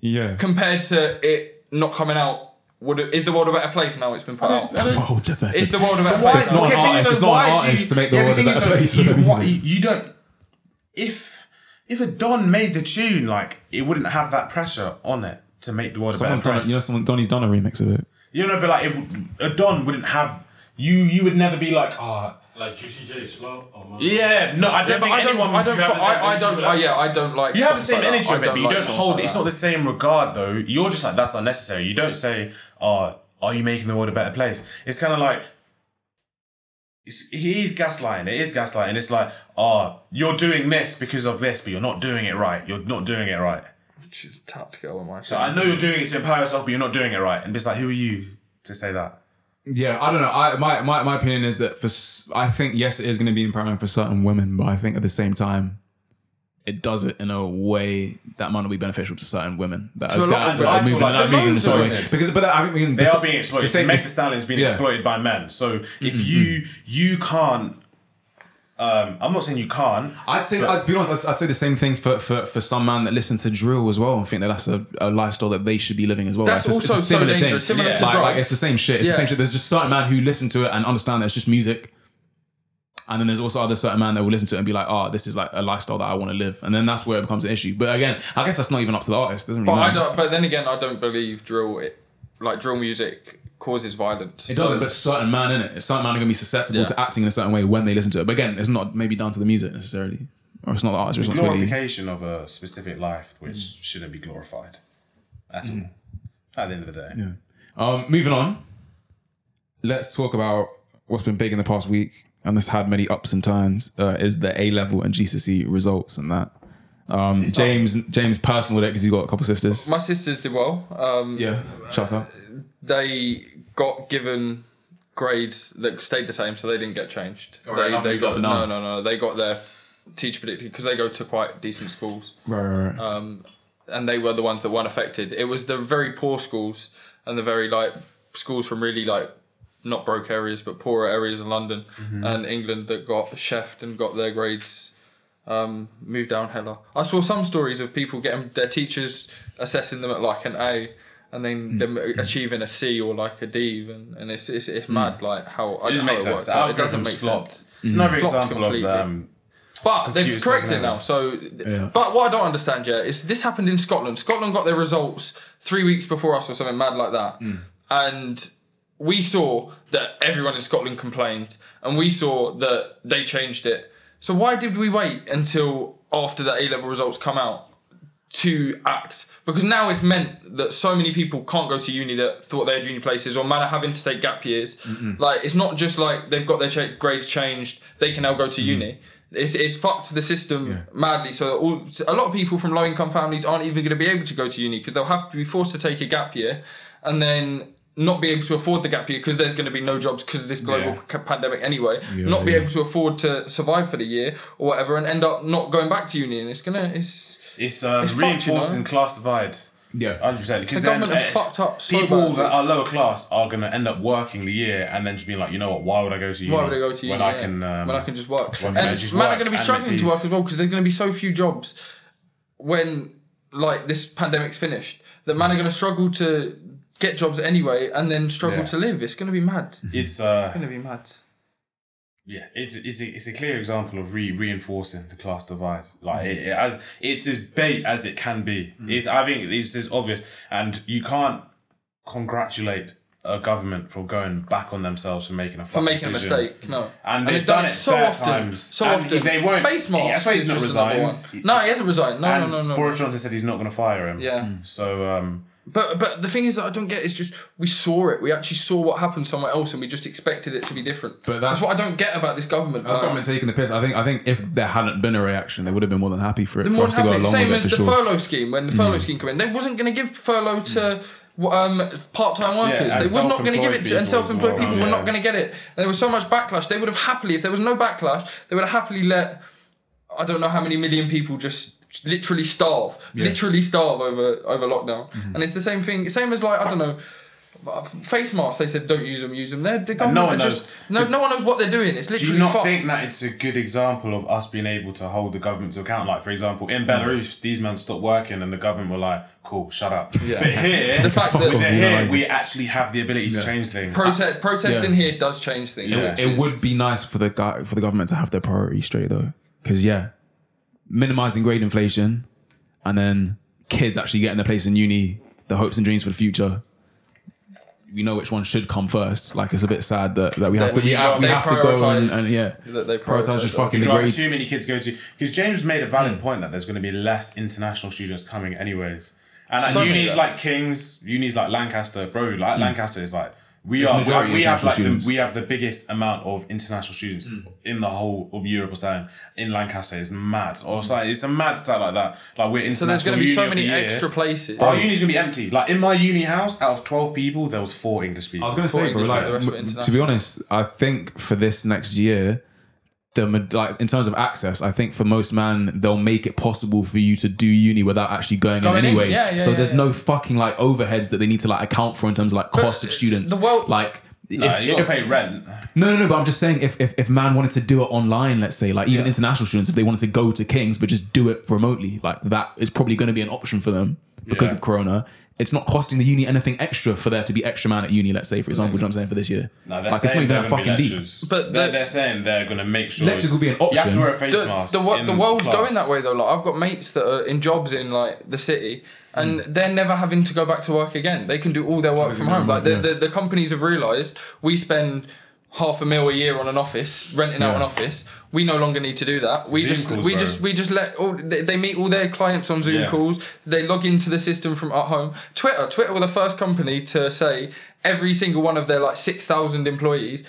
S2: Yeah.
S1: compared to it not coming out? Would it, is the world a better place now? It's been put out.
S3: I don't-
S2: Oh, the better.
S1: Is the world a better
S3: Why?
S1: place?
S2: not
S1: now?
S2: an
S3: okay, thing
S2: artist,
S3: is,
S2: [laughs] it's not an
S3: why do you-
S2: artist to make the
S3: yeah,
S2: world a
S3: thing is,
S2: better
S3: though,
S2: place for
S3: You,
S2: that
S3: why-
S2: reason.
S3: you don't. If if a Don made the tune, like it wouldn't have that pressure on it to make the world a better
S2: Someone's done.
S3: place.
S2: You know, someone Donny's done a remix of it.
S3: You know, but like it, would- a Don wouldn't have you. You would never be like, oh,
S5: Like Juicy J, slow. Oh, man.
S3: yeah, no, I don't
S1: Yeah, but
S3: think
S1: I don't.
S3: anyone.
S1: I don't.
S5: you have the same
S1: I, I
S5: energy
S1: don't. I,
S5: for that.
S1: yeah, I don't like.
S3: You have the
S1: songs
S3: same
S1: like
S3: energy
S1: that.
S3: of
S1: I
S3: it, but you
S1: like
S3: don't
S1: songs
S3: hold.
S1: like
S3: it's
S1: that.
S3: not the same regard, though. You're just like that's unnecessary. You don't say, "Oh, are you making the world a better place?" It's kind of like it's, he is gaslighting. It is gaslighting. It's like, "Oh, you're doing this because of this, but you're not doing it right. You're not doing it right."
S1: She's a tapped girl, am I?
S3: So I know you're doing it to empower yourself, but you're not doing it right. And it's like, who are you to say that?
S2: Yeah, I don't know. I my my, my opinion is that for s- I think yes, it is going to be empowering for certain women, but I think at the same time, it does it in a way that might not be beneficial to certain women that
S1: To a
S2: are,
S1: lot of
S2: that are
S1: women.
S2: moving
S3: I feel
S2: that
S3: like
S2: are moving in a
S3: they're
S2: certain way.
S3: exploited.
S2: Because but I think mean,
S3: They are being exploited.
S2: The same,
S3: Meg Thee Stallion is being
S2: yeah. Mm-hmm.
S3: exploited by men. So if you you can't, um, I'm not saying you can't.
S2: I'd say, I'd be honest, I'd, I'd say the same thing for, for, for some man that listen to drill as well and think that that's a, a lifestyle that they should be living as well.
S1: That's
S2: Like, it's,
S1: also
S2: it's a
S1: so
S2: similar thing.
S1: dangerous, similar
S3: Yeah.
S1: to
S2: like,
S1: drugs.
S2: like, it's the same shit. It's the
S1: Yeah.
S2: same shit. There's just certain man who listen to it and understand that it's just music. And then there's also other certain man that will listen to it and be like, oh, this is like a lifestyle that I want to live. And then that's where it becomes an issue. But again, I guess that's not even up to the artist. Doesn't
S1: But
S2: really
S1: I
S2: matter.
S1: don't. But then again, I don't believe drill. It, like drill music causes violence.
S2: It doesn't, but certain man in it. Certain man are gonna be susceptible
S1: Yeah.
S2: to acting in a certain way when they listen to it. But again, it's not maybe down to the music necessarily. Or it's not the artist's responsibility.
S3: glorification of a specific life which shouldn't be glorified at all at the end of the day
S2: Um, moving on. Let's talk about what's been big in the past week, and this had many ups and downs. Uh, is the A level and GCSE E results and that. Um, James James personal with it because he's got a couple sisters.
S1: My sisters did well. Um,
S2: Yeah, shouts out.
S1: They got given grades that stayed the same, so they didn't get changed.
S2: right,
S1: they
S2: nothing
S1: they
S2: got
S1: got
S2: the
S1: no,
S2: none.
S1: no, no. They got their teacher predicted because they go to quite decent schools.
S2: Right, right, right.
S1: Uh, and they were the ones that weren't affected. It was the very poor schools and the very like schools from really like not broke areas but poorer areas in London
S3: Mm-hmm.
S1: and England that got chefed and got their grades um, moved down hella. I saw some stories of people getting their teachers assessing them at like an A and
S3: Mm.
S1: then them achieving a C or like a D even and it's it's, it's mad like how I
S3: Mm. it
S1: don't
S3: doesn't
S1: know
S3: make
S1: how
S3: sense
S1: works
S3: the
S1: out. It doesn't
S3: algorithm's
S1: make
S3: flopped
S1: sense. Mm.
S3: it's another
S1: Flopped
S3: example of
S1: completely.
S3: um,
S1: But they've
S3: Computers
S1: corrected it
S3: taking over.
S1: now. So, but what I don't understand yet is this happened in Scotland. Scotland got their results three weeks before us, or something mad like that, and we saw that everyone in Scotland complained, and we saw that they changed it. So why did we wait until after the A level results come out to act? Because now it's meant that so many people can't go to uni that thought they had uni places, or man are having to take gap years. Like it's not just like they've got their cha- grades changed; they can now go to uni. It's, it's fucked the system madly. So all, a lot of people from low income families aren't even going to be able to go to uni because they'll have to be forced to take a gap year, and then not be able to afford the gap year because there's going to be no jobs because of this global ca- pandemic anyway. not be
S2: yeah.
S1: able to afford to survive for the year or whatever, and end up not going back to uni. And it's gonna, it's
S3: it's, um,
S1: It's fucked,
S3: reinforcing
S1: you know?
S3: class divide
S2: yeah.
S3: 100% because
S1: The
S3: then
S1: government
S3: eh,
S1: have fucked up so
S3: people
S1: badly.
S3: that are lower class are going to end up working the year and then just being like you know what why would I go to uni
S1: Why would I go to uni
S3: when I can um,
S1: when I can just work?
S3: when
S1: And
S3: I
S1: man
S3: can just
S1: are
S3: work
S1: going to be
S3: and
S1: struggling
S3: make
S1: to
S3: these-
S1: work as well because there's going to be so few jobs when like this pandemic's finished that man are going to struggle to get jobs anyway and then struggle
S3: Yeah.
S1: to live. It's going to be mad. It's
S3: it's uh,
S1: going to be mad.
S3: Yeah, it's it's a, it's a clear example of re reinforcing the class divide. Like
S1: Mm.
S3: it, it as it's as bait as it can be. It's I think it's as obvious, and you can't congratulate a government for going back on themselves for making a
S1: for
S3: fucking
S1: making a
S3: decision.
S1: mistake. No,
S3: And they've done it
S1: so
S3: bare
S1: often.
S3: times.
S1: So
S3: And
S1: often,
S3: they won't-
S1: Face
S3: Yeah,
S1: mask.
S3: that's why he's
S1: is
S3: not
S1: just another
S3: resigned.
S1: one. No, he hasn't resigned. No,
S3: And
S1: no, no, no.
S3: Boris Johnson said he's not going to fire him.
S1: yeah,
S3: So um,
S1: but but the thing is that I don't get. It's just we saw it. We actually saw what happened somewhere else, and we just expected it to be different.
S2: But that's-
S1: what I don't get about this government.
S2: That's
S1: man.
S2: why I've been taking the piss. I think I think if there hadn't been a reaction, they would have been more than happy for it
S1: The
S2: for
S1: more
S2: us to go
S1: happy-
S2: along
S1: Same
S2: with it
S1: as
S2: for
S1: the
S2: sure. Mm.
S1: furlough scheme. When the furlough scheme came in, they wasn't going to give furlough to w- um, part-time workers.
S3: and
S1: they were not going to give
S3: self-employed
S1: it to,
S3: people
S1: and
S3: as
S1: self-employed
S3: well,
S1: people were
S3: yeah.
S1: not going to get it. And there was so much backlash. They would have happily, if there was no backlash, they would have happily let I don't know how many million people just literally starve, literally starve over over lockdown.
S2: Mm-hmm.
S1: And it's the same thing, same as like I don't know. Face masks, they said, don't use them, use them. They're, the government
S3: one
S1: are just,
S3: knows.
S1: no, no one knows what they're doing. It's
S3: Do
S1: literally
S3: you not
S1: fucked.
S3: think that it's a good example of us being able to hold the government to account? Like, for example,
S1: Mm.
S3: in Belarus, these men stopped working and the government were like, cool, shut up. But here,
S1: The fact
S2: Fuck
S1: that
S2: off.
S3: here,
S2: Yeah.
S3: we actually have the ability to change things. [laughs]
S1: prote- protesting
S2: Yeah.
S1: here does change things.
S3: Yeah.
S1: which
S2: It
S1: is-
S2: would be nice for the guy for the government to have their priorities straight though, because yeah, minimizing grade inflation, and then kids actually getting their place in uni, the hopes and dreams for the future. We know which one should come first. Like it's a bit sad that, that we have to we, have, we
S1: They
S2: have to go and,
S1: prioritise-
S2: and yeah,
S1: that they
S2: prioritize just
S1: prioritise that.
S2: fucking the
S3: Rather
S2: grades.
S3: too many kids go to because James made a
S1: Hmm.
S3: valid point that there's going to be less international students coming anyways, and at
S1: So many Hmm.
S3: unis
S1: less.
S3: like Kings, unis like Lancaster, bro, like Lancaster is like we are we
S2: majority
S3: have, we have
S2: international
S3: like the,
S2: students.
S3: we have the biggest amount of international students
S1: Hmm.
S3: in the whole of Europe or something in Lancaster is mad or something it's a mad stat like that like we're
S1: So
S3: international.
S1: there's going to be
S3: uni
S1: so
S3: of the
S1: many
S3: year.
S1: extra places.
S3: Our uni's gonna be empty. Like in my uni house, out of twelve people, there was four English
S2: I
S3: people.
S2: was gonna say, bro.
S1: English,
S2: Like,
S1: but the rest of it
S2: m- to be
S1: international.
S2: honest, I think for this next year, the ma- like in terms of access, I think for most man, they'll make it possible for you to do uni without actually going,
S1: Going
S2: in
S1: in,
S2: anyway.
S1: yeah, yeah,
S2: so
S1: yeah,
S2: there's
S1: yeah.
S2: no fucking like overheads that they need to like account for in terms of like cost of students.
S1: the world-
S2: like. if-
S3: Nah, you gotta
S2: if-
S3: pay rent.
S2: no, no, no. But I'm just saying, if, if if man wanted to do it online, let's say, like even
S1: Yeah.
S2: international students, if they wanted to go to Kings but just do it remotely, like that is probably going to be an option for them because
S3: Yeah.
S2: of Corona. It's not costing the uni anything extra for there to be extra man at uni. Let's say, for example, you know what I'm saying for this year.
S3: No, they're
S2: like it's not
S3: saying
S2: even
S3: they're
S2: that
S3: gonna be
S2: fucking deep.
S3: lectures.
S1: But
S3: they're,
S1: the-
S3: they're saying they're going to make sure
S2: Lectures will be an
S3: You have
S2: option.
S3: to wear a face
S1: the,
S3: mask.
S1: the, wo-
S3: in
S1: the world's
S3: class.
S1: going that way though. Like I've got mates that are in jobs in like the city, and
S3: Hmm.
S1: they're never having to go back to work again. They can do all their work from home. Like the,
S2: yeah.
S1: the, the companies have realised we spend half a mil a year on an office, renting out an
S2: Yeah.
S1: office. We no longer need to do that. We
S3: Zoom
S1: just
S3: calls,
S1: we
S3: bro.
S1: just we just let all they, they meet all their clients on Zoom
S3: Yeah.
S1: calls. They log into the system from at home. Twitter, Twitter were the first company to say every single one of their like six thousand employees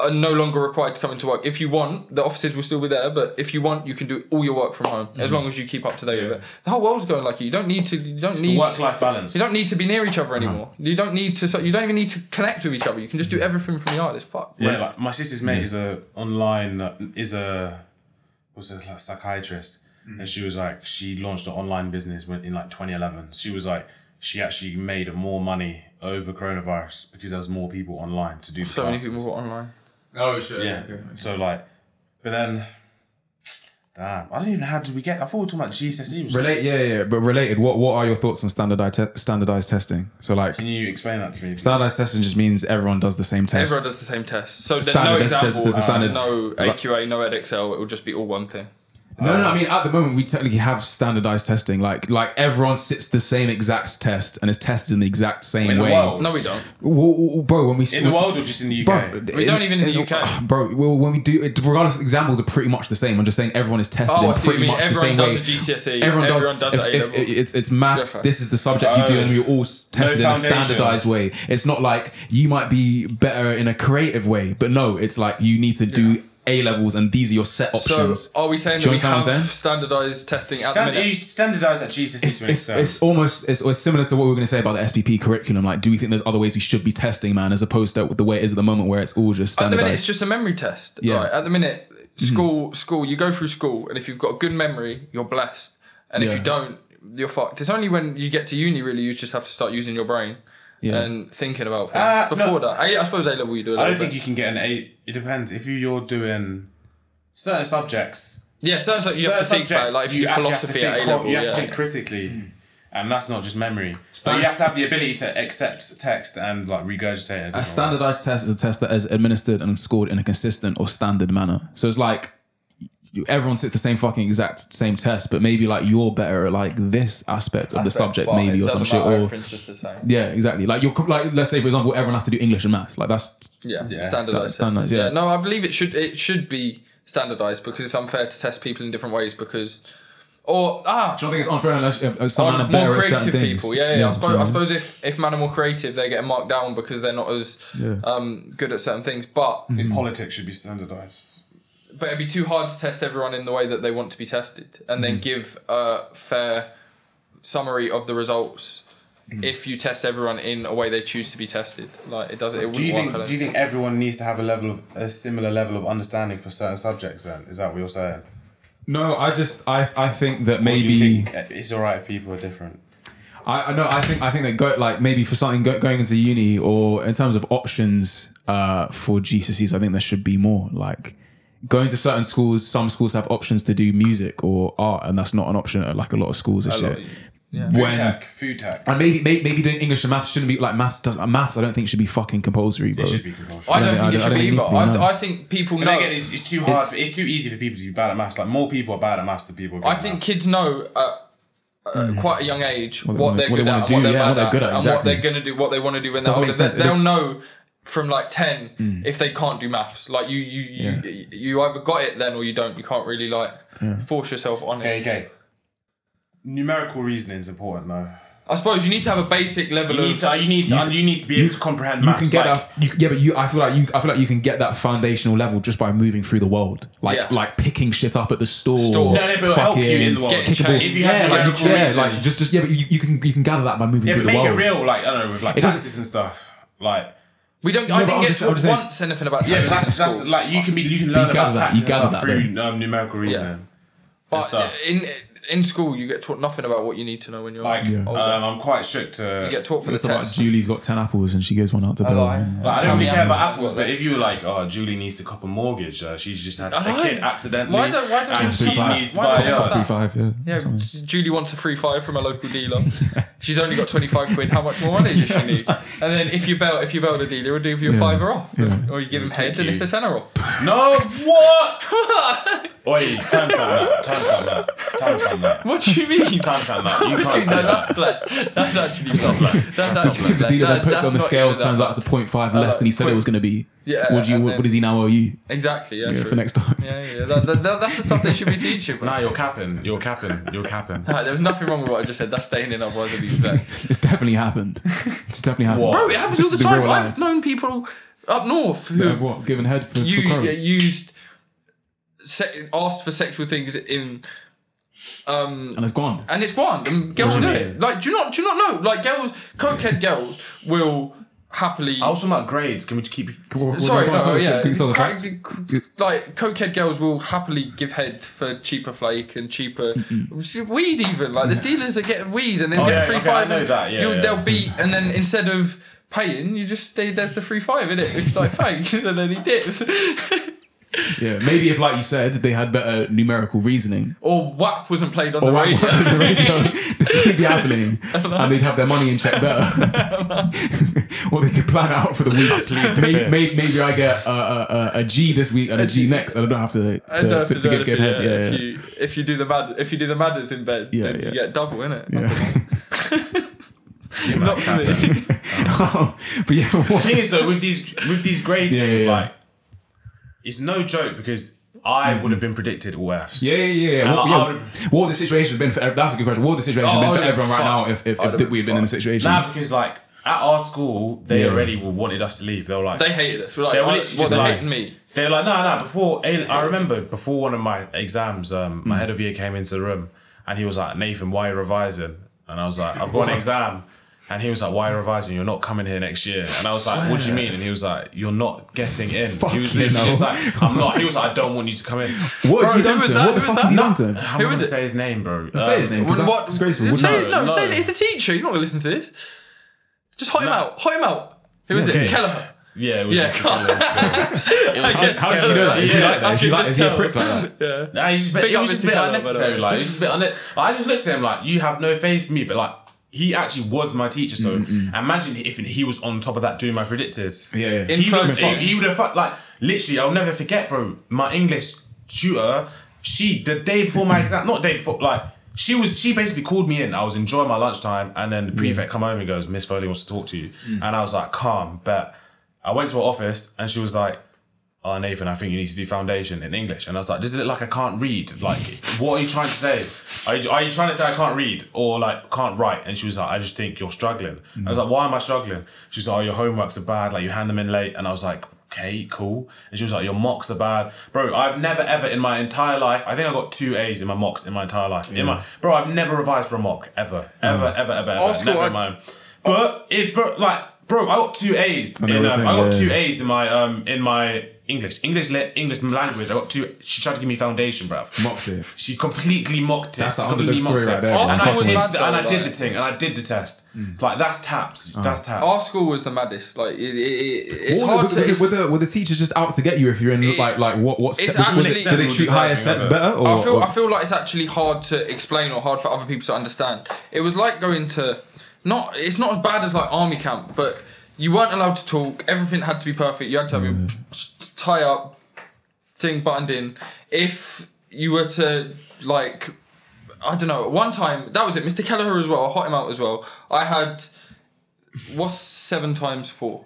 S1: are no longer required to come into work. If you want, the offices will still be there, but if you want, you can do all your work from home
S2: Mm-hmm.
S1: as long as you keep up to date with it. The whole world's going like you. You don't need to. You don't
S3: The
S1: need.
S3: work-life balance.
S1: You don't need to be near each other anymore.
S2: Uh-huh.
S1: You don't need to. So you don't even need to connect with each other. You can just
S2: Mm-hmm.
S1: do everything from the yard. It's fuck.
S3: Yeah, like my sister's mate is a online uh, is a was a like, psychiatrist,
S1: Mm.
S3: and she was like she launched an online business when- in like 2011. She was like she actually made more money over coronavirus because there was more people online to do the
S1: So many
S3: classes.
S1: people were online.
S2: Oh sure.
S3: Yeah. So like, but then, damn, I don't even know how did we get. I thought we were talking about GCSE. results.
S2: Relate, yeah, yeah, yeah, but related. What what are your thoughts on standardized te- standardized testing? So like
S3: Can you explain that to me?
S2: standardized testing just means everyone does the same test.
S1: Everyone does the same test. So there's
S2: Standard,
S1: no
S2: there's- there's-
S1: example. uh,
S2: there's a standard.
S1: No AQA. No EdXL. It will just be all one thing.
S2: No, no, I mean at the moment we technically have standardized testing. Like like everyone sits the same exact test and is tested in the exact same
S3: in the
S2: way.
S3: world,
S1: No, we don't.
S2: Well, well, bro, when we
S3: in the world or just in the UK?
S2: Bro,
S1: We don't even in the UK.
S2: [sighs] bro. Well, when we do, it, regardless, examples are pretty much the same. I'm just saying everyone is tested
S1: Oh, I
S2: in
S1: see. what you
S2: pretty
S1: mean.
S2: much the
S1: Everyone
S2: same
S1: does
S2: way.
S1: a GCSE.
S2: Everyone does.
S1: E. does.
S2: if-
S1: a
S2: if-
S1: level.
S2: it's it's maths.
S1: Different.
S2: This is the subject you do,
S3: Oh.
S2: and we're all s- tested in a
S3: foundation.
S2: standardized way. It's not like you might be better in a creative way, but no, it's like you need to do A levels, and these are your set
S1: So oh,
S2: options.
S1: are we saying that
S2: Do you
S1: we
S2: understand
S1: have
S2: what I'm saying?
S1: standardized testing at the
S3: Stand,
S1: minute?
S3: you standardise at GCSE
S2: It's,
S3: to an
S2: it's,
S3: extent.
S2: it's almost it's, it's similar to what we were going to say about the SPP curriculum. Like, do we think there's other ways we should be testing, man, as opposed to the way it is at the moment, where it's all just
S1: At the minute, it's
S2: standardized?
S1: just a memory test.
S2: Yeah. Mm-hmm.
S1: Right. At the minute, school, school, you go through school, and if you've got a good memory, you're blessed. And if
S2: Yeah.
S1: you don't, you're fucked. It's only when you get to uni, really, you just have to start using your brain
S2: Yeah.
S1: and thinking about things.
S3: Uh, no.
S1: Before that, I, I suppose A level you do. A little
S3: I don't
S1: bit.
S3: think you can get an eight. It depends. If you- you're doing certain subjects,
S1: Yeah, certain like you
S3: certain
S1: have to think
S3: subjects,
S1: about it, like if you, do
S3: actually
S1: philosophy
S3: have to
S1: at A
S3: think, cri-
S1: level.
S3: you have to
S1: Yeah. Hmm.
S3: think critically, and that's not just memory. So
S2: Stan-
S3: you have to have the ability to accept text and like regurgitate it.
S2: A standardized test is a test that is administered and scored in a consistent or standard manner. So it's like you- everyone sits the same fucking exact same test, but maybe like you're better at like this aspect of the subject,
S1: But
S2: maybe
S1: it
S2: or some
S1: doesn't
S2: shit,
S1: matter
S2: or
S1: if it's just the same.
S2: yeah, exactly. Like you're co- like let's say for example, everyone has to do English and maths. Like that's
S1: Yeah, standardized.
S2: standardised,
S1: testing.
S2: yeah.
S1: No, I believe it should it should be standardized because it's unfair to test people in different ways because or ah
S2: I think it's unfair unless if, if
S1: on
S2: someone are
S1: more
S2: better at certain
S1: creative
S2: things.
S1: people. Yeah, yeah. I
S2: do you
S1: suppose,
S2: know
S1: I
S2: what mean?
S1: suppose if if man are more creative, they're getting marked down because they're not as
S2: Yeah.
S1: um, good at certain things. But
S3: In politics should be standardized.
S1: but it'd be too hard to test everyone in the way that they want to be tested, and then give a fair summary of the results. If you test everyone in a way they choose to be tested, like it doesn't, it wouldn't
S3: Do you
S1: work.
S3: think
S1: I don't
S3: do you think everyone needs to have a level of a similar level of understanding for certain subjects then? Is that what you're saying?
S2: No, I just I I think that
S3: Or
S2: maybe
S3: do you think eh, it's alright if people are different?
S2: I I know. I think I think that go, like maybe for something go, going into uni or in terms of options uh, for GCSEs, I think there should be more. Like going to certain schools, some schools have options to do music or art, and that's not an option at like a lot of schools and
S1: A lot
S2: shit.
S1: of-
S3: Food
S2: When
S3: tech, food tech.
S2: and maybe, maybe maybe doing English and maths shouldn't be like maths does uh, maths. I don't think should be fucking compulsory, bro.
S3: It should be
S1: I
S3: compulsory.
S1: don't
S2: I
S1: think it
S2: don't- I
S1: should
S2: don't
S1: be
S2: think
S1: either.
S2: it needs to be,
S1: I, th-
S2: no.
S1: I think people
S3: And
S1: know.
S3: again, it's, it's too hard. It's, it's too easy for people to be bad at maths. Like more people are bad at maths than people. Are good
S1: I
S3: at
S1: think
S3: maths.
S1: kids know at uh, quite a young age what,
S2: wanna-
S1: they're
S2: Hmm. what they
S1: good
S2: wanna
S1: at, and
S2: do,
S1: what they're
S2: yeah,
S1: bad
S2: what they're
S1: at,
S2: good at,
S1: and
S2: exactly.
S1: what they're gonna do, what they want to do when they're
S2: Doesn't make
S1: older.
S2: sense, Hmm. it
S1: They, will
S2: doesn't-
S1: know from like ten if they can't do maths. Like you, you, you, you either got it then or you don't. You can't really like force yourself on
S3: Okay,
S1: it.
S3: okay. Numerical reasoning is important though.
S1: I suppose you need to have a basic level
S3: You need
S1: of.
S3: to, you need to, you, need to be able to comprehend
S2: you
S3: maths.
S2: can get
S3: like,
S2: that. You, yeah, but you, I feel like you, I feel like you can get that foundational level just by moving through the world, like
S1: Yeah.
S2: like picking shit up at the store.
S1: Store.
S3: No, no, but it'll help you in the world.
S1: Get
S2: kick a ball.
S1: changed.
S3: If you have
S1: Yeah,
S2: Like,
S3: numerical
S2: you- yeah,
S3: reasoning,
S2: like just, just yeah, but you, you can you can gather that by moving
S3: yeah,
S2: through
S3: but
S2: the
S3: make
S2: world.
S3: it real. Like I don't know, with like
S2: It doesn't-
S3: taxes and stuff. Like
S1: we don't.
S2: No,
S1: I
S2: but
S1: didn't
S2: I'm
S1: get
S2: just- I'm
S1: taught
S2: just saying-
S1: once anything about
S3: yeah,
S1: taxes
S3: but
S1: in
S3: that's, that's
S1: school.
S3: like you can be you can learn about
S2: gather that,
S3: taxes
S2: you
S3: and
S2: gather
S3: stuff
S2: that,
S3: through um, numerical reasoning.
S1: But
S3: stuff.
S1: in in school, you get taught nothing about what you need to know when you're
S3: Like
S2: Yeah.
S3: um, I'm quite strict to.
S1: You get taught for the
S2: It's about
S1: test.
S2: Julie's got ten apples and she gives one out to Bill.
S1: lie.
S2: and-
S3: Like, I don't really
S1: Yeah.
S3: care about apples, but if you were like, oh, Julie needs to cop a mortgage, uh, she's just had
S1: I
S3: a
S1: know.
S3: kid accidentally,
S1: Why don't- why don't
S3: and
S1: you
S3: she
S1: do that?
S3: needs uh,
S1: Why
S3: to buy
S1: don't you do
S3: a
S1: that?
S2: Three five, yeah.
S1: Yeah,
S2: something.
S1: Julie wants a free five from a
S2: [laughs]
S1: local dealer. She's only got twenty five quid. How much more money does she
S2: [laughs]
S1: need? And then if you bail, if you bail the dealer, he'll do for your
S2: Yeah,
S1: fiver off,
S2: yeah.
S1: or you give him heads and
S3: you.
S1: it's a tenner off.
S3: No, what? [laughs] Oi, time that, time that, time that,
S1: What do you [laughs] mean?
S3: time that. You
S1: Julie,
S3: can't
S1: no,
S3: say
S1: that's
S3: that.
S1: blessed. That's actually not blessed. That's actually
S2: The
S1: blessed.
S2: dealer then
S1: That-
S2: puts
S1: that's
S2: it on the
S1: not
S2: scales,
S1: even
S2: turns
S1: that.
S2: out it's a point five less
S1: Uh,
S2: than he said it
S1: quick.
S2: was going to be.
S1: Yeah,
S2: What do you?
S1: and
S2: What,
S1: then-
S2: what does he now owe you
S1: Exactly. Yeah.
S2: yeah,
S1: true.
S2: for next time?
S1: Yeah, yeah. That, that, that, that's the stuff they should be teaching. Bro.
S3: Nah, you're capping. You're capping. You're capping.
S1: Right, there was nothing wrong with what I just said. That's staying in. Otherwise, I'd be
S2: [laughs]
S1: back.
S2: [laughs] It's
S1: [laughs]
S2: definitely happened. It's definitely happened.
S3: What?
S1: Bro, it happens
S2: This
S1: all the
S2: is the
S1: time.
S2: real
S1: I've
S2: life.
S1: known people up north who
S2: Bit
S1: have
S2: of what? Given head for,
S1: you
S2: for
S1: yeah,
S2: curry.
S1: used se- asked for sexual things in um
S2: and it's gone.
S1: and it's gone and girls will do it like do you not do you not know like girls cokehead girls will happily
S3: I was talking about grades. Can we just keep?
S1: sorry
S2: Go on,
S1: no,
S2: tell us,
S1: yeah
S2: can you tell the
S1: crack-
S2: facts?
S1: like cokehead girls will happily give head for cheaper flake and cheaper weed even like there's dealers that get weed and then
S3: Oh,
S1: get
S3: yeah,
S1: free
S3: okay, I
S1: five
S3: know
S1: and
S3: that, yeah,
S1: you'll-
S3: yeah.
S1: they'll beat and then instead of paying you just stay there's the free five in it
S2: [laughs]
S1: it's like thanks [laughs] and then he dips
S2: Yeah, maybe if like you said, they had better numerical reasoning.
S1: or WAP wasn't played on
S2: Or
S1: the
S2: right,
S1: radio. [laughs]
S2: [laughs] the radio, this would be happening, and they'd have their money in check better. [laughs] or they could plan out for the
S3: Plead
S2: week.
S3: the
S2: Maybe,
S3: fifth.
S2: maybe, maybe I get a, a, a, a G this week and a G next, and I don't have to
S1: I don't
S2: to,
S1: have
S2: to,
S1: uh, to
S2: to
S1: do
S2: get good
S1: anything,
S2: head. Yeah,
S1: If
S2: yeah.
S1: you if you do the mad if you do the madders in bed,
S2: Yeah,
S1: then
S2: yeah.
S1: you get double, innit?
S2: yeah. [laughs]
S1: Not for me. [laughs]
S2: but yeah, [laughs]
S3: The
S2: what-
S3: thing is though, with these with these grades,
S2: Yeah, yeah,
S3: it's
S2: yeah.
S3: like it's no joke because I would have been predicted all Fs.
S2: yeah, yeah, yeah. yeah.
S3: And
S2: What,
S3: I- I
S2: yeah.
S3: would've-
S2: what would the situation have been for? ev- That's a good question. What would the situation
S1: Oh,
S2: have been
S1: I
S2: for
S1: would've
S2: everyone right now
S1: fucked.
S2: if if,
S1: I would've
S2: if we'd been in the
S1: fucked.
S2: situation?
S3: Nah, because like at our school, they
S2: Yeah.
S3: already wanted us to leave. They were like,
S1: They hated us. We're like,
S3: They were
S1: oh,
S3: literally
S1: what,
S3: just
S1: they
S3: like-
S1: hating me.
S3: They were like, no, no. Before A- I remember, before one of my exams, um,
S1: Hmm.
S3: my head of year came into the room and he was like, Nathan, why are you revising? And I was like, I've
S1: [laughs]
S3: got an exam. And he was like, why are you revising? You're not coming here next year. And I was like, what do you mean? And he was like, you're not getting in. he was
S2: you,
S3: literally just
S2: no.
S3: like, I'm not. He was like, I don't want you to come in.
S2: what
S1: Bro,
S2: have you
S1: who
S2: done to
S1: was
S2: him?
S1: that?
S2: What the
S1: Who
S2: fuck
S1: was
S2: have you
S1: that?
S2: done to him?
S3: I'm
S1: Who
S3: not
S1: is
S3: gonna
S1: it?
S3: say his name, bro. Um,
S2: Say his name. 'cause
S1: What-
S2: that's
S1: what-
S2: disgraceful. Wouldn't
S1: say,
S2: it?
S1: no,
S3: No,
S1: say
S3: no.
S1: it's a teacher. He's not going to listen to this. Just hot him out. Hot him out. Who is
S3: Okay.
S1: it? Kelleher.
S3: Yeah, it was
S1: Yeah, [laughs]
S3: Mr.
S1: can't-
S3: Keller's
S1: [laughs]
S3: story. It was
S1: guess-
S3: Mr.
S1: how did you
S3: Keller.
S1: know that? Is he
S3: Yeah.
S1: like that?
S2: Is he
S1: I can
S2: like-
S1: just
S2: is he a
S1: tell.
S2: prick like that?
S1: Yeah.
S3: Nah, he's just,
S1: Big
S3: it
S1: up
S3: was just a
S1: Mr.
S3: bit
S1: Keller, by the
S3: unnecessary.
S1: way.
S3: Like, it's just a bit unne- I just looked at him like, you have no faith for me, but like, he actually was my teacher. So imagine if he was on top of that doing my predicted.
S2: Yeah, yeah.
S3: He
S1: Info-
S3: would, he, he would have fucked. Like, literally, I'll never forget, bro. My English tutor she the day before my exam, not day before, like she was. She basically called me in. I was enjoying my lunchtime, and then the
S2: Mm.
S3: prefect come home and goes, "Miss Foley wants to talk to you," and I was like, "Calm, but." I went to her office, and she was like, oh Nathan, I think you need to do foundation in English. And I was like, does it look like I can't read? Like, what are you trying to say? Are you, are you trying to say I can't read or like can't write? And she was like, I just think you're struggling. I was like, why am I struggling? She was like, oh, your homeworks are bad. Like you hand them in late. And I was like, okay, cool. And she was like, your mocks are bad, bro. I've never ever in my entire life. I think I got two A's in my mocks in my entire life. In my bro, I've never revised for a mock ever, ever, ever, ever, ever.
S1: school,
S3: Never
S1: I-
S3: in my. But it, bro, like. Bro, I got two A's.
S2: they
S3: In,
S2: were
S3: um,
S2: saying,
S3: I got
S2: yeah.
S3: two A's in my um in my English English le- English language. I got two. She tried to give me foundation, bruv.
S2: Mocked it.
S3: She completely mocked it.
S2: That's a
S3: She
S2: hundred
S3: completely
S2: story
S3: mocked
S2: right
S3: it.
S2: there, man. Mm.
S3: And I
S2: Fuck
S3: did,
S1: it.
S3: the, and I did the
S1: Like- Oh,
S3: thing, and I did the test. Like that's
S2: Oh.
S3: taps. That's taps.
S1: Our school was the maddest. Like it, it, it, it's
S2: Or
S1: hard
S2: were,
S1: to.
S2: were-
S1: it's-
S2: were the, were the teachers just out to get you if you're in like like what what
S1: it's
S2: set, was, was it,
S1: actually-
S2: do they treat higher sets better or,
S1: I feel
S2: or-
S1: I feel like it's actually hard to explain or hard for other people to understand. It was like going to not it's not as bad as like army camp, but you weren't allowed to talk. Everything had to be perfect. You had to have your tie up, thing buttoned in. If you were to like I don't know. One time that was it. Mr. Kelleher as well. I hot him out as well. I had what's seven times four?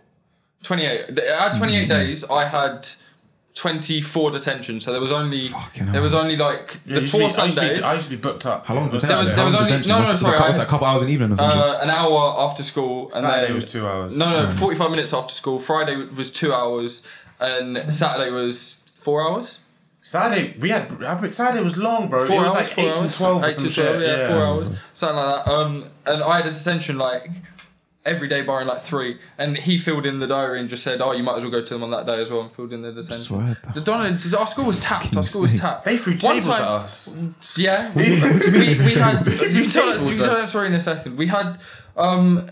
S1: 28. I had 28
S2: Mm.
S1: days. I had 24 detentions. So there was only
S2: Fucking
S1: there
S2: hell.
S1: was only like the
S3: Yeah, I used
S1: four
S3: to be- I used to be-
S1: Sundays,
S3: I used to be booked up.
S2: how long's the
S3: On
S2: detention?
S1: there
S2: how
S1: was
S2: long's the
S1: only-
S2: detention?
S1: no, no,
S2: Was it- was it
S1: sorry,
S2: a couple- was
S1: I-
S2: it a couple hours in the evening or something.
S1: uh, an hour after school, and
S3: Saturday
S1: then
S3: was two hours.
S1: No,
S2: Mm.
S1: no, 45 minutes after school. Friday was two hours, and Saturday was four hours.
S3: Saturday we had. I mean, Saturday was long, bro.
S1: four
S3: it was
S1: hours,
S3: like
S1: four
S3: eight
S1: hours,
S3: to twelve or
S1: eight
S3: some
S1: to
S3: shit.
S1: 12, yeah,
S3: yeah,
S1: four hours, something like that. Um, and I had a detention like every day, barring like three, and he filled in the diary and just said, "Oh, you might as well go to them on that day as well." And filled in the detention.
S2: Swear to
S1: the Donald, our school was tapped. Our school was
S2: snake.
S1: tapped.
S3: They threw
S1: One
S3: tables
S1: time-
S3: at us.
S1: Yeah, we, we had. You can tell, you
S3: tables
S1: can tell
S3: at-
S1: that story in a second. We had. Um,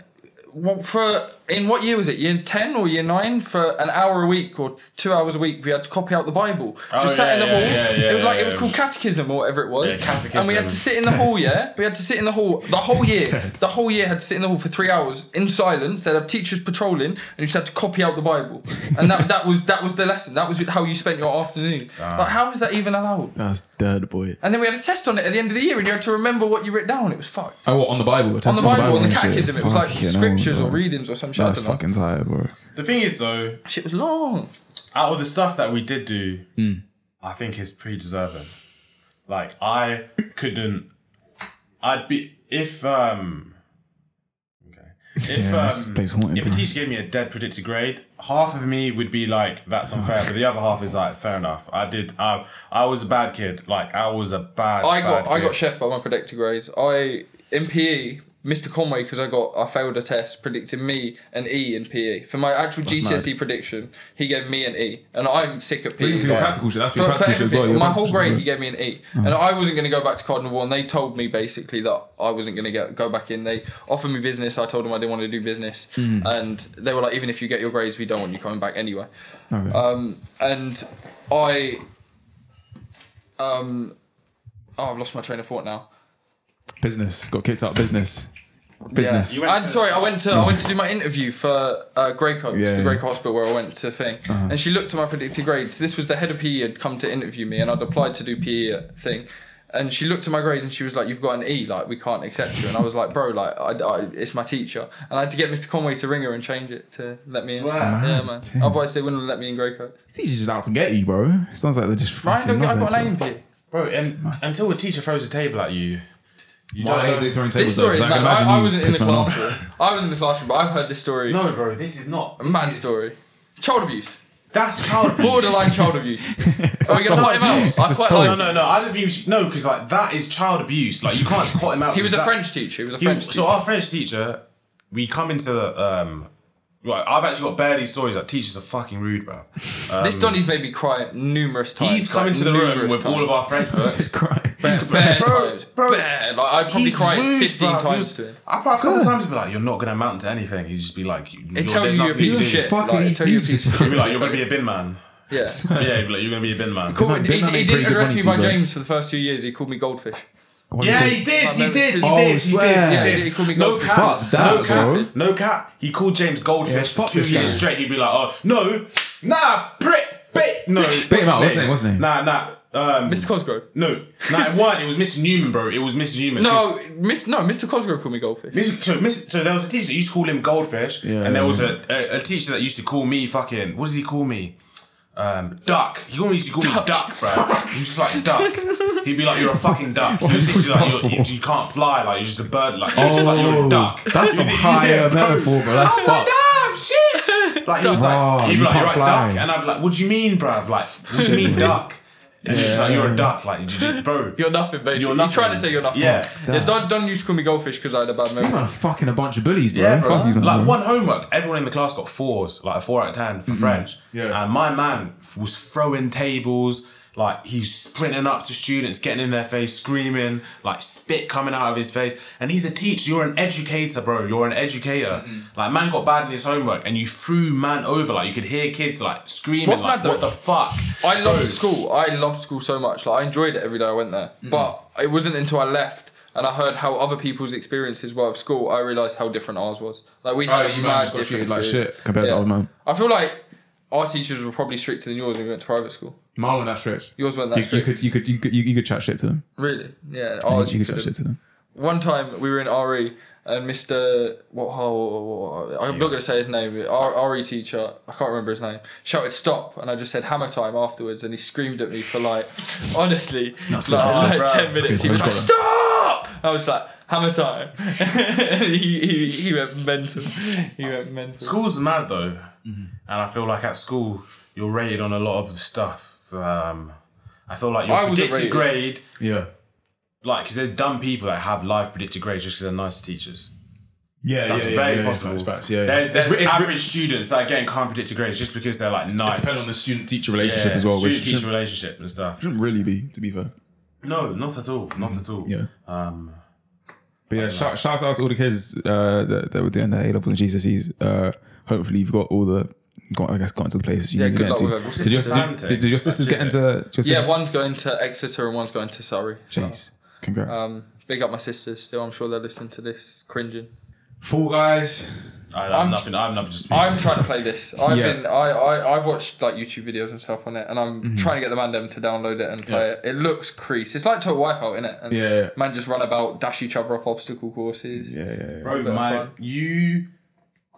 S1: what- for in what year was it? Year ten or year nine? For an hour a week or two hours a week, we had to copy out the Bible. Just
S3: yeah,
S1: sat in the
S3: Oh, yeah,
S1: hall.
S3: yeah, yeah,
S1: it was like
S3: yeah,
S1: it was
S3: yeah.
S1: called catechism or whatever it was.
S3: Yeah, catechism.
S1: And we had to sit in the hall. Yeah, we had to sit in the hall the whole
S3: [laughs]
S1: year. the whole year had to sit in the hall for three hours in silence. They'd have teachers patrolling, and you just had to copy out the Bible. And that that was that was the lesson. That was how you spent your afternoon.
S3: Ah.
S1: Like how is that even allowed?
S2: That's dead boy.
S1: And then we had a test on it at the end of the year, and you had to remember what you wrote down. It was fucked.
S2: Oh, what, on the Bible?
S1: On the Bible, on the
S2: and shit?
S1: catechism, it was like
S2: Fucking hell,
S1: scriptures or
S2: bro.
S1: readings or some shit. I
S2: That's
S1: don't know.
S2: fucking tired, bro.
S3: The thing is, though,
S1: Shit was long.
S3: out of the stuff that we did do,
S2: Hmm.
S3: I think is pretty deserving. Like I couldn't. I'd be if um. Okay. If
S2: [laughs] Yeah, this
S3: um,
S2: place haunted,
S3: if a
S2: bro.
S3: teacher gave me a dead predicted grade, half of me would be like, "That's unfair," but the other half is like, "Fair enough." I did. I I was a bad kid. Like I was a bad.
S1: I got
S3: bad
S1: I
S3: kid.
S1: got chef by my predicted grades. I in PE, Mr Conway, because I got I failed a test predicted me an E in PE for my actual GCSE E prediction. He gave me an E, and I'm sick at PE.
S2: Even for your
S1: now.
S2: practical shit, that's for your
S1: For- for
S2: practical shit as well,
S1: everything.
S2: your
S1: My whole
S2: practical shit as
S1: grade,
S2: well.
S1: he gave me an E, and I wasn't going to go back to Cardinal Vaughan. They told me basically that I wasn't going to get go back in. They offered me business. I told them I didn't want to do business,
S2: Mm.
S1: and they were like, even if you get your grades, we don't want you coming back anyway.
S2: Okay.
S1: Um, and I. Um, oh, I've lost my train of thought now.
S2: business got kicked out. Business, business. Mm.
S1: Yeah. I'm sorry, I went to I went to do my interview for uh, Greycoat,
S2: Yeah, Uh-huh.
S1: the
S2: yeah.
S1: Greycoat Hospital where I went to thing, and she looked at my predicted grades. This was the head of PE had come to interview me, and I'd applied to do PE at thing, and she looked at my grades and she was like, "You've got an E, like we can't accept you." And I was like, "Bro, like I, I, it's my teacher," and I had to get Mr. Conway to ring her and change it to let me in.
S3: Swear.
S1: Yeah,
S2: Mad
S1: man.
S2: thing.
S1: Otherwise, they wouldn't let me in Greycoat.
S2: These teachers just out to get you, bro. Sounds like they're just
S1: Ryan,
S2: fucking
S1: don't get, I
S2: knobheads,
S1: got
S2: bro.
S1: an A in PE.
S3: bro. And until the teacher throws a table at you, you
S2: Why
S3: don't
S2: are they
S3: know.
S2: throwing
S1: This
S2: tables
S1: story,
S2: though? 'Cause I
S1: man.
S2: can
S1: I,
S2: imagine
S1: I
S2: you
S1: wasn't in the
S2: pissing one off.
S1: classroom. I was in the classroom, but I've heard this story.
S3: No, bro. This is not this
S1: Mad
S3: is-
S1: story. Child abuse.
S3: That's child abuse.
S1: borderline child abuse. Are
S2: Oh,
S1: we gonna put him out? I
S2: a
S1: quite
S2: song.
S1: like.
S3: No, no, no. I don't think you should, no, because like that is child abuse. Like you
S1: [laughs]
S3: can't cut him out.
S1: He was a
S3: because that-
S1: French teacher. He was a
S3: he-
S1: French teacher.
S3: so our French teacher, we come into the um. Right, I've actually got barely stories that teachers are fucking rude, bro.
S1: this Donny's made me cry numerous times.
S3: He's come
S1: like,
S3: into the room
S1: numerous
S3: with all of our French books.
S2: Cry.
S1: times. [laughs] bare
S3: Bro,
S1: times.
S3: bro,
S1: bare. Like I probably cried fifteen
S3: bruv. He
S1: times
S3: was-
S1: to him.
S3: I probably a couple times would be like, "You're not gonna amount to anything." He'd just be like, you- "You're
S1: tell
S3: there's
S1: you you're a
S3: nothing you
S1: piece
S3: can
S1: of
S3: do."
S1: shit.
S2: Fuck are
S1: like,
S2: these
S1: tell your
S2: teachers,
S1: people-
S3: He'd be like, "You're gonna be a bin man."
S1: Yeah.
S3: Yeah, he'd be like, "You're gonna be a bin
S1: [laughs]
S3: man."
S1: Called-
S2: Ben
S1: he,
S2: Manning
S1: he
S2: pretty
S1: didn't
S2: good
S1: address
S2: money
S1: me
S2: to
S1: by
S2: you, bro.
S1: James for the first two years. He called me goldfish.
S3: Yeah, he did. He
S1: Like,
S3: did. He
S1: oh,
S3: did. He
S2: swear.
S3: did. He
S1: He
S3: did.
S1: called me
S3: no
S1: goldfish.
S3: cap.
S2: Fuck that,
S3: no cap.
S2: bro.
S3: No cap. He called James Goldfish
S2: Yeah,
S3: for
S2: fuck
S3: two
S2: this
S3: years
S2: guy.
S3: straight. He'd be like, "Oh no, nah, prick." Bait. No.
S2: Bait him out. What's his name? What's his name?
S3: Nah, nah. Um,
S1: Mr. Cosgrove.
S3: no, nah, it wasn't. It was Miss Newman, bro. It was Miss Newman.
S1: No, Miss, no, Mr. Cosgrove called me goldfish.
S3: Miss- So, miss, so there was a teacher that used to call him Goldfish,
S2: Yeah,
S3: and there was
S2: yeah.
S3: a, a, a teacher that used to call me fucking. What does he call me? Um, duck. He always used to call me duck, bro. He was just like duck. He'd be like, "You're a fucking
S2: [laughs]
S3: duck." He was literally like, you're, you, "You can't fly. Like you're just a bird. Like you're just like you're a duck."
S2: Oh, That's
S3: [laughs]
S2: some higher metaphor, bro. That's fucked.
S3: Oh my damn shit! Like he was
S2: Oh,
S3: like, he'd be
S2: you
S3: like,
S2: can't
S3: "You're right,
S2: fly."
S3: duck," and I'd be like, "What do you mean, bro? Like, what do you mean, duck?" And he's just like, "You're a duck. Like, you just, bro."
S1: [laughs] You're nothing, basically. You're,
S3: You're nothing.
S1: trying to say you're nothing.
S3: Yeah.
S1: yeah don't, don't used to call me goldfish because I had a bad
S2: These men
S1: memory.
S2: are fucking a bunch of bullies, bro.
S3: Yeah, bro.
S2: Fuck these men,
S3: like
S2: bro.
S3: one homework, everyone in the class got fours, like a four out of ten for French.
S2: Yeah.
S3: And my man f- was throwing tables, like he's sprinting up to students, getting in their face, screaming, like spit coming out of his face. And he's a teacher. You're an educator, bro. You're an educator. Like man got bad in his homework, and you threw man over. Like you could hear kids like screaming,
S1: Wasn't
S3: like
S1: that
S3: what
S1: the-
S3: the fuck.
S1: I
S3: Bro.
S1: loved school. I loved school so much. Like I enjoyed it every day I went there.
S2: Mm-hmm.
S1: But it wasn't until I left and I heard how other people's experiences were of school, I realised how different ours was. Like we had a
S2: Oh, you
S1: mad
S2: man just got
S1: different
S2: treated like
S1: experience.
S2: shit compared to
S1: Yeah.
S2: other man.
S1: I feel like our teachers were probably stricter than yours when we went to private school.
S2: Marlon, that's strict.
S1: Yours weren't that
S2: You, you
S1: strict.
S2: could, you could, you could, you, you could chat shit to them.
S1: Really? Yeah.
S2: You,
S1: Ours
S2: could
S1: couldn't.
S2: chat shit to them.
S1: One time we were in RE and Mr. What? Oh, I'm not going to say his name. Our RE teacher, I can't remember his name, shouted stop, and I just said hammer time afterwards, and he screamed at me for like, honestly,
S2: [laughs] it's good,
S1: like,
S2: it's good.
S1: like ten
S2: It's good,
S1: minutes. He was
S2: it's
S1: like, stop!
S2: good.
S1: I was like, hammer time. [laughs] he, he, he went mental. He went mental.
S3: School's mad though,
S1: Mm-hmm.
S3: and I feel like at school you're rated on a lot of stuff. Um, I feel like your
S1: I wasn't
S3: predicted
S1: rated.
S3: grade,
S2: Yeah.
S3: like because there's dumb people that have live predicted grades just because they're nice teachers.
S2: Yeah,
S3: That's very possible. There's, there's average students that are getting can't predict grades just because they're like nice.
S2: depending on the student-teacher relationship as well, which
S3: Student teacher
S2: shouldn't,
S3: relationship and stuff.
S2: shouldn't really be, to be fair.
S3: No, not at all. Not at all.
S2: Mm, Yeah.
S3: Um,
S2: But yeah, shout, shouts out to all the kids uh, that, that were doing their A level and GCSEs. Uh, hopefully, you've got all the, got, I guess, got into the places you
S1: Yeah,
S2: need to
S1: good luck
S2: get into.
S1: with
S2: Did your,
S3: What's this
S2: did, did your sisters get
S3: That's
S2: into? Your sisters?
S1: Yeah, one's going to Exeter and one's going to Surrey.
S2: Jeez, congrats.
S1: Um, big up my sisters still. I'm sure they're listening to this, cringing.
S2: Fool guys.
S3: I have nothing. I have nothing to speak.
S1: I'm trying to play
S2: [laughs]
S1: this. I've
S2: Yeah.
S1: been I, I I've watched like YouTube videos and stuff on it, and I'm
S2: Mm-hmm.
S1: trying to get the man them to download it and play it. It looks crease. It's like total wipeout in it. And
S2: Yeah, yeah.
S1: Man, just run about, dash each other off obstacle courses.
S2: Yeah, yeah, yeah.
S3: Bro,
S1: bit of
S3: my
S1: fun.
S3: you.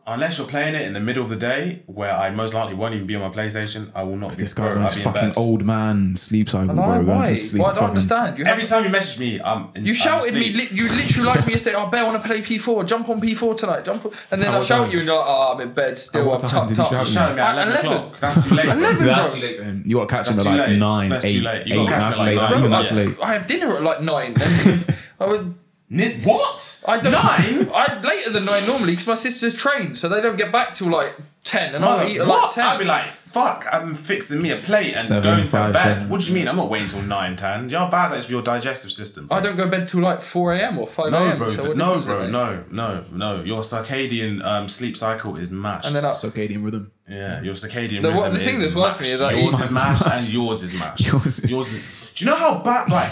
S3: Unless you're playing it in the middle of the day, where I most likely won't even be on my PlayStation, I will not. Be,
S2: This guy's
S3: bro,
S2: on
S3: I'll
S2: his
S3: be in
S2: fucking
S3: bed.
S2: old man sleep cycle,
S1: Like,
S2: bro. Going
S1: why?
S2: to sleep.
S1: Why I don't
S2: fucking-
S1: understand. You
S3: Every
S1: have-
S3: time you message me, I'm. In,
S1: You
S3: I'm
S1: shouted me.
S3: asleep.
S1: Li- you literally liked
S2: [laughs]
S1: me yesterday. Oh, Bear, want to play P4? Jump on P4 tonight. Jump, on. and then
S2: At
S1: I
S2: what
S1: shout
S2: time?
S1: you, and you're like, "Oh, I'm in bed
S2: At
S1: still.
S2: what
S1: I'm
S2: time
S1: tucked
S2: did you
S1: up."
S2: shout
S3: You shouted me at
S1: At
S3: 11
S1: 11.
S3: o'clock. That's too late. bro.
S1: 11.
S2: That's
S1: Bro.
S2: too late for him. You got to catch him
S3: That's
S2: at
S3: too
S2: like
S3: late.
S2: nine,
S3: That's too
S2: eight,
S3: late. You
S2: eight.
S3: gotta catch
S2: That's
S3: him at
S2: late.
S3: like
S2: Even
S3: nine.
S2: that's
S3: Yeah.
S2: late.
S1: I have dinner at like nine. [laughs] and I would.
S3: Ni- What?
S1: [laughs] I don't, nine? I'm later than nine normally because my sisters train, so they don't get back till like ten, and
S3: Mother,
S1: I eat at
S3: what?
S1: like ten.
S3: I'd be like, fuck, I'm fixing me a plate and
S2: Seven,
S3: going to
S2: five,
S3: bed.
S2: seven.
S3: What do you mean? I'm not waiting till 9, 10. You know how bad that is for your digestive system. bro?
S1: I don't go to bed till like four a.m. or five
S3: No,
S1: a.m.
S3: bro.
S1: so
S3: th-
S1: what
S3: no,
S1: difference does it
S3: bro.
S1: make?
S3: No, no, no. Your circadian um, sleep cycle is mashed.
S1: And then I,
S2: Circadian rhythm.
S3: yeah, your circadian
S1: The-
S3: rhythm
S1: what- the thing
S3: is
S1: that's worse for me
S3: mashed.
S1: is that
S3: yours
S1: he's-
S3: is
S2: [laughs]
S3: mashed and yours is mashed.
S2: Yours is-
S3: is- Do you know how bad? Like,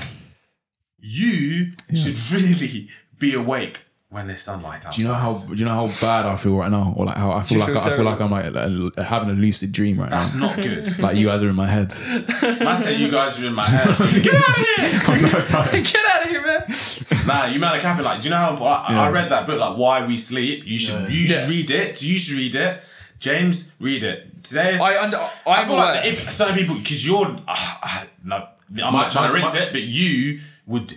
S3: you should really be awake when there's sunlight outside.
S2: Do you know how? Do you know how bad I feel right now, or like how I feel
S1: you
S2: like
S1: feel
S2: I feel like I'm
S1: terrible?
S2: like, like, having a lucid dream right now.
S3: That's not
S2: [laughs]
S3: good.
S2: Like you guys are in my head.
S3: Man said you guys are in my head. Get out
S1: [laughs]
S3: of here!
S1: Get out of here, man!
S3: Nah, you man are capping. Like, do you know how I, I
S2: Yeah.
S3: read that book, like Why We Sleep? You should you should
S1: Yeah.
S3: read it. You should read it. James, read it. Today is
S1: I under,
S3: I
S1: I'm
S3: feel like
S1: aware.
S3: that if certain people because you're uh, uh, no, I'm
S2: My-
S3: not trying to
S2: my-
S3: rinse
S2: my-
S3: it, but you would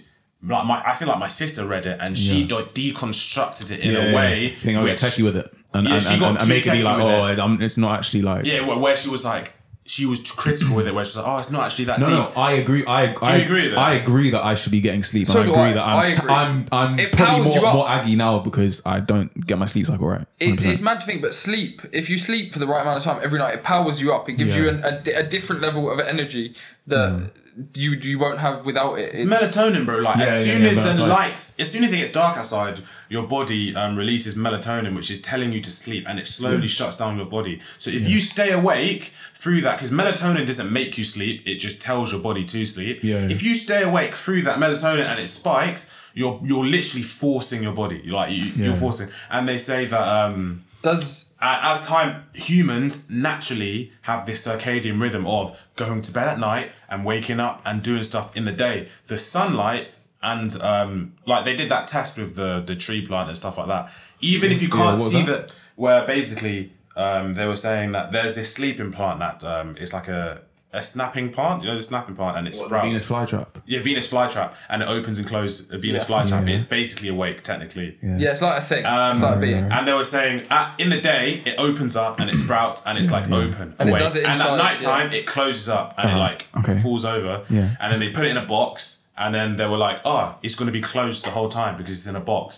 S3: like my I feel like my sister read it and she
S2: Yeah.
S3: de- deconstructed it in
S2: Yeah,
S3: a way.
S2: I think I'll
S3: which-
S2: get techie with it, and
S3: Yeah,
S2: and,
S3: she
S2: and,
S3: got
S2: and,
S3: too
S2: make it be
S3: techie
S2: like,
S3: with
S2: oh,
S3: it.
S2: I'm, it's not actually like.
S3: Yeah, where, where she was like she was critical with it, where she was like, oh, it's not actually that
S2: No,
S3: deep.
S2: no, I agree. I, I
S3: you agree with that?
S2: I agree that I should be getting sleep.
S1: So
S2: and I
S1: do
S2: agree
S1: I.
S2: that I'm,
S1: I agree.
S2: I'm, I'm
S1: It
S2: probably
S1: powers you
S2: more,
S1: up.
S2: more aggy now because I don't get my sleep cycle right.
S1: It,
S2: 100%.
S1: it's mad to think, but sleep, if you sleep for the right amount of time every night, it powers you up. It gives
S2: Yeah.
S1: you an, a, di- a different level of energy that you you won't have without it. It-
S3: It's melatonin, bro. Like
S2: Yeah,
S3: as
S2: yeah,
S3: soon
S2: yeah,
S3: as the
S2: melatonin.
S3: light, as soon as it gets dark outside, your body um, releases melatonin, which is telling you to sleep, and it slowly shuts down your body. So if you stay awake through that, because melatonin doesn't make you sleep, it just tells your body to sleep.
S2: Yeah, yeah.
S3: If you stay awake through that melatonin and it spikes, you're you're literally forcing your body. You're like you,
S2: Yeah.
S3: you're forcing, and they say that. Um,
S1: Does
S3: Uh, as time, humans naturally have this circadian rhythm of going to bed at night and waking up and doing stuff in the day. The sunlight and um, like they did that test with the the tree plant and stuff like that. Even if you can't
S2: what was
S3: see
S2: that?
S3: that, where basically um, they were saying that there's this sleeping plant that um, it's like a a snapping plant. You know the snapping plant, and it sprouts.
S2: Venus flytrap.
S3: yeah, Venus flytrap, and it opens and closes. A Venus flytrap. It's basically awake technically.
S1: yeah, it's like a thing. it's like a being.
S3: And they were saying at, in the day it opens up
S2: [clears throat]
S3: and it sprouts and it's like open
S1: And it
S3: away.
S1: does it
S3: and
S1: inside,
S3: at nighttime it closes up and it like
S2: Okay.
S3: falls over.
S2: Yeah.
S3: And then they put it in a box and then they were like, oh, it's going to be closed the whole time because it's in a box.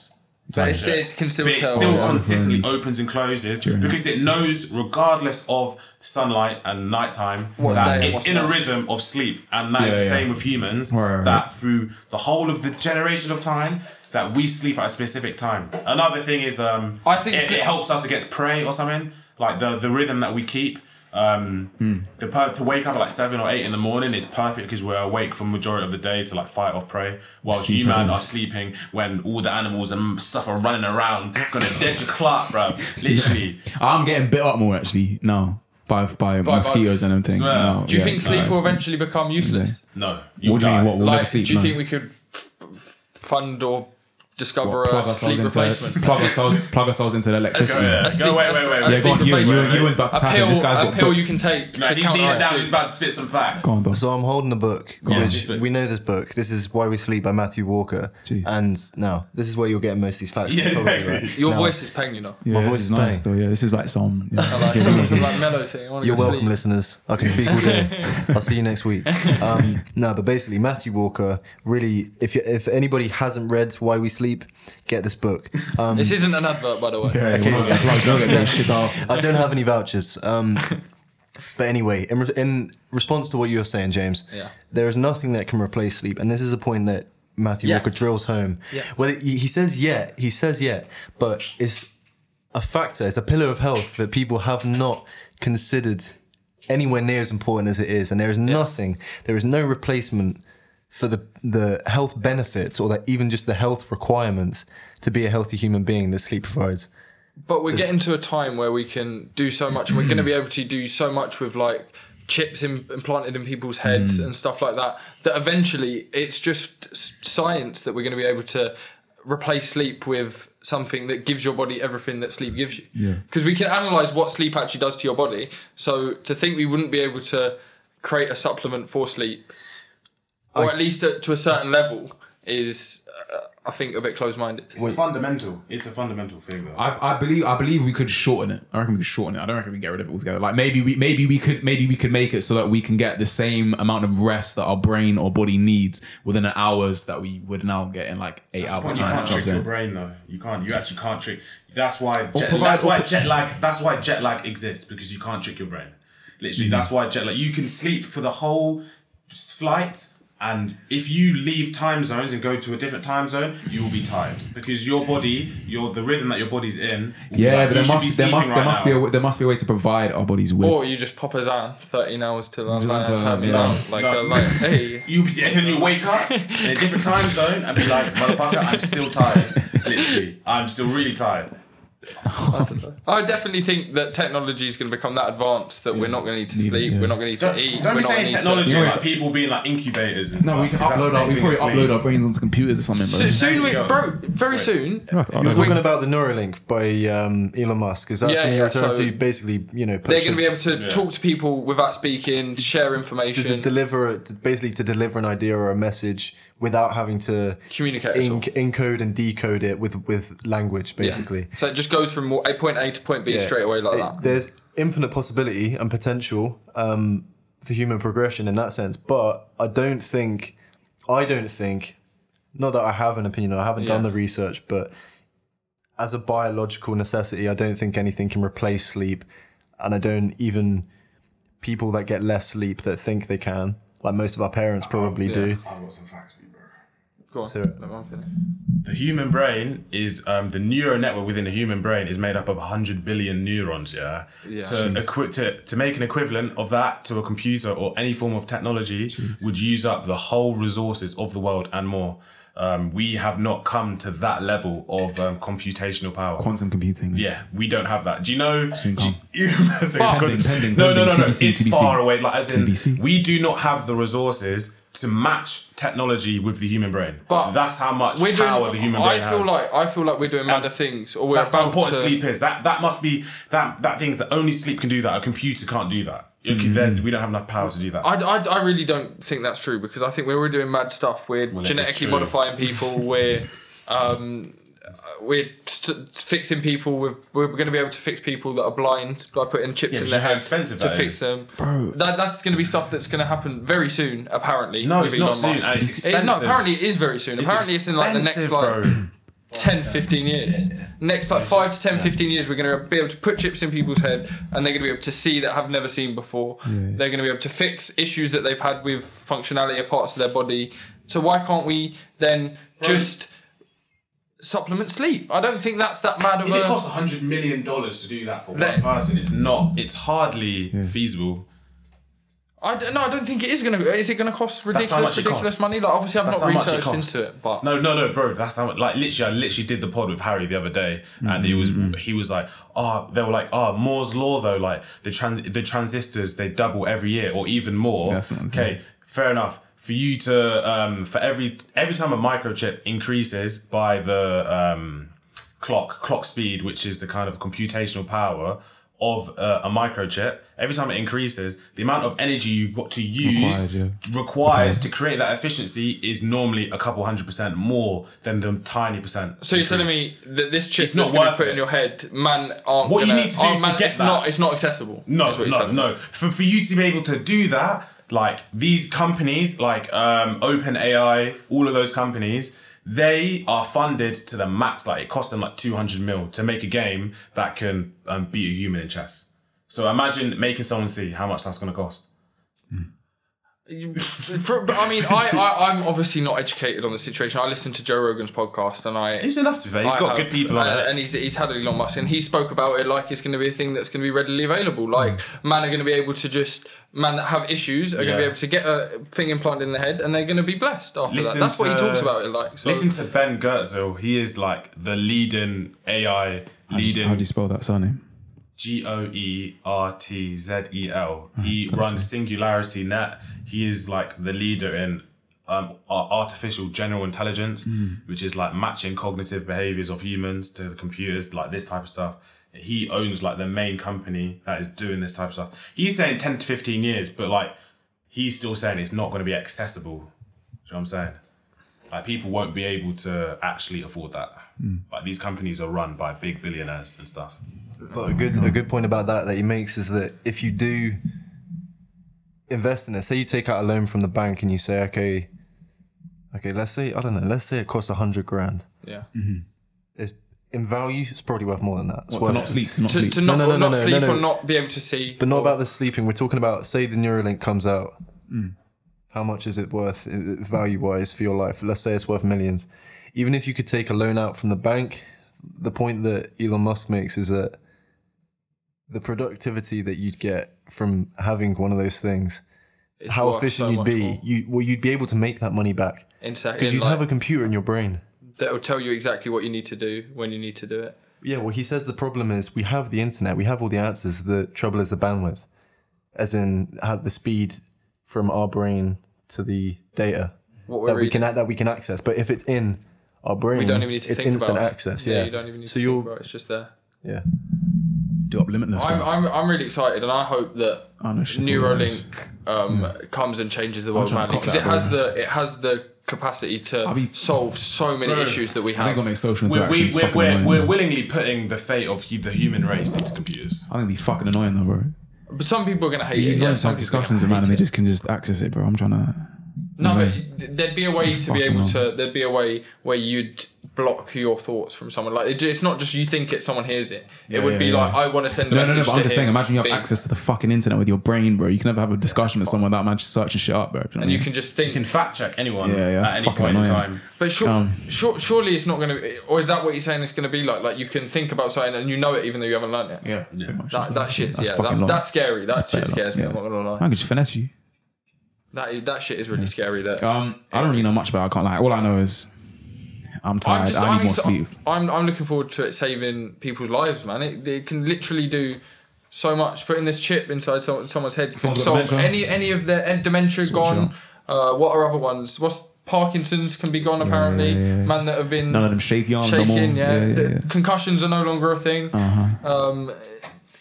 S1: But it's, it can still
S3: But it
S1: tell.
S3: still
S2: Yeah.
S3: consistently
S2: Opens.
S3: opens and closes because it knows, regardless of sunlight and nighttime,
S1: What's
S3: that
S1: day and
S3: it's
S1: what's
S3: in a
S1: night.
S3: rhythm of sleep. And that is
S2: Yeah,
S3: the
S2: yeah.
S3: same with humans,
S2: Right, right,
S3: that through the whole of the generation of time, that we sleep at a specific time. Another thing is, um,
S1: I think
S3: it,
S1: sleep-
S3: it helps us against prey or something, like the, the rhythm that we keep. Um,
S2: Hmm.
S3: the per- to wake up at like seven or eight in the morning is perfect because we're awake for majority of the day to like fight off prey, whilst
S2: Sleep
S3: you man
S2: hours.
S3: are sleeping when all the animals and stuff are running around, gonna dead your clock, bruv. Literally.
S2: I'm getting bit up more actually now by by, mosquitoes and everything.
S3: Swear.
S2: No,
S1: do you
S2: yeah.
S1: think sleep
S2: No,
S1: will
S2: it's-
S1: eventually become useless?
S3: No.
S2: What do you mean? What we'll never
S1: Like, do
S2: sleep?
S1: you
S2: no.
S1: think we could f- f- fund or discover
S2: plug
S1: a sleep
S2: ourselves into
S1: replacement?
S2: [laughs] plug ourselves plug ourselves into the electricity?
S3: Let's go, yeah.
S1: A sleep-
S3: wait, wait,
S1: a-
S3: wait.
S1: a
S3: Yeah, go
S1: sleep
S2: on, Ewan,
S1: replacement.
S2: Ewan- Ewan's about to
S1: A
S2: tap in.
S1: pill-
S2: This guy's
S1: a
S2: got
S1: pill
S2: books.
S1: you can take
S3: No,
S1: to
S3: he's kneeling
S1: counteract
S3: down,
S1: sleep.
S3: he's about to spit some facts.
S2: Go on, dog.
S6: So I'm holding a book,
S2: on.
S6: which
S3: Yeah.
S6: we know this book. This is Why We Sleep by Matthew Walker.
S2: Jeez.
S6: And now, this is where you're getting most of these facts
S3: Yeah,
S6: from. probably,
S3: exactly.
S1: [laughs]
S6: right?
S1: Your
S6: No.
S1: voice is paying, you know.
S2: Yeah,
S6: My
S2: this
S6: voice
S2: is
S6: is
S2: nice
S6: banging.
S2: though. Yeah, this is like some.
S3: [laughs]
S2: Yeah.
S1: Like, sounds like mellow saying, I wanna
S6: You're
S1: go to
S6: welcome,
S1: sleep.
S6: listeners. I can speak all day. I'll see you next week. Um, no, but basically, Matthew Walker really, if you, if anybody hasn't read Why We Sleep, get this book. Um,
S1: This isn't an advert, by the way.
S2: Yeah, we're not gonna plug- we're not gonna get shit off.
S6: I don't have any vouchers.
S1: [laughs]
S6: Um, but anyway, in, re- in response to what you were saying, James,
S1: Yeah.
S6: there is nothing that can replace sleep, and this is a point that Matthew
S1: Yeah.
S6: Walker drills home.
S1: Yeah.
S6: Well, he he says yet, he says yet, but it's a factor, it's a pillar of health that people have not considered anywhere near as important as it is, and there is nothing, there is no replacement. For the, the health benefits or that even just the health requirements to be a healthy human being that sleep provides.
S1: But we're getting to a time where we can do so much. We're going to be able to do so much with like chips im implanted in people's heads and stuff like that. That eventually, it's just s- science that we're going to be able to replace sleep with something that gives your body everything that sleep gives you. Yeah. Because we can analyze what sleep actually does to your body. So to think we wouldn't be able to create a supplement for sleep, or at least to, to a certain level, is uh, I think a bit closed-minded.
S3: It's fundamental. It's a fundamental thing though.
S2: [laughs] I, I believe I believe we could shorten it. I reckon we could shorten it. I don't reckon we can get rid of it altogether. Like maybe we maybe we could maybe we could make it so that we can get the same amount of rest that our brain or body needs within the hours that we would now get in like eight hours
S3: That's the point, you can't
S2: time. do you know what I'm
S3: trick your
S2: saying?
S3: brain though. You can't. You actually can't trick. That's why. Jet,
S2: provide-
S3: that's why
S2: or-
S3: jet lag. That's why jet lag exists because you can't trick your brain. Literally,
S2: Hmm.
S3: that's why jet lag. You can sleep for the whole s- flight, and if you leave time zones and go to a different time zone, you will be tired because your body, your the rhythm that your body's in. will be
S2: Yeah,
S3: like,
S2: but
S3: you
S2: there
S3: should
S2: must there
S3: sleeping
S2: must there
S3: right
S2: must be a
S3: now.
S2: w- there must be a way to provide our bodies with.
S1: Or you just pop us down 13 hours till I'm
S2: Till I'm
S1: like,
S2: done,
S1: turn me
S2: yeah.
S1: down. Like,
S3: No.
S1: uh,
S3: [laughs]
S1: like, hey.
S3: You and then you wake up
S2: [laughs]
S3: in a different time zone and be like, motherfucker, I'm still tired. Literally, I'm still really tired.
S1: I definitely think that technology is going to become that advanced that we're not going to need to
S2: Yeah,
S1: sleep,
S2: yeah.
S1: we're not going to need
S3: Don't,
S1: to eat.
S3: don't
S1: we're
S3: be
S1: not gonna
S3: saying
S1: need to-
S3: technology
S2: You know,
S3: like people being like incubators and stuff.
S2: no, we can
S3: 'cause that's
S2: upload
S3: the
S2: our,
S3: same
S2: we
S3: thing
S2: probably
S3: as
S2: upload
S3: sleep.
S2: our brains onto computers or something.
S1: So,
S2: Bro.
S1: soon, we,
S3: There you
S1: bro,
S3: go.
S1: very soon.
S2: You're gonna
S6: You're
S2: have to
S6: talking
S2: upload-
S6: about the Neuralink by um, Elon Musk. Is that
S1: Yeah,
S6: something you're
S1: yeah,
S6: referring
S1: so
S6: to? Basically, you know,
S1: They're going to be able to
S3: Yeah.
S1: talk to people without speaking, share
S6: to,
S1: information.
S6: to deliver, a- to basically to deliver an idea or a message without having to
S1: Communicate at all.
S6: enc- encode and decode it with with language,
S1: Yeah.
S6: basically.
S1: So it just goes from wa- point A to point B
S6: Yeah.
S1: straight away like
S6: It-
S1: that.
S6: There's infinite possibility and potential um, for human progression in that sense, but I don't think, I don't think, not that I have an opinion, I haven't done
S1: Yeah.
S6: the research, but as a biological necessity, I don't think anything can replace sleep, and I don't even people that get less sleep that think they can, like most of our parents probably do.
S3: I've got some facts for you, bro.
S1: Go on.
S6: So-
S1: Let me finish.
S3: The human brain is um, the neural network within the human brain is made up of 100 billion neurons. Yeah.
S1: Yeah.
S3: To, equi- to to make an equivalent of that to a computer or any form of technology would use up the whole resources of the world and more. um, we have not come to that level of um, computational power.
S2: Quantum computing.
S3: yeah, we don't have that. Do you know? do
S2: come.
S3: you- [laughs] Fuck.
S2: Pending, pending,
S3: no, no, no,
S2: pending,
S3: no.
S2: TBC,
S3: it's
S2: TBC.
S3: far away. Like as in,
S2: TBC.
S3: we do not have the resources to match technology with the human brain.
S1: But
S3: that's how much
S1: We're doing,
S3: power the human brain
S1: I feel
S3: has.
S1: like I feel like we're doing madder
S3: That's-
S1: things, or we're
S3: That's how
S1: about
S3: important
S1: to.
S3: sleep is. That that must be that that thing's that only sleep can do that. A computer can't do that. Okay,
S2: Mm.
S3: then We don't have enough power to do that.
S1: I, I, I really don't think that's true because I think we're already doing mad stuff. We're
S3: it is
S1: genetically
S3: true.
S1: modifying people.
S3: [laughs]
S1: We're um, we're st- fixing people. With, we're going to be able to fix people that are blind by putting chips in
S3: but
S1: their
S3: you know how
S1: heads
S3: expensive
S1: to
S3: that
S1: fix
S3: is.
S1: them.
S2: Bro.
S1: that, that's going to be stuff that's going to happen very soon. Apparently,
S3: No,
S1: with
S3: it's not
S1: Elon
S3: soon,
S1: Musk.
S3: and it's
S1: It- no,
S3: expensive.
S1: apparently it is very soon. apparently it's in like the next
S3: expensive,
S1: like [laughs]
S3: bro.
S1: 10, 15 years. Next, like five to 10, 15 years, we're going to be able to put chips in people's head, and they're going to be able to see that have never seen before. They're going to be able to fix issues that they've had with functionality of parts of their body. So why can't we then just supplement sleep? I don't think that's that mad of
S3: If it
S1: a.
S3: costs hundred million dollars to do that for
S1: Let-
S3: one person, it's not. It's hardly feasible.
S1: I don't, no, I don't think it is going to. Is it going to cost ridiculous,
S3: how much it
S1: ridiculous
S3: costs.
S1: money? Like obviously, I've
S3: That's
S1: not
S3: how much it
S1: researched
S3: costs.
S1: into it, but
S3: No, no, no, bro. That's how. Like literally, I literally did the pod with Harry the other day, and he was
S1: Mm-hmm.
S3: he was like, oh, they were like, oh, Moore's law though, like the trans the transistors they double every year or even more.
S2: That's not
S3: okay, fair enough. For you to um for every every time a microchip increases by the um clock clock speed, which is the kind of computational power. Of uh, a microchip, every time it increases, the amount of energy you've got to use
S2: Required, yeah.
S3: required to create that efficiency is normally a couple hundred percent more than the tiny percent.
S1: So you're telling
S3: increase.
S1: me that this chip
S3: It's
S1: that's
S3: not
S1: going to
S3: worth
S1: put
S3: it.
S1: in your head, man, aren't
S3: What you
S1: gonna,
S3: need to do
S1: aren't
S3: to
S1: man,
S3: get
S1: it's not
S3: that-
S1: it's not accessible.
S3: No,
S1: is what you're
S3: no,
S1: telling me.
S3: no. For, for you to be able to do that, like these companies, like um, OpenAI, all of those companies, they are funded to the max. Like it cost them like 200 mil to make a game that can um, beat a human in chess. So imagine making someone see how much that's going to cost.
S1: For, but I mean, I, I I'm obviously not educated on the situation. I listened to Joe Rogan's podcast, and I
S3: It's enough to be fair. He's
S1: I
S3: got
S1: have,
S3: good people on
S1: and,
S3: it.
S1: and he's he's had Elon Musk, and he spoke about it like it's going to be a thing that's going to be readily available. Like man are going to be able to just man that have issues are going to be
S3: Yeah.
S1: able to get a thing implanted in the head, and they're going to be blessed after
S3: Listen
S1: that. That's what he
S3: to-
S1: talks about it like. So.
S3: Listen to Ben Gertzel. He is like the leading AI, leading
S2: How do you spell that surname?
S3: G O E R T Z E L. He runs Singularity Net. He is like the leader in um, ar- artificial general intelligence, which is like matching cognitive behaviors of humans to the computers, like this type of stuff. He owns like the main company that is doing this type of stuff. He's saying 10 to 15 years, but like he's still saying it's not going to be accessible. Do you know what I'm saying? Like people won't be able to actually afford that. Like these companies are run by big billionaires and stuff.
S6: But a good a good point about that that he makes is that if you do invest in it, say you take out a loan from the bank and you say, okay, okay, let's say I don't know, let's say it costs a hundred grand.
S1: yeah.
S6: Mm-hmm. It's in value, it's probably worth more than that. It's
S2: What, to
S6: worth-
S2: not sleep, to not
S1: To,
S2: sleep.
S1: to not,
S6: no, no,
S1: not
S6: no,
S1: sleep
S6: no, no.
S1: or not be able to see.
S6: But not about the sleeping. We're talking about say the Neuralink comes out.
S1: Mm.
S6: How much is it worth value wise for your life? Let's say it's worth millions. Even if you could take a loan out from the bank, the point that Elon Musk makes is that the productivity that you'd get from having one of those things,
S1: it's
S6: how
S1: worth
S6: efficient
S1: so
S6: you'd
S1: much
S6: be,
S1: more.
S6: you well you'd be able to make that money back
S1: in sec-
S6: because
S1: in,
S6: you'd
S1: like,
S6: have a computer in your brain.
S1: that'll tell you exactly what you need to do when you need to do it.
S6: Yeah, well, he says the problem is we have the internet, we have all the answers. The trouble is the bandwidth, as in how the speed from our brain to the data
S1: What we're
S6: that we
S1: reading.
S6: can that we can access. But if it's in our brain,
S1: you don't even need to
S6: it's
S1: think
S6: instant
S1: about it.
S6: access. Yeah,
S1: you don't even need
S6: so
S1: to
S6: you're
S1: think about it. It's just there.
S6: yeah.
S2: Do up limitless.
S1: I'm,
S2: bro.
S1: I'm, I'm really excited, and I hope that
S2: Oh, no shit,
S1: Neuralink um, comes and changes the world
S2: trying to
S1: madly because
S2: cop that,
S1: it has
S2: bro.
S1: the it has the capacity to
S2: I'll be-
S1: solve so many
S3: Bro,
S1: issues that we
S2: I think
S1: have.
S2: I'll make social
S3: we're, we,
S2: interactions
S3: we're,
S2: fucking
S3: we're,
S2: annoying.
S3: we're
S2: bro.
S3: willingly putting the fate of hu- the human race into computers.
S2: I think it'd be fucking annoying though, bro.
S1: But some people are going to hate
S2: You
S1: it.
S2: can go
S1: Yeah,
S2: into
S1: some
S2: have
S1: people are gonna
S2: discussions, man,
S1: hate
S2: and they
S1: it.
S2: just can just access it, bro. I'm trying to.
S1: No, but
S2: Exactly.
S1: th- there'd be a way to be
S2: Fucking
S1: able
S2: hell.
S1: to. There'd be a way where you'd block your thoughts from someone. Like it, j- it's not just you think it, someone hears it. It would
S2: yeah,
S1: be
S2: yeah.
S1: like I want to send a
S2: No, no,
S1: message
S2: no. But
S1: to
S2: I'm just
S1: him,
S2: saying, imagine you have
S1: being-
S2: access to the fucking internet with your brain, bro. You can never have a discussion with someone that man just searching shit up, bro. Do know what I
S1: and you
S2: mean?
S1: can just think.
S3: You can fact check anyone
S2: Yeah, yeah, that's
S3: at any
S2: fucking
S3: point in
S2: annoying.
S3: time.
S1: But sure,
S2: Um,
S1: sure, surely it's not going to, or is that what you're saying it's going to be like? Like you can think about something and you know it even though you haven't learned it.
S2: Yeah, pretty much.
S1: That, that shit, yeah,
S2: fucking
S1: that's,
S2: long.
S1: that's scary. That shit
S2: Better
S1: scares me.
S2: long,
S1: I'm not
S2: yeah.
S1: gonna lie.
S2: I could just finesse you.
S1: That that shit is really scary. That
S2: Um, I don't really know much about. it, I can't lie. All I know is I'm tired.
S1: just-
S2: I need
S1: I'm
S2: more
S1: ex-
S2: sleep.
S1: I'm, I'm looking forward to it saving people's lives, man. It, it can literally do so much. Putting this chip inside some, someone's head can
S2: Someone's got
S1: solve any
S2: dementia.
S1: any of their and dementia's gone. Uh, what are other ones? What's Parkinson's can be gone apparently.
S2: yeah, yeah.
S1: Man that have been
S2: None of them shaky arms no more.
S1: shaking. Yeah,
S2: yeah,
S1: The
S2: yeah. Uh-huh.
S1: concussions are no longer a thing. Um,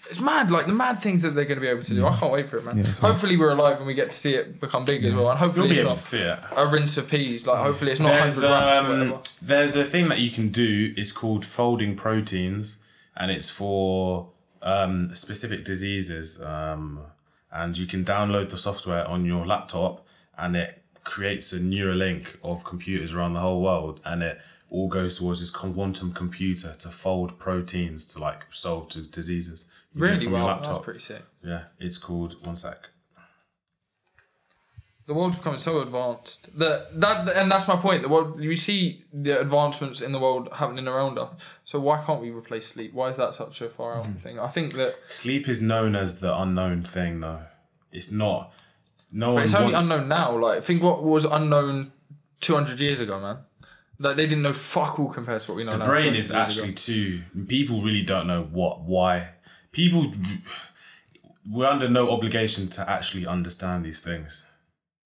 S1: it's mad, like the mad things that they're going to be able to do. I can't wait for it, man.
S2: Yeah, it's hard.
S1: hopefully, we're alive and we get to see it become big as well, and
S3: You'll
S1: hopefully
S3: be
S1: it's
S3: able
S1: not
S3: to see it.
S1: a rinse of peas. Like, hopefully it's not
S3: There's
S1: hundred rats or
S3: um,
S1: whatever.
S3: there's a thing that you can do. It's called folding proteins, and it's for um, specific diseases. Um, and you can download the software on your laptop, and it creates a neural link of computers around the whole world, and it all goes towards this quantum computer to fold proteins to like solve d- diseases. You can do it
S1: Really
S3: from
S1: well.
S3: your
S1: That's
S3: laptop.
S1: pretty sick.
S3: yeah, it's called one sec.
S1: The world's becoming so advanced that that and that's my point. The world you see the advancements in the world happening around us. So why can't we replace sleep? Why is that such a far
S2: Mm.
S1: out thing? I think that
S3: Sleep is known as the unknown thing, though. It's not. No one
S1: it's only
S3: wants-
S1: unknown now. Like think what was unknown two hundred years ago, man. Like they didn't know fuck all compared to what we know
S3: The
S1: now.
S3: brain
S1: 200 years
S3: is
S1: ago.
S3: actually too. People really don't know what, why. People, we're under no obligation to actually understand these things.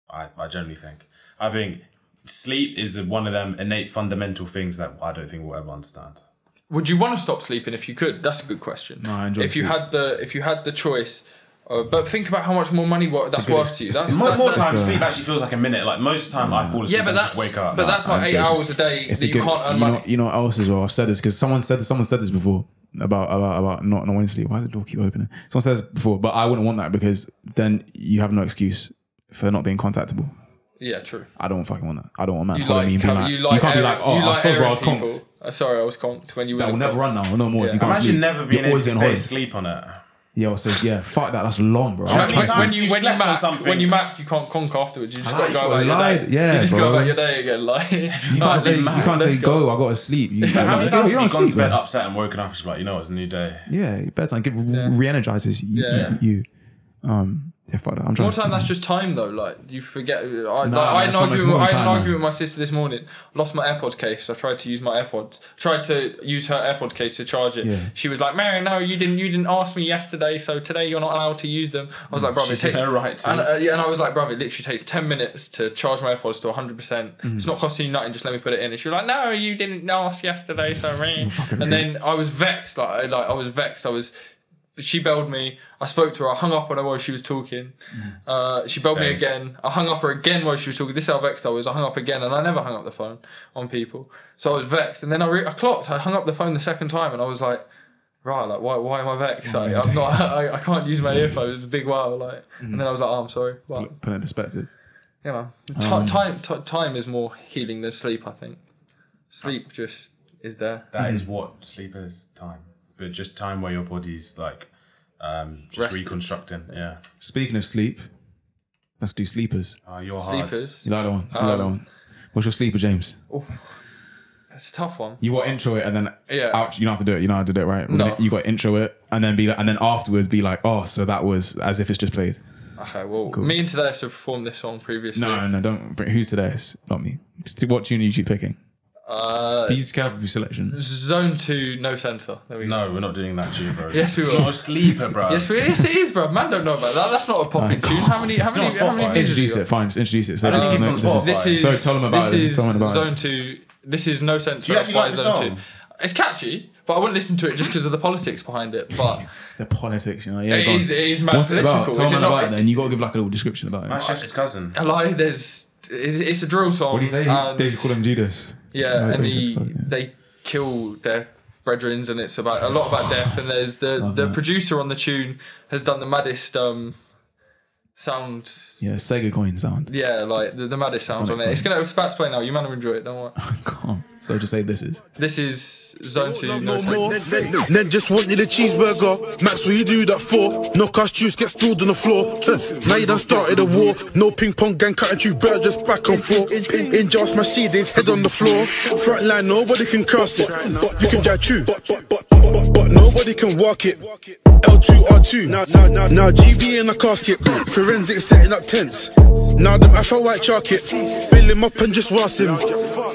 S3: I, I generally think. I think sleep is one of them innate fundamental things that I don't think we'll ever understand.
S1: Would you want to stop sleeping if you could? That's a good question. No,
S2: I enjoy
S1: If you
S2: sleep.
S1: had the if you had the choice, uh, but think about how much more money what that's
S2: good
S1: worth
S2: ex-
S1: to you.
S2: it's-
S1: That's,
S2: it's
S3: More,
S1: that's,
S3: more
S1: that's-
S3: time, sleep actually feels like a minute. Like most of the time,
S2: Mm.
S3: I fall asleep
S1: Yeah, but
S3: and
S1: that's
S3: just wake up.
S1: but that's like
S2: I'm
S1: eight
S2: joking.
S1: hours a day that
S2: a
S1: you
S2: good-
S1: can't uh, earn
S2: you know,
S1: money.
S2: you know what else as well? I've said this because someone said someone said this before about about about not not wanting to sleep. Why does the door keep opening? Someone said this before, but I wouldn't want that because then you have no excuse for not being contactable.
S1: Yeah, true.
S2: I don't fucking want that. I don't want that.
S1: You
S2: Hold on,
S1: like,
S2: you,
S1: you,
S2: being like-
S1: you like
S2: you can't be
S1: air-
S2: like, oh,
S1: you
S2: I
S1: like
S2: saw bro, I was
S1: airing
S2: conked.
S1: people. Uh, sorry, I was conked when you
S2: That
S1: was
S2: will
S1: a
S2: never
S1: conk.
S2: run now, no more. If
S1: Yeah.
S2: you can't
S3: Imagine
S2: sleep.
S3: never being
S2: You're
S3: able
S2: always
S3: to
S2: in
S3: say
S2: home.
S3: sleep on it.
S2: Yeah, so yeah, fuck that. That's long, bro. I
S1: That
S3: Imagine
S2: can't
S1: means
S3: if
S2: sleep.
S1: when
S3: you
S1: you when you
S3: slept on
S1: mac
S3: something.
S1: when you mac you can't conk afterwards. You just
S2: Ah,
S1: gotta go
S2: you
S1: about your
S2: lied.
S1: day.
S2: Yeah,
S1: you just go
S2: bro.
S1: about your day again. [laughs] Like you
S2: You can't say, you can't say go. I got to sleep. You,
S3: How many
S2: you
S3: times have you
S2: don't
S3: gone
S2: sleep,
S3: to bed
S2: bro.
S3: upset and woken up? It's like you know, it's a new day.
S2: Yeah, bedtime give, re-energizes you.
S1: Yeah.
S2: you, you. Um, yeah, fuck that. I'm trying
S1: More
S2: to
S1: time
S2: sleep.
S1: that's just time though. Like you forget. uh, I, like,
S2: man,
S1: I had
S2: it's
S1: an
S2: not- it's
S1: argument.
S2: more
S1: I had
S2: time,
S1: an
S2: man.
S1: argument with my sister this morning. Lost my AirPods case. I tried to use my AirPods. Tried to use her AirPods case to charge it.
S2: Yeah.
S1: She was like, "Mary, no, you didn't. You didn't ask me yesterday. So today you're not allowed to use them." I was
S2: Mm.
S1: like, "Bro, it
S3: She's
S1: ta-
S3: in her right to."
S1: And, uh, yeah, and I was like, "Bro, it literally takes ten minutes to charge my AirPods to hundred percent.
S2: Mm.
S1: It's not costing you nothing. Just let me put it in." And she was like, "No, you didn't ask yesterday. So me."
S2: [laughs] fucking
S1: and
S2: rude.
S1: then I was vexed. Like, I- like I was vexed. I was she bailed me. I spoke to her. I hung up on her while she was talking. Uh, she bailed me
S3: Safe.
S1: again. I hung up her again while she was talking. This is how vexed I was. I hung up again, and I never hung up the phone on people. So I was vexed, and then I, re- I clocked. I hung up the phone the second time, and I was like, right, like why, why am I vexed? Like, I'm not. [laughs] I, I can't use my earphones. It's a big wow. Like, and then I was like, oh, I'm sorry. But um,
S2: Put it in perspective.
S1: yeah, man. Ti- time, ti- time is more healing than sleep. I think sleep just is there.
S3: That is what sleep is time, but just time where your body's like um, just
S1: Resting.
S3: reconstructing. Yeah,
S2: Speaking of sleep, let's do sleepers.
S3: oh, you're
S1: Sleepers.
S2: You like that one? You like that one? What's your sleeper, James?
S1: It's a tough one.
S2: You got intro it and then
S1: Yeah.
S2: out. You know how to do it. You know how to do it, right? We're
S1: No.
S2: gonna- You got intro it and then be like, and then afterwards be like, oh, so that was as if it's just played.
S1: Okay, well, me and today have performed this song previously.
S2: No, no, no, don't. Bring, who's today? It's not me. Just What tune are you picking?
S1: Uh,
S2: Be careful with your selection.
S1: Zone two, no censor. There we go.
S3: No, we're not doing that to you, bro.
S1: [laughs] Yes, we
S3: It's
S1: will.
S3: not a sleeper, bro.
S1: Yes, we, yes, it is, bro. Man, don't know about that. That's not a popping tune. How many? How many?
S3: not
S1: How many
S3: Spotify.
S1: views
S2: Introduce
S1: have you
S2: it. Fine, just introduce it. So
S1: got?
S2: this is,
S3: think
S2: no,
S3: it's
S2: this
S3: on
S2: is,
S3: Spotify.
S1: this is
S2: so tell them about
S1: this
S2: it.
S1: is
S2: Tell them about it.
S1: zone two. This is no censor
S3: you actually
S1: by
S3: like the
S1: zone
S3: song?
S1: two. It's catchy, but I wouldn't listen to it just because of the politics behind it. But
S2: [laughs] the politics. You know, yeah,
S1: It
S2: go on.
S1: is- it is mad
S2: What's it about?
S1: political,
S2: Tell
S1: is
S2: them
S1: it
S2: about
S1: not?
S2: it. Then you got to give like a little description about it.
S3: my chef's cousin.
S1: I lie, there's it's, it's a drill song.
S2: What do you say?
S1: and-
S2: they just call him Judas.
S1: Yeah,
S2: Right,
S1: and
S2: what do you
S1: he,
S2: call it? Yeah.
S1: they kill their brethrens, and it's about a lot about death. And there's the the
S2: that.
S1: producer on the tune has done the maddest um sound.
S2: Yeah, Sega coin sound.
S1: Yeah, like the, the maddest sounds
S2: Sonic
S1: on it. It's gonna it's about to play now. You man will enjoy it. Don't worry.
S2: [laughs] Come on. So just say this is.
S1: This is Zone Two. No
S7: no
S1: Censor.
S7: more. Then, then just wanted a cheeseburger. Max, what you do that for? No cash juice get spilled on the floor. Huh, now you done started a war. No ping pong gang cutting through bird just back and forth. In, in just my seedings, head on the floor. Front line, nobody can cross it. But you can drive through. But, but, but, but, but, but nobody can walk it. L2R2. Now, now, now, now GB in a casket. Forensic setting up tents. Now them Afro white chalk it. Bill him up and just rust him.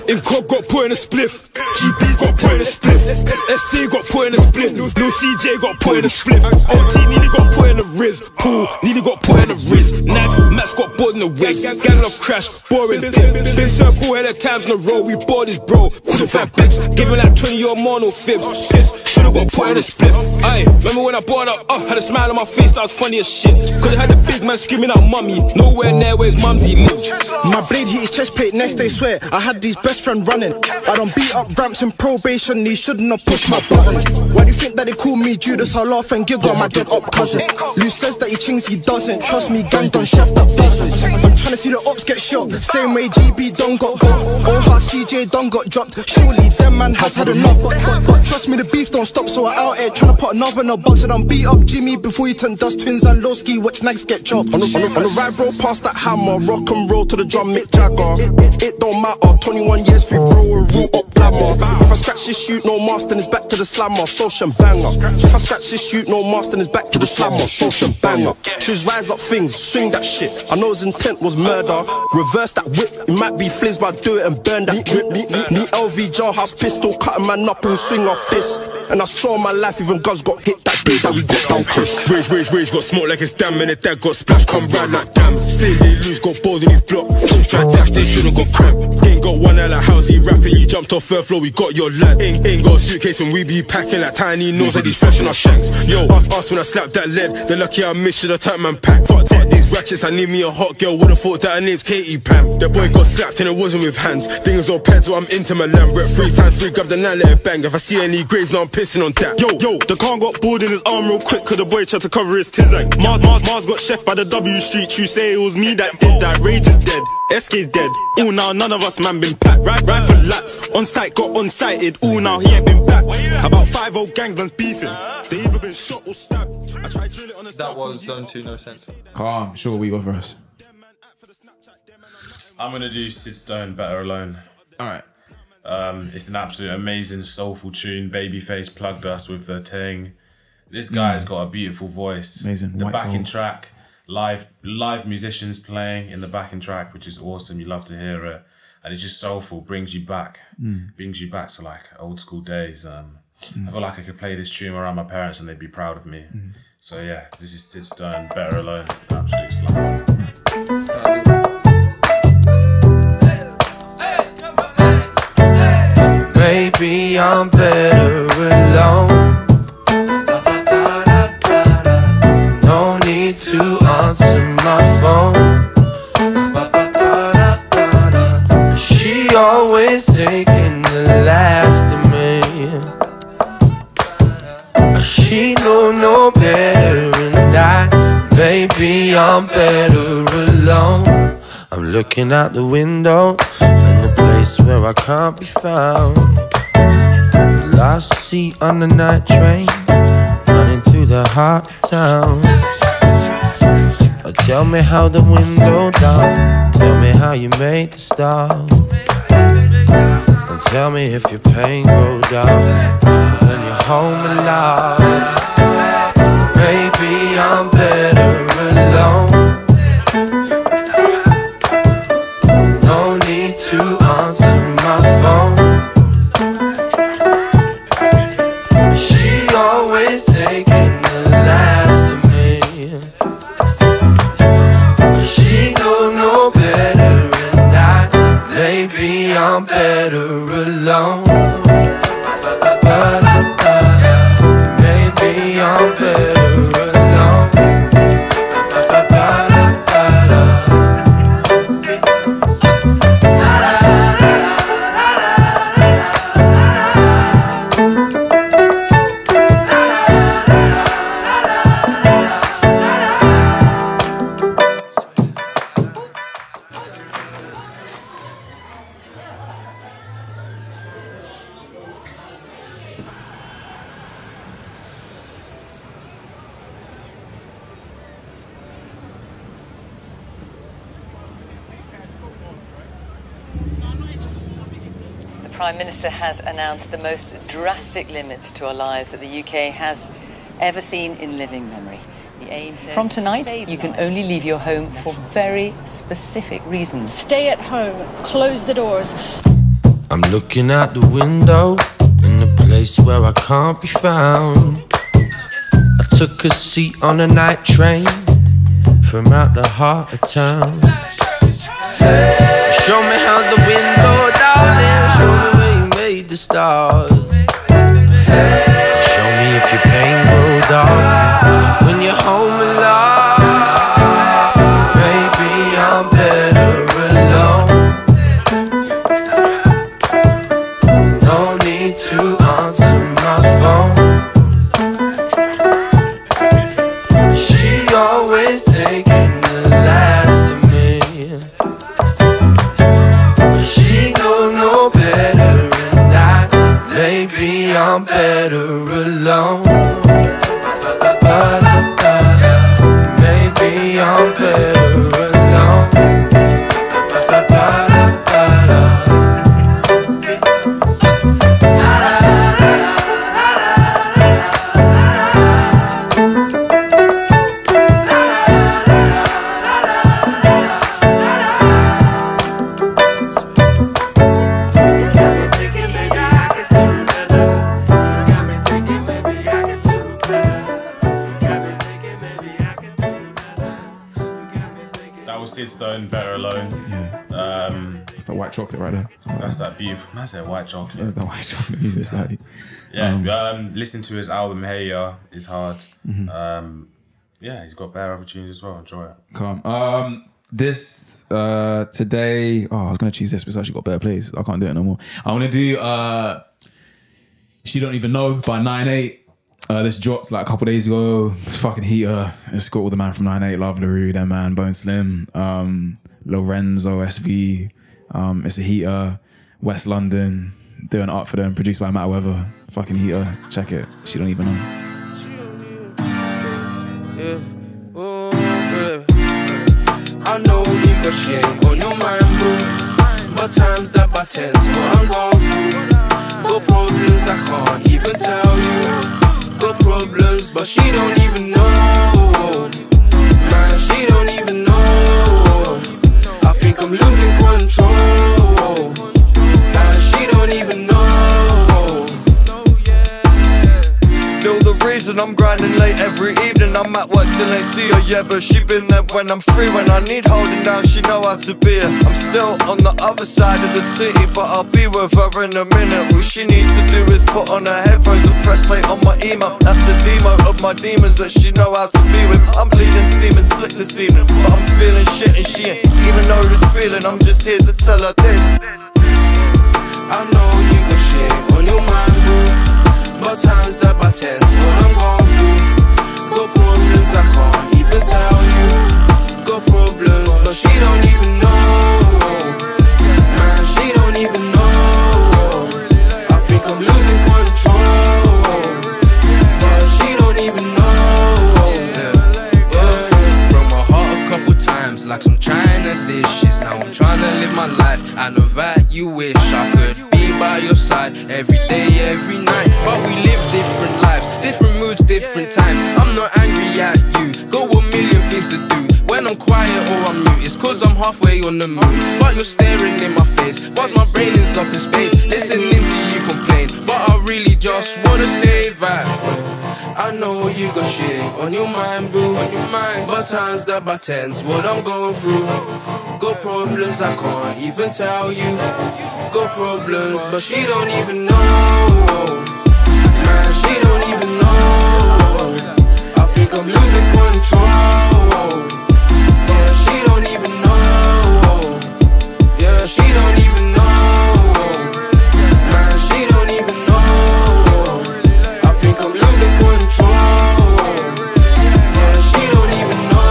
S8: In Cog got put in a spliff. GB got put in a spliff. SC got put in a spliff. Lil CJ got put in a spliff. OT nearly got put in a riz. Pool nearly got put in a riz. Nags, Max got bored in the wig. Gang love crash, boring pimp. Been circle head of times in a row. We bored this bro. Could have fat bitch. Giving like 20 year mono fibs. Piss, should've got put in a spliff. Aye, remember when I bought up? Uh, had a smile on my face, that was funny as shit. Could have had the big man screaming out mummy. Nowhere near where his mumsy lives.
S7: My blade hit his chest plate, next they swear I had these best friend running. I don't beat up ramps in probation, they shouldn't have pushed my buttons. Why do you think that they call me Judas? I laugh and giggle, my dead up cousin. Lou says that he chinks, he doesn't. Trust me, gang done chef up dozens. I'm trying to see the ops get shot, same way GB done got got. All heart CJ done got dropped. Surely them man has had enough. But, but, but trust me, the beef don't stop, so I out here trying to put another in a box and I'm beat up Jimmy before he turn dust twins and Lowski. Watch nags get chopped.
S9: On the, on, the, on the right, bro, pass that hammer. Rock and roll to the drum, Mick Jagger. It, it, it don't matter. 21 years free, bro, and root up glamour. If I scratch this shoot, no mask, then it's back to the slammer. Social banger. If I scratch this shoot, no mask, then it's back to the slammer. Social banger. Choose rise up things, swing that shit. I know his intent was murder. Reverse that whip. It might be fliz, but I do it and burn that drip. Me, me, me LV jailhouse pistol, cutting man up and swing off fist. And I saw my life, even guns got hit that day that we got down Chris.
S8: Rage, rage, rage got smoke like it's damn, and the dad got splashed, come round like damn. Say they lose, got balls in his block. Two try dash, they shouldn't got cramp. Ain't got one out of house, he rapping, he jumped off third floor, we got your lad. Ain't, ain't got a suitcase, and we be packing like tiny nose, like these fresh in our shanks. Yo, ask, ask when I slap that lead, they're lucky I missed, should have turned man pack. Fuck that, these ratchets, I need me a hot girl, would've thought that her name's Katie Pam. The boy got slapped, and it wasn't with hands. Thing is all pants, so I'm into my lamb. Rep three times, three, grab the nine, let it bang. If I see any graves, now I'm pissing on that.
S9: Yo, yo, the con got bored in his arm real quick, cause the boy tried to cover his tizang. Mars, Mars, Mars got chef by the W Street, you say it was me that did that. Rage is dead, SK's dead. Ooh, now none of us man been packed. Right, right for laps, on site got on sighted. Ooh, now he ain't been back. About five old gangs man's beefing. They either been shot or stabbed. I tried drilling on a
S1: That was Zone 2 No Censor.
S2: Calm, sure, we go for us.
S3: I'm gonna do Sid Stone Better Alone.
S2: All right.
S3: Um, it's an absolute amazing soulful tune. Babyface plugged us with the ting. This guy's got a beautiful voice.
S2: Mm. Amazing.
S3: The
S2: White
S3: backing
S2: soul.
S3: track, live live musicians playing in the backing track, which is awesome. You love to hear it, and it's just soulful. Brings you back,
S2: Mm.
S3: brings you back to like old school days. Um, I feel like I could play this tune around my parents, and they'd be proud of me.
S2: Mm.
S3: So yeah, this is Sid Stone Better Alone. Absolute slam.
S4: Maybe I'm better alone. No need to answer my phone. She always taking the last of me. She know no better, and I, maybe I'm better alone. I'm looking out the window in a place where I can't be found. Lost seat on the night train, running through the hot town. Oh, tell me how the window down. Tell me how you made the stop. And tell me if your pain go down when you're home alone. Maybe I'm better alone. No need to answer my phone. She always taking the last of me. She don't know better, and I, maybe I'm better alone. Maybe I'm better alone.
S10: The Prime Minister has announced the most drastic limits to our lives that the UK has ever seen in living memory. The aim From tonight, you can only leave your home for very specific reasons.
S11: Stay at home, close the doors.
S4: I'm looking out the window in a place where I can't be found. I took a seat on a night train from out the heart of town. Show me how the window, darling. Show me where you made the stars. Show me if your pain grow dark when you're home alone. Maybe I'm better alone. No need to answer my phone. She's always taking the last of me. She don't know better, and I maybe I'm better alone. Maybe I'm better alone.
S3: That was Sid Stone, Better Alone.
S2: Yeah.
S3: Um,
S2: It's that white chocolate right there.
S3: that's that beautiful. Man said white chocolate.
S2: That's that white chocolate [laughs] music. It's like-
S3: Yeah,
S2: Um,
S3: um, listen to his album Hey Ya is hard. Um, yeah, he's got better opportunities as well. Enjoy it.
S2: Calm. Um, this uh today. Oh, I was gonna choose this, but it's actually got better plays. I can't do it no more. I want to do uh, she don't even know by nine eight. Uh, this dropped like a couple days ago. It's fucking heater. It's got all the man from nine eight, Love Larue, that man, Bone Slim, um, Lorenzo SV. Um, it's a heater. West London doing art for them, produced by Matt Weather. Fucking heater. Check it. She don't even know.
S11: I know you got shit on your mind, bro. But times that by tens what I'm going through. Got problems I can't even tell you. Got problems, but she don't even know. Man, she don't even know. I think I'm losing control. Man, she don't even know.
S12: Still the reason I'm grinding late every evening. I'm at work, still ain't see her yet, but she been there when I'm free. When I need holding down, she know how to be her. I'm still on the other side of the city, but I'll be with her in a minute. All she needs to do is put on her headphones and press play on my email. That's the demo of my demons that she know how to be with. I'm bleeding semen slick this evening, but I'm feeling shit and she ain't even know this feeling. I'm just here to tell her this.
S11: I know you got shit on your mind, boo. But times that by tens what I'm going through. Got problems I can't even tell you. Got problems, but she don't even know. Man, she don't even know. I think I'm losing control. But she don't even know. Yeah. Broke my heart a couple times like some China dishes. Now I'm trying to live my life. I know that you wish I could be by your side every day, every night. But we live different lives, different moods, different times. I'm not angry at you. Got one million things to do. When I'm quiet or I'm mute, it's cause I'm halfway on the moon. But you're staring in my face, whilst my brain is up in space. Listening to you complain, but I really just wanna say that. I know you got shit on your mind, boo. On your mind. But times that by tens, what I'm going through. Got problems I can't even tell you. Got problems, but she don't even know. Man, she don't even know. I think I'm losing control. Yeah, she don't even know. Yeah, she don't even know. Man, she don't even know. I think I'm losing control. Yeah, she don't even know.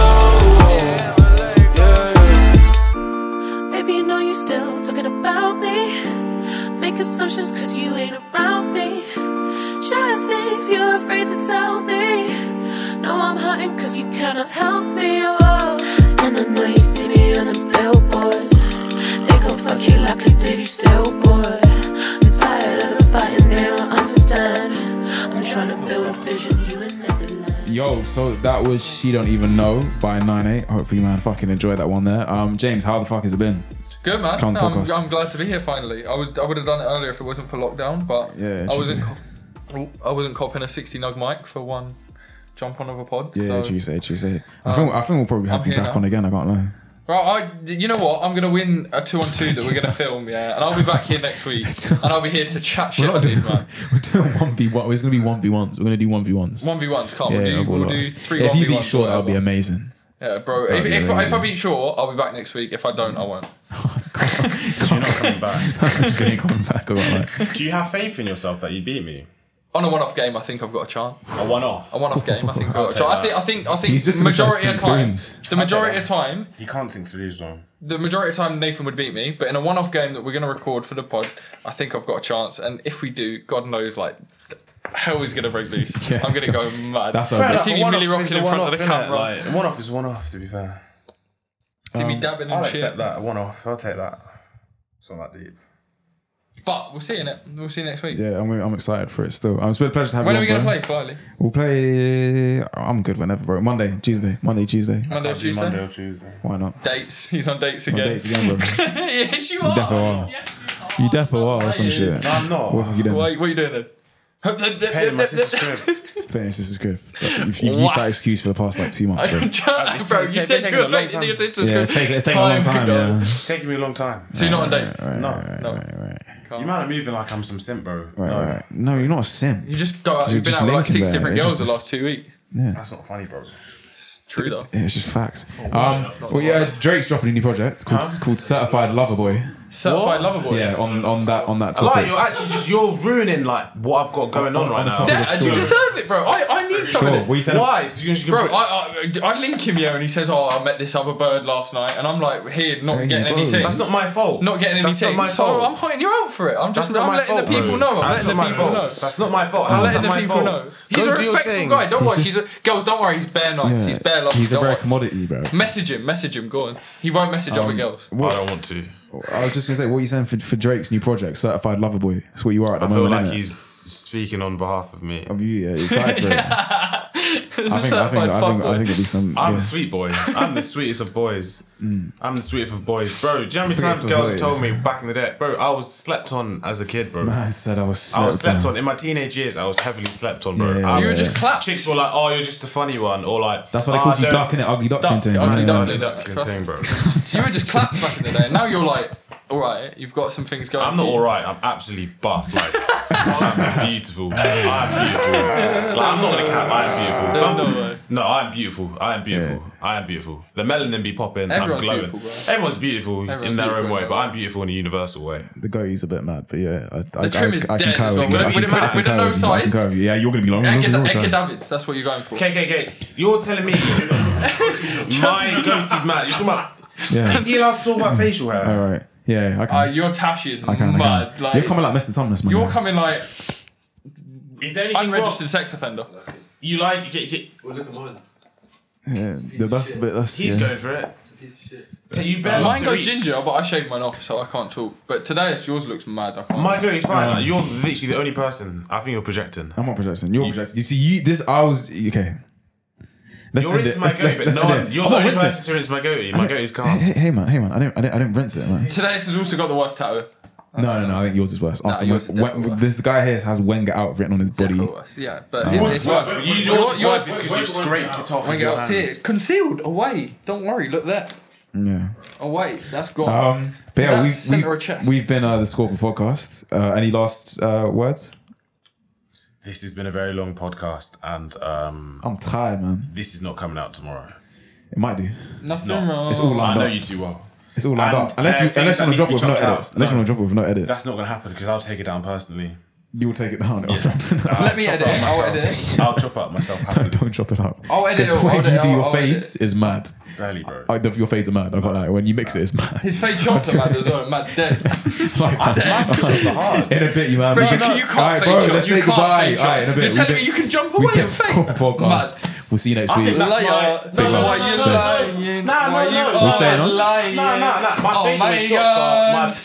S13: Baby, you know you still talking about me. Make assumptions cause you ain't around me. Sharing things you're afraid to tell me. No, I'm hurting cause you cannot help me. Oh. And I know you see me on the billboards. They gon' fuck you like I did you still, boy. I'm tired of the fighting, they don't understand. I'm trying to build a vision you and never
S2: Yo, so that was She Don't Even Know by 9 8. Hopefully, man, fucking enjoy that one there. Um, James, how the fuck has it been?
S1: Good man.
S2: Can't
S1: I'm,
S2: podcast.
S1: I'm glad to be here finally. I was I would have done it earlier if it wasn't for lockdown, but
S2: Yeah,
S1: I wasn't. Co- I wasn't copping a 60 nug mic for one jump on of a pod.
S2: Yeah,
S1: so.
S2: Tuesday, Tuesday. eh. I
S1: um,
S2: think I think we'll probably have
S1: I'm
S2: you
S1: here
S2: back
S1: now.
S2: on again. I can't lie.
S1: Right, I, you know what? I'm going to win a two on two that we're going to film, yeah. And I'll be back here next
S2: [laughs]
S1: week. and I'll be here to chat shit on
S2: We're not
S1: these,
S2: doing.
S1: man.
S2: [laughs] We're doing one v one. It's gonna be one v ones. We're gonna do one v ones.
S1: 1v1s, can't
S2: Yeah,
S1: we?
S2: yeah,
S1: Do, we'll do
S2: ones.
S1: three
S2: Yeah, If you beat
S1: 1v1s.
S2: short, that would be amazing. [laughs]
S1: yeah, bro. If,
S2: That'd be
S1: if, if I
S2: amazing.
S1: beat Shaw, I'll be back next week. If I don't, I won't.
S3: You're not coming back.
S2: Gonna come back. I can't lie.
S3: [laughs]
S1: [laughs]
S3: Do you have faith in yourself that you beat me?
S1: On a one-off game, I think I've got a chance.
S3: A one-off.
S1: A one-off game, I think I've
S3: I'll
S1: got a
S3: take
S1: chance. I think,
S3: that.
S1: I think, I think.
S3: He's just gonna try
S1: majority
S3: to
S1: of
S3: sing
S1: time,
S3: threes.
S1: the
S3: I'll take
S1: majority
S3: that.
S1: of time,
S3: He can't sing threes though.
S1: the majority of time Nathan would beat me, but in a one-off game that we're going to record for the pod, I think I've got a chance. And if we do, God knows, like hell is going to break loose.
S2: [laughs] Yeah,
S1: I'm
S2: it's
S1: going to go
S2: gonna-
S1: mad.
S2: that's
S1: You
S2: our
S1: see me Millie rocking in front of the camera.
S3: one off is one off. To be fair,
S1: See me dabbing and
S3: um, I'll
S1: shit.
S3: accept that. One off. I'll take that. It's not that deep.
S1: But we'll see in it. We'll see you next week.
S2: Yeah, I'm, I'm excited for it still. Um, it's been a pleasure to have
S1: When
S2: you
S1: are we
S2: on,
S1: going to
S2: bro.
S1: play? Slightly.
S2: We'll play. I'm good whenever, bro. Monday, Tuesday, Monday, Tuesday.
S1: Monday or Tuesday?
S3: Monday or Tuesday.
S2: Why not?
S1: Dates. [laughs] He's on dates
S2: On
S1: again.
S2: dates
S1: [laughs]
S2: again, bro.
S1: yes, you
S2: You
S1: are.
S2: deaf or what? You deaf or what or some
S1: you?
S2: shit?
S1: No, I'm not.
S2: What have you done?
S1: Wait, what are you doing then?
S3: [laughs] Hey,
S1: [laughs]
S3: my sister's [laughs] crib.
S2: Finish this is good. You've, you've used
S1: What?
S2: that excuse for the past like two
S3: [laughs]
S2: months, bro.
S1: Bro, you said you were affected your sister's
S2: Yeah, it's
S1: crib.
S2: taken, it's taken a long
S1: Time
S2: time.
S1: could
S2: Yeah.
S3: It's taking me a long time.
S1: So you're not on dates?
S3: no,
S1: no.
S3: You might have moving like I'm some simp, bro.
S2: Right,
S3: no.
S2: right. No, you're not a simp.
S1: You just go out.
S2: You're
S1: You've been
S2: just
S1: out with like
S2: linking
S1: six
S2: there.
S1: different
S2: It's
S1: girls the
S2: just-
S1: last two weeks.
S2: Yeah.
S3: That's not funny, bro.
S1: True though.
S2: It's just facts.
S3: Oh,
S2: Um, well, yeah, Drake's dropping a new project It's called, it's called Certified Lover Boy.
S1: Certified lover boy.
S2: Yeah, on, on that on that
S3: Oh, Like
S2: topic.
S3: you're actually just you're ruining like what I've got going on,
S2: on
S3: right
S2: the
S3: now. uh,
S2: topic of
S1: Dad, you deserve it, bro. I, I need some
S2: Sure,
S1: of
S2: what you
S1: this.
S2: said-
S3: Why? So you just
S1: Bro, I, I I link him here and he says, "Oh, I met this other bird last night," and I'm like, "Here, not getting any
S3: bro.
S1: ticks."
S3: That's not my fault.
S1: Not getting any
S3: That's not
S1: ticks.
S3: my fault.
S1: So I'm pointing you out for it. I'm just
S3: That's not
S1: I'm
S3: my
S1: letting
S3: fault,
S1: the people
S3: bro.
S1: know. I'm letting
S3: That's not
S1: the
S3: my
S1: people
S3: fault.
S1: know.
S3: That's not my fault.
S1: I'm
S3: How is
S1: letting
S3: that
S1: the
S3: my
S1: people
S3: fault?
S1: know.
S3: Go
S1: He's a
S3: do your
S1: respectful
S3: thing.
S1: guy. Don't
S3: He's
S1: worry.
S3: just-
S1: He's a, girls. Don't worry. He's bare nice.
S2: Yeah,
S1: He's bare love.
S2: He's a
S1: don't
S2: rare
S1: worry.
S2: commodity, bro.
S1: Message him. Message him. Go on. He won't message
S2: Um,
S1: other girls.
S3: I don't want to.
S2: Oh, I was just gonna say, what are you saying for, for Drake's new project, Certified Lover Boy? That's what you are at the
S3: I feel
S2: moment.
S3: like
S2: innit?
S3: he's speaking on behalf of me.
S2: Of you, yeah,
S3: [laughs]
S2: you're excited for it.
S1: It's [laughs]
S2: I
S1: a
S2: think, I think,
S1: certified
S2: I think,
S1: fuckboy.
S2: I think it'd be some.
S3: I'm
S2: yeah.
S3: a sweet boy. I'm the sweetest of boys. I'm the sweetest of boys, bro. Do you know how many
S2: Mm. Sweetest
S3: times
S2: of
S3: girls have
S2: boys.
S3: told me back in the day, bro? I was slept on as a kid, bro.
S2: Man said I was.
S3: I was slept
S2: slept
S3: on in my teenage years. I was heavily slept on, bro.
S2: Yeah, yeah,
S3: I,
S2: You were yeah. just
S1: clapped.
S3: Chicks were like, "Oh, you're just a funny one," or like,
S2: That's why they
S3: "Ah,
S2: called you
S3: don't-
S2: duck in it, ugly duck, duck thing.
S3: Ugly
S2: Yeah.
S3: duckling, duckling
S1: [laughs]
S3: thing, bro.
S1: You were just clapped back in the day. Now you're like, all right, you've got some things going.
S3: I'm
S1: for
S3: not
S1: you."
S3: all right. I'm absolutely buff.
S1: [laughs]
S3: Like, I'm beautiful. I'm beautiful. Like, I'm not gonna cap. I'm beautiful. Some-
S1: No way.
S3: no, I'm beautiful. I am beautiful. I am beautiful. The melanin be popping. I'm
S1: Everyone's
S3: glowing.
S1: beautiful, bro.
S3: Everyone's beautiful in
S1: Everyone's
S3: their own
S1: beautiful
S3: way,
S1: in
S3: but
S1: their
S3: I'm beautiful in a universal way.
S2: The goatee's a bit mad, but yeah, I, I, I,
S1: trim is
S2: I, can
S1: dead
S2: carry
S1: as
S2: with
S1: well.
S2: you.
S1: With-
S2: I
S1: with-
S2: can- I can
S1: with no
S2: carry with you. I can
S1: sides.
S2: carry with you. Yeah, you're gonna be long. long,
S1: Edgar,
S2: long,
S1: Edgar
S2: long.
S1: Davids, that's what you're going for.
S3: KKK, you're telling [laughs] me my goatee's mad. You're talking about.
S2: Yeah. Uh,
S3: Is he allowed to talk about facial hair?
S2: All right. Yeah, I can.
S1: Uh, your tash is
S2: I can. I
S1: mad.
S2: can.
S1: Like,
S2: you're coming like Mr. Thomas, man.
S1: You're coming like
S3: Is there anything
S1: unregistered sex offender.
S3: You like? You get, you get,
S6: Well, look at mine.
S2: yeah, the best bit. That's
S3: he's
S2: yeah.
S3: going for it.
S6: It's a piece of shit.
S3: You better
S1: Mine
S3: to
S1: goes
S3: reach.
S1: ginger, but I shaved mine off, so I can't talk. But today, it's yours looks mad. I can't.
S3: My goatie's fine. Like, you're literally the only person. I think you're projecting.
S2: I'm not projecting. You're projecting. You see, you this. I was okay. Let's
S3: You're
S2: end it.
S3: rinsing my
S2: Let's-
S3: goatee,
S2: let's-
S3: but
S2: let's
S3: no
S2: end it.
S3: one. You're the
S2: I'm not
S3: only
S2: rinsing.
S3: person to rinse my goatee.
S2: I
S3: My
S2: don't-
S3: goatie's [laughs]
S2: Hey,
S3: calm.
S2: hey, hey, man, hey, man. I don't, I don't, I don't rinse it, man.
S1: Today's has also got the worst tattoo.
S2: No, no, no. I think yours is worse. Arsenal-
S1: yours is definitely
S2: when- this guy here has when get out written on his body.
S1: Definitely worse. Yeah, but
S2: Oh.
S1: it-
S2: What's
S1: it's
S3: worse?
S1: worse.
S3: You- yours is worse because you scraped it off
S1: When
S3: with
S1: it
S3: your
S1: got here,
S3: hands.
S1: concealed away. Don't worry. Look there.
S2: Yeah.
S1: Away. That's gone.
S2: Um. But yeah,
S1: That's
S2: we've-
S1: centre
S2: we've,
S1: of chest.
S2: we've been uh, the Scorpion podcast. Uh, any last uh, words?
S3: This has been a very long podcast, and um,
S2: I'm tired, man.
S3: this is not coming out tomorrow.
S2: It might do.
S1: Nothing
S3: not-
S1: wrong.
S2: It's all
S3: I
S2: lined
S3: know
S2: up.
S3: you too well.
S2: It's all lined
S3: And
S2: up. Unless
S1: uh,
S3: there are
S2: you, unless
S3: things that
S2: you want to drop it
S3: need
S2: with
S3: to
S2: no
S3: be
S2: edits.
S3: chopped out.
S2: Unless
S3: No.
S2: you want to drop it with no edits,
S3: That's not going to happen because I'll take it down personally.
S2: you'll take it down. I'll drop it out.
S1: Let me edit. it, I'll edit. it.
S3: I'll chop up myself happily.
S2: [laughs] Don't drop it out.
S1: I'll edit
S2: Because
S1: it,
S2: The way
S1: I'll
S2: you
S1: edit
S2: do
S1: it,
S2: your
S1: I'll edit
S2: fades is mad.
S3: Barely, bro.
S2: I, your fades are mad. I got that. When you mix it, it's mad.
S1: His fake shots are mad as well. Mad
S3: [laughs]
S1: dead.
S2: [laughs] like, [laughs] In a bit, you man.
S1: Bro,
S2: We
S1: you,
S2: can-
S1: you can't
S2: Alright,
S1: fake
S2: bro,
S1: shot.
S2: Let's
S1: you
S2: say
S1: can't
S2: goodbye.
S1: fake shot.
S2: All right, in a bit.
S1: You're
S2: we
S1: telling
S2: did-
S1: me you can jump
S2: we
S1: away
S2: did
S1: and fake?
S2: score podcast.
S1: Mad.
S2: We'll see you next
S3: I
S2: week.
S3: think that's
S1: Liar.
S3: why-
S2: Big
S1: uh, No,
S2: man.
S1: why you
S2: So-
S1: lying?
S3: Nah, nah,
S1: Why you
S3: nah.
S1: are
S2: We staying on?
S1: lying?
S3: No, no, no. My
S1: Oh,
S3: fadeaway
S1: my
S3: shots are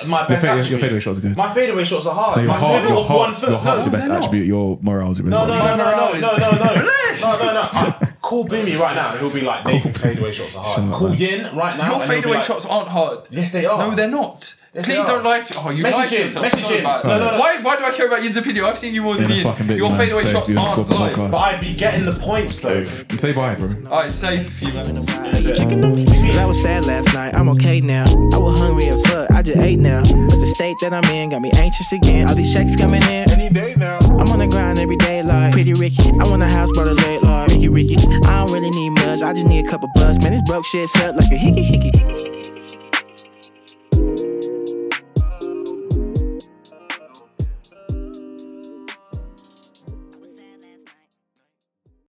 S3: my, my
S2: Your
S3: best
S2: fade-
S3: attribute.
S2: your fadeaway shots are good.
S3: My fadeaway shots are hard.
S2: No, your
S3: my
S2: heart,
S3: swivel
S2: your
S3: of one
S2: heart,
S3: foot.
S2: your
S3: no,
S2: heart's your best
S3: they're not.
S2: attribute. Your morale's your best
S3: No, no, no,
S2: attribute.
S3: no, no, no, no, no, no, no, no. Call Boomy right now. He'll be like, Nathan, fadeaway shots are hard.
S1: Shut up,
S3: Call
S1: man.
S3: Yin right now.
S1: Your
S3: and he'll be
S1: fadeaway
S3: like-
S1: shots aren't hard.
S3: Yes, they are.
S1: No, they're not.
S3: Yes, they
S1: Please
S3: are.
S1: don't lie to. Oh, you
S3: Message
S1: lied to
S3: him,
S1: yourself.
S3: message
S1: Sorry
S3: him.
S1: about it.
S3: No, no, no.
S1: Why? Why do I care about Yin's opinion? I've seen you more than
S2: Yeah,
S1: Yin.
S2: fucking big
S1: Your
S2: man,
S1: fadeaway
S2: so
S1: shots
S2: you want to
S1: aren't
S2: squabble
S1: hard.
S2: podcast.
S3: But I'd be getting the points though.
S2: Say bye, bro.
S1: Alright, safe for you, man.
S14: Cause I was sad last night, I'm okay now. I was hungry as fuck, I just ate now. But the state that I'm in got me anxious again. All these checks coming in any day now. I'm on the grind every day, like pretty Ricky. I want a house by the lake, like Ricky Ricky. I don't really need much, I just need a couple bucks. Man, this broke shit felt like a hickey hickey.